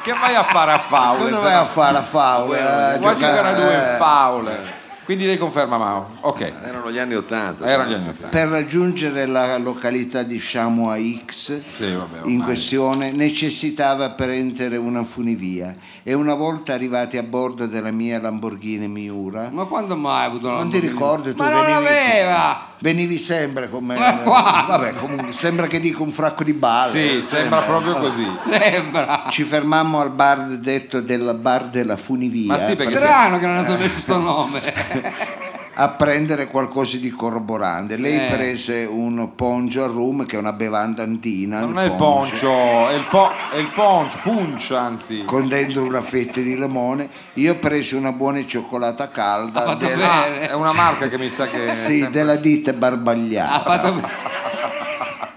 Che vai a fare a Faule?
cosa
se
vai
no?
a fare a faule a
Qua giocare a due
eh.
Faule. Quindi lei conferma Mao. Ok.
Erano gli anni Ottanta.
Erano gli anni 80.
per raggiungere la località di Shamoa X
Sì, vabbè, ormai.
in questione necessitava prendere una funivia e una volta arrivati a bordo della mia Lamborghini Miura
Ma quando mai ha avuto la
non ti ricordi tu
Ma non
venivi,
l'aveva!
venivi sempre con me
Ma qua-
vabbè comunque sembra che dico un fracco di balle
Sì,
Eh,
sembra proprio
vabbè.
così.
Sembra!
Ci fermammo al bar detto della bar della funivia.
Ma sì, perché-
Eh,
Strano che non hanno messo sto nome.
a prendere qualcosa di corroborante. Lei
Eh.
prese un poncio al rum che è una bevanda antina.
Non è il poncio, è il, po- è il poncio, punch anzi.
Con dentro una fetta di limone. Io ho preso una buona cioccolata calda. Eh,
Ah, è una marca che mi sa che...
sì, della ditta Barbagliata.
Ah.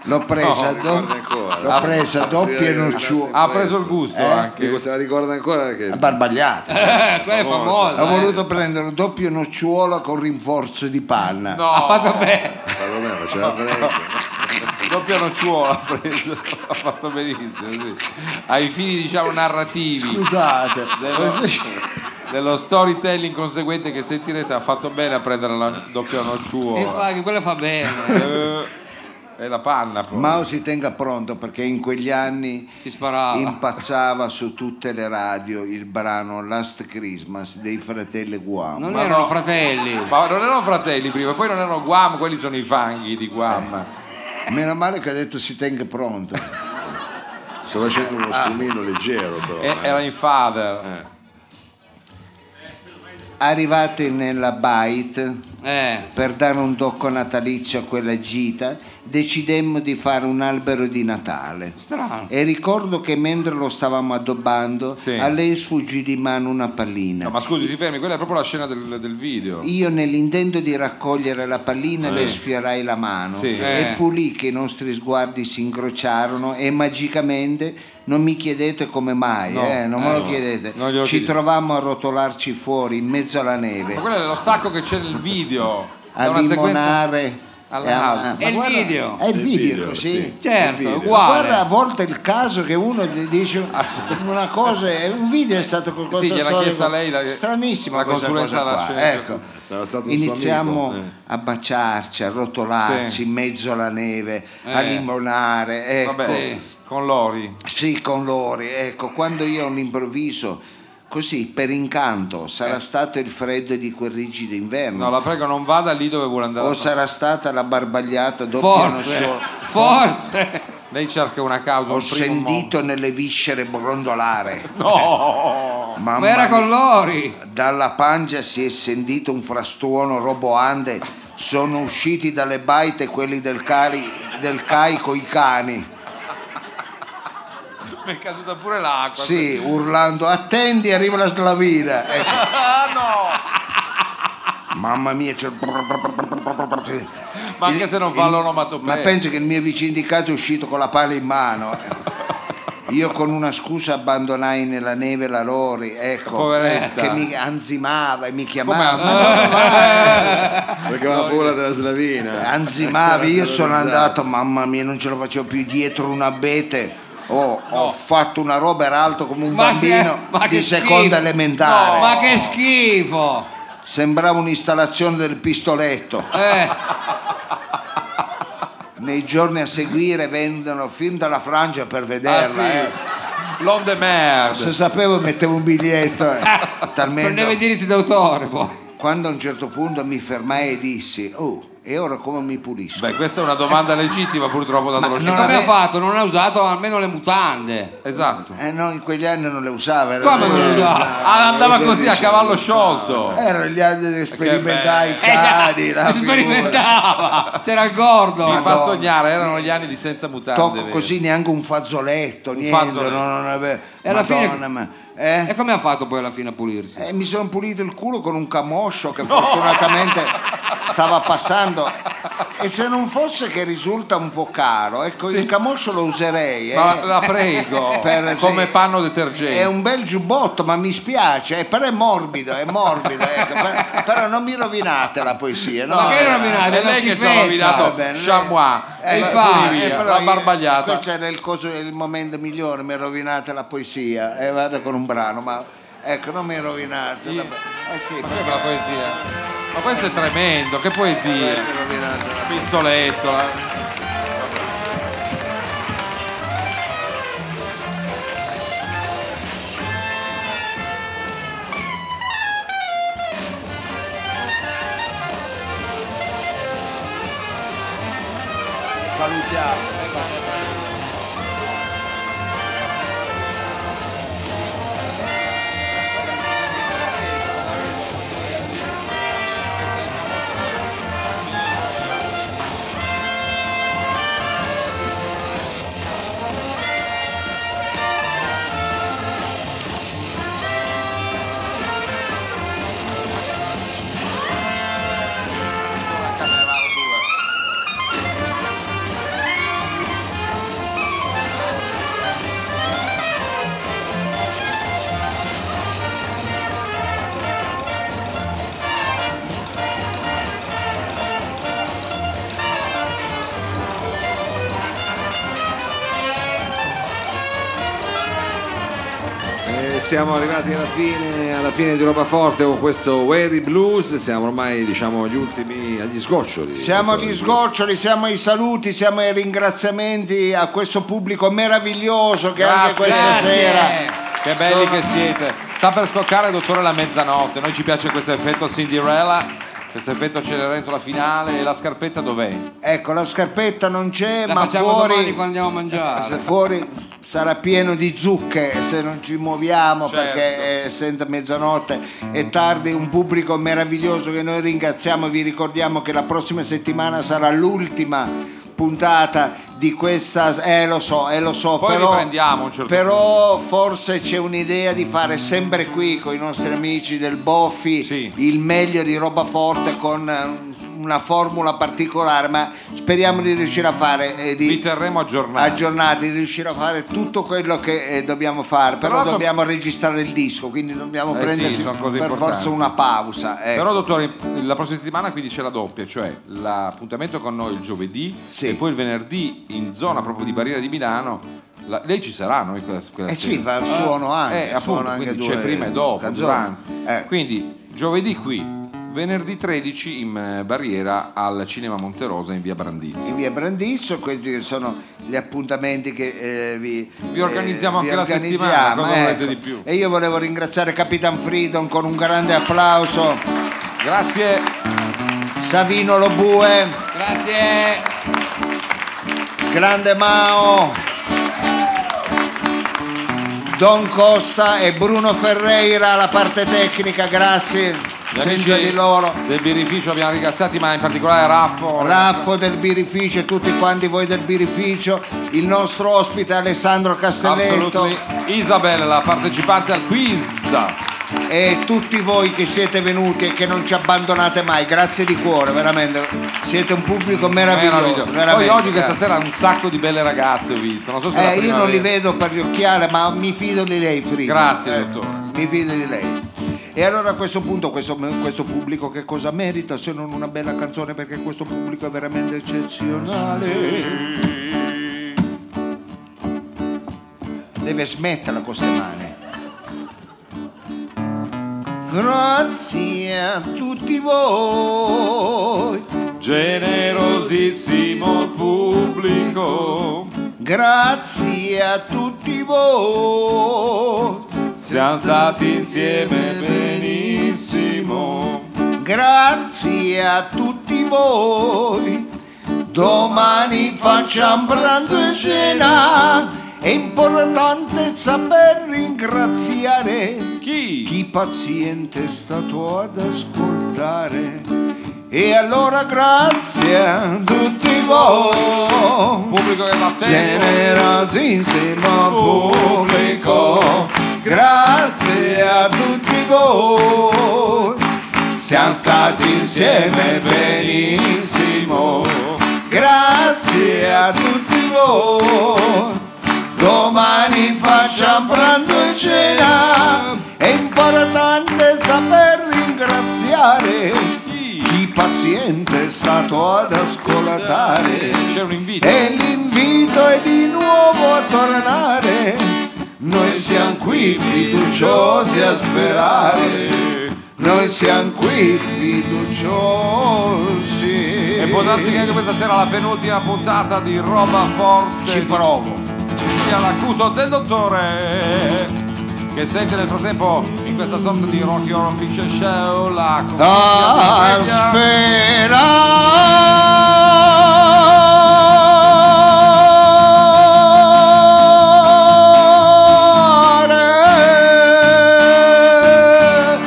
L'ho presa,
No,
do-
ricorda ancora.
l'ho presa
Ah,
doppia
sì,
e nocciuola.
Ha preso il gusto
Eh?
anche.
Dico, se la ricorda ancora che...
Ah, Barbagliata.
quella Eh, è famosa.
Ho
eh.
voluto prendere un doppio nocciola con rinforzo di panna.
No. Ha
Oh.
fatto bene.
Fatto bene, faceva
Doppia nocciola ha preso, ha fatto benissimo, sì. Ai fini diciamo narrativi.
Scusate.
Dello, dello storytelling conseguente che sentirete ha fatto bene a prendere la doppia
E fa-
nocciola.
che quella fa bene.
Eh, È la panna poi.
Mao si tenga pronto perché in quegli anni impazzava su tutte le radio il brano Last Christmas dei fratelli Guam.
Ma no. Ma non erano fratelli prima, poi non erano Guam, quelli sono i fanghi di Guam.
Meno male che ha detto si tenga pronto.
Sto facendo uno strumino leggero però.
Eh.
eh,
E- Eh, era in father.
Arrivate nella Bite per dare un tocco natalizio a quella gita, decidemmo di fare un albero di Natale.
Strano.
E ricordo che mentre lo stavamo addobbando, a lei sfuggì di mano una pallina.
No, ma scusi, si fermi, quella è proprio la scena del, del video.
Io nell'intento di raccogliere la pallina
Sì.
le sfiorai la mano
Sì.
e
Eh.
fu lì che i nostri sguardi si incrociarono e magicamente non mi chiedete come mai,
No,
eh, non
eh,
me lo
no.
chiedete.
Non glielo
Ci
chiedi-
trovammo a rotolarci fuori in mezzo alla
Ma
neve,
quello è lo stacco che c'è nel video. è
a
una sequenza
limonare. e a-
all'altra.
ma guarda, È il video, sì.
Certo,
Il video.
uguale.
Guarda a volte il caso che uno gli dice una cosa, e un video è stato qualcosa
Ah, Sì, gliel'ha
storico.
chiesta lei la,
Stranissima
la
questa
consulenza
cosa qua,
alla scena.
ecco.
Sarà stato un suo
Iniziamo
amico, eh.
a baciarci, a rotolarci
Sì.
in mezzo alla neve,
Eh.
a limonare. Ecco.
Vabbè, sì, con Lori.
Sì, con Lori, ecco, quando io all'improvviso, così per incanto, sarà stato il freddo di quel rigido inverno.
Eh. No, la prego, non vada lì dove vuole andare.
O sarà stata la barbagliata dopo
Forse, forse. Lei cerca una causa.
Ho
un primo
sentito nelle viscere brondolare.
No!
Mamma
Ma era con
mia.
Lori!
Dalla pancia si è sentito un frastuono roboante. Sono usciti dalle baite quelli del, cari, del CAI coi cani.
Mi è caduta pure l'acqua.
Sì, urlando, attendi, arriva la slavina. Ecco.
Ah, no!
Mamma mia, c'è...
Ma anche se non fa
il-
l'onomatopea.
Ma penso che il mio vicino di casa è uscito con la pala in mano. eh? Io con una scusa abbandonai nella neve la Lori, ecco,
Poveretta.
che mi anzimava e mi chiamava.
Come
Ma no, va-
Perché aveva paura della slavina. Eh, esatto.
anzimavi, io sono
Terrorizzato.
andato, mamma mia, non ce la facevo più dietro un abete. Oh, Ho fatto una roba, era alto come un
Ma
bambino
che- ma
di
che
seconda
schifo.
elementare.
Ma che schifo!
Sembrava un'installazione del pistoletto.
Eh,
Nei giorni a seguire vendono film dalla Francia per
Ah,
vederla. eh.
sì. L'on the merde.
Se sapevo mettevo un biglietto. eh.
prendeva i
Talmente.
diritti d'autore poi.
Quando a un certo punto mi fermai e dissi, oh, e ora come mi pulisco?
Beh, questa è una domanda legittima purtroppo dato lo
Non
scenario.
aveva fatto, non ha usato almeno le mutande.
Esatto.
Eh no, in quegli anni non le usava. era-
Come non lo usava?
Ah, andava così a cavallo sciolto.
Erano gli anni che sperimentai i
Eh, bello. Eh,
cani, la figura.
Sperimentava, c'era il gordo.
Mi fa
Madonna.
sognare, erano gli anni di senza mutande.
Tocco
vero?
così neanche un fazzoletto, niente.
fazzoletto.
no, non avevo-
E alla
Madonna,
fine-
ma- eh?
E come ha fatto poi alla fine a pulirsi?
Eh, mi sono pulito il culo con un camoscio che fortunatamente stava passando. E se non fosse che risulta un po' caro, ecco, il camoscio lo userei. eh.
Ma la prego,
Per-
come
sì.
panno detergente.
È un bel giubbotto, ma mi spiace, eh, però è morbido, è morbido. ecco, per- però non mi rovinate la poesia. No?
Ma che
Eh,
rovinate?
È lei che ci ha
va
rovinato
bene,
Chamois,
eh,
e
eh,
fa,
eh, però
la
io-
barbagliata.
Questo era il, coso- il momento migliore, mi rovinate la poesia. E vado con un brano, ma ecco, non mi rovinate. la- eh sì,
Ma che bella poesia. Ma questo è tremendo, che poesia. Pistoletto. la-
salutiamo.
Ecco,
Eh, siamo arrivati alla fine, alla fine di Roba Forte con questo Weary Blues, siamo ormai diciamo agli ultimi, agli sgoccioli.
Siamo agli sgoccioli, siamo ai saluti, siamo ai ringraziamenti a questo pubblico meraviglioso che anche questa sera.
Eh, Che belli che siete. Sta per scoccare, dottore, la mezzanotte. Noi ci piace questo effetto Cinderella, questo effetto Cenerentola finale. E la scarpetta dov'è?
Ecco, la scarpetta non c'è,
La
ma
facciamo domani
fuori,
quando andiamo a mangiare.
se fuori sarà pieno di zucche se non ci muoviamo
Certo.
perché essendo mezzanotte è tardi, un pubblico meraviglioso che noi ringraziamo. Vi ricordiamo che la prossima settimana sarà l'ultima puntata di questa eh lo so eh lo so
Poi
però
riprendiamo a un certo
però forse c'è un'idea di fare sempre qui con i nostri amici del Boffi il meglio di roba forte con eh, una formula particolare, ma speriamo di riuscire a fare eh, di
Vi terremo aggiornati.
aggiornati, di riuscire a fare tutto quello che eh, dobbiamo fare, però
l'altro-
dobbiamo registrare il disco, quindi dobbiamo
Eh sì,
prenderci
sono cose
per
importanti.
forza una pausa. ecco.
Però, dottore, la prossima settimana quindi c'è la doppia, cioè l'appuntamento con noi il giovedì e poi il venerdì in zona proprio di Barriera di Milano. La- lei ci sarà noi quella, quella
Eh
sera.
sì, va- suono anche,
Eh,
suono
appunto,
anche
quindi
due
c'è prima e dopo,
canzoni. Eh.
durante. Quindi giovedì qui, venerdì 13 in eh, Barriera al Cinema Monterosa in via Brandizzi.
in via Brandizzo, questi che sono gli appuntamenti che eh, vi,
Vi organizziamo
eh, vi
anche la
organizziamo,
settimana, cosa volete
ecco.
di più?
E io volevo ringraziare Capitan Freedom con un grande applauso.
Grazie.
Savino Lobue.
Grazie.
Grande Mao. Don Costa e Bruno Ferreira alla parte tecnica, grazie.
Gli
Senza
amici
di loro.
Del birrificio abbiamo ringraziati, ma in particolare Raffo.
Raffo del birrificio e tutti quanti voi del birrificio, il nostro ospite Alessandro Castelletto
Absolutely. Isabel, la partecipante al quiz.
e tutti voi che siete venuti e che non ci abbandonate mai, grazie di cuore, veramente. Siete un pubblico meraviglioso.
Meraviglioso. Poi
veramente,
oggi questa
grazie.
sera un sacco di belle ragazze ho visto. Non so se è la
Eh, io non
primavera.
li vedo per gli occhiali, ma mi fido di lei, Frida.
Grazie,
Eh,
dottore.
Mi fido di lei. E allora a questo punto questo, questo pubblico che cosa merita se non una bella canzone perché questo pubblico è veramente eccezionale. Deve smetterla con queste mani. Grazie a tutti voi.
Generosissimo pubblico,
Grazie a tutti voi.
siamo stati insieme benissimo.
Grazie a tutti voi. Domani facciamo pranzo e cena. È importante saper ringraziare chi? paziente è stato ad ascoltare. E allora grazie a tutti voi.
Pubblico che batte.
Generosissimo pubblico. Grazie a tutti voi.
Siamo stati insieme benissimo.
Grazie a tutti voi. Domani facciamo pranzo e cena. È importante saper ringraziare chi paziente è stato ad ascoltare.
C'è un invito.
E l'invito è di nuovo a tornare. Noi siamo qui fiduciosi a sperare. Noi siamo qui fiduciosi.
E può darsi che anche questa sera la penultima puntata di Roba Forte. Ci
provo.
Ci sia l'acuto del dottore. Che sente nel frattempo in questa sorta di Rocky Horror Picture Show la
Ah,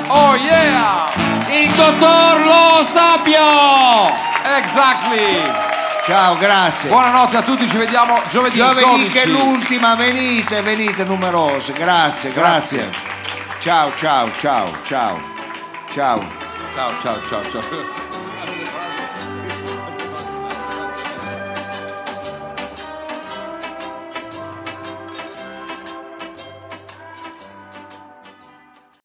Oh yeah!
Il dottor Lo Sapio!
Exactly!
Ciao, grazie.
Buonanotte a tutti, ci vediamo giovedì.
Giovedì
12.
che è l'ultima, venite, venite numerosi. Grazie, grazie. Ciao, ciao, ciao, ciao. Ciao.
Ciao, ciao, ciao, ciao.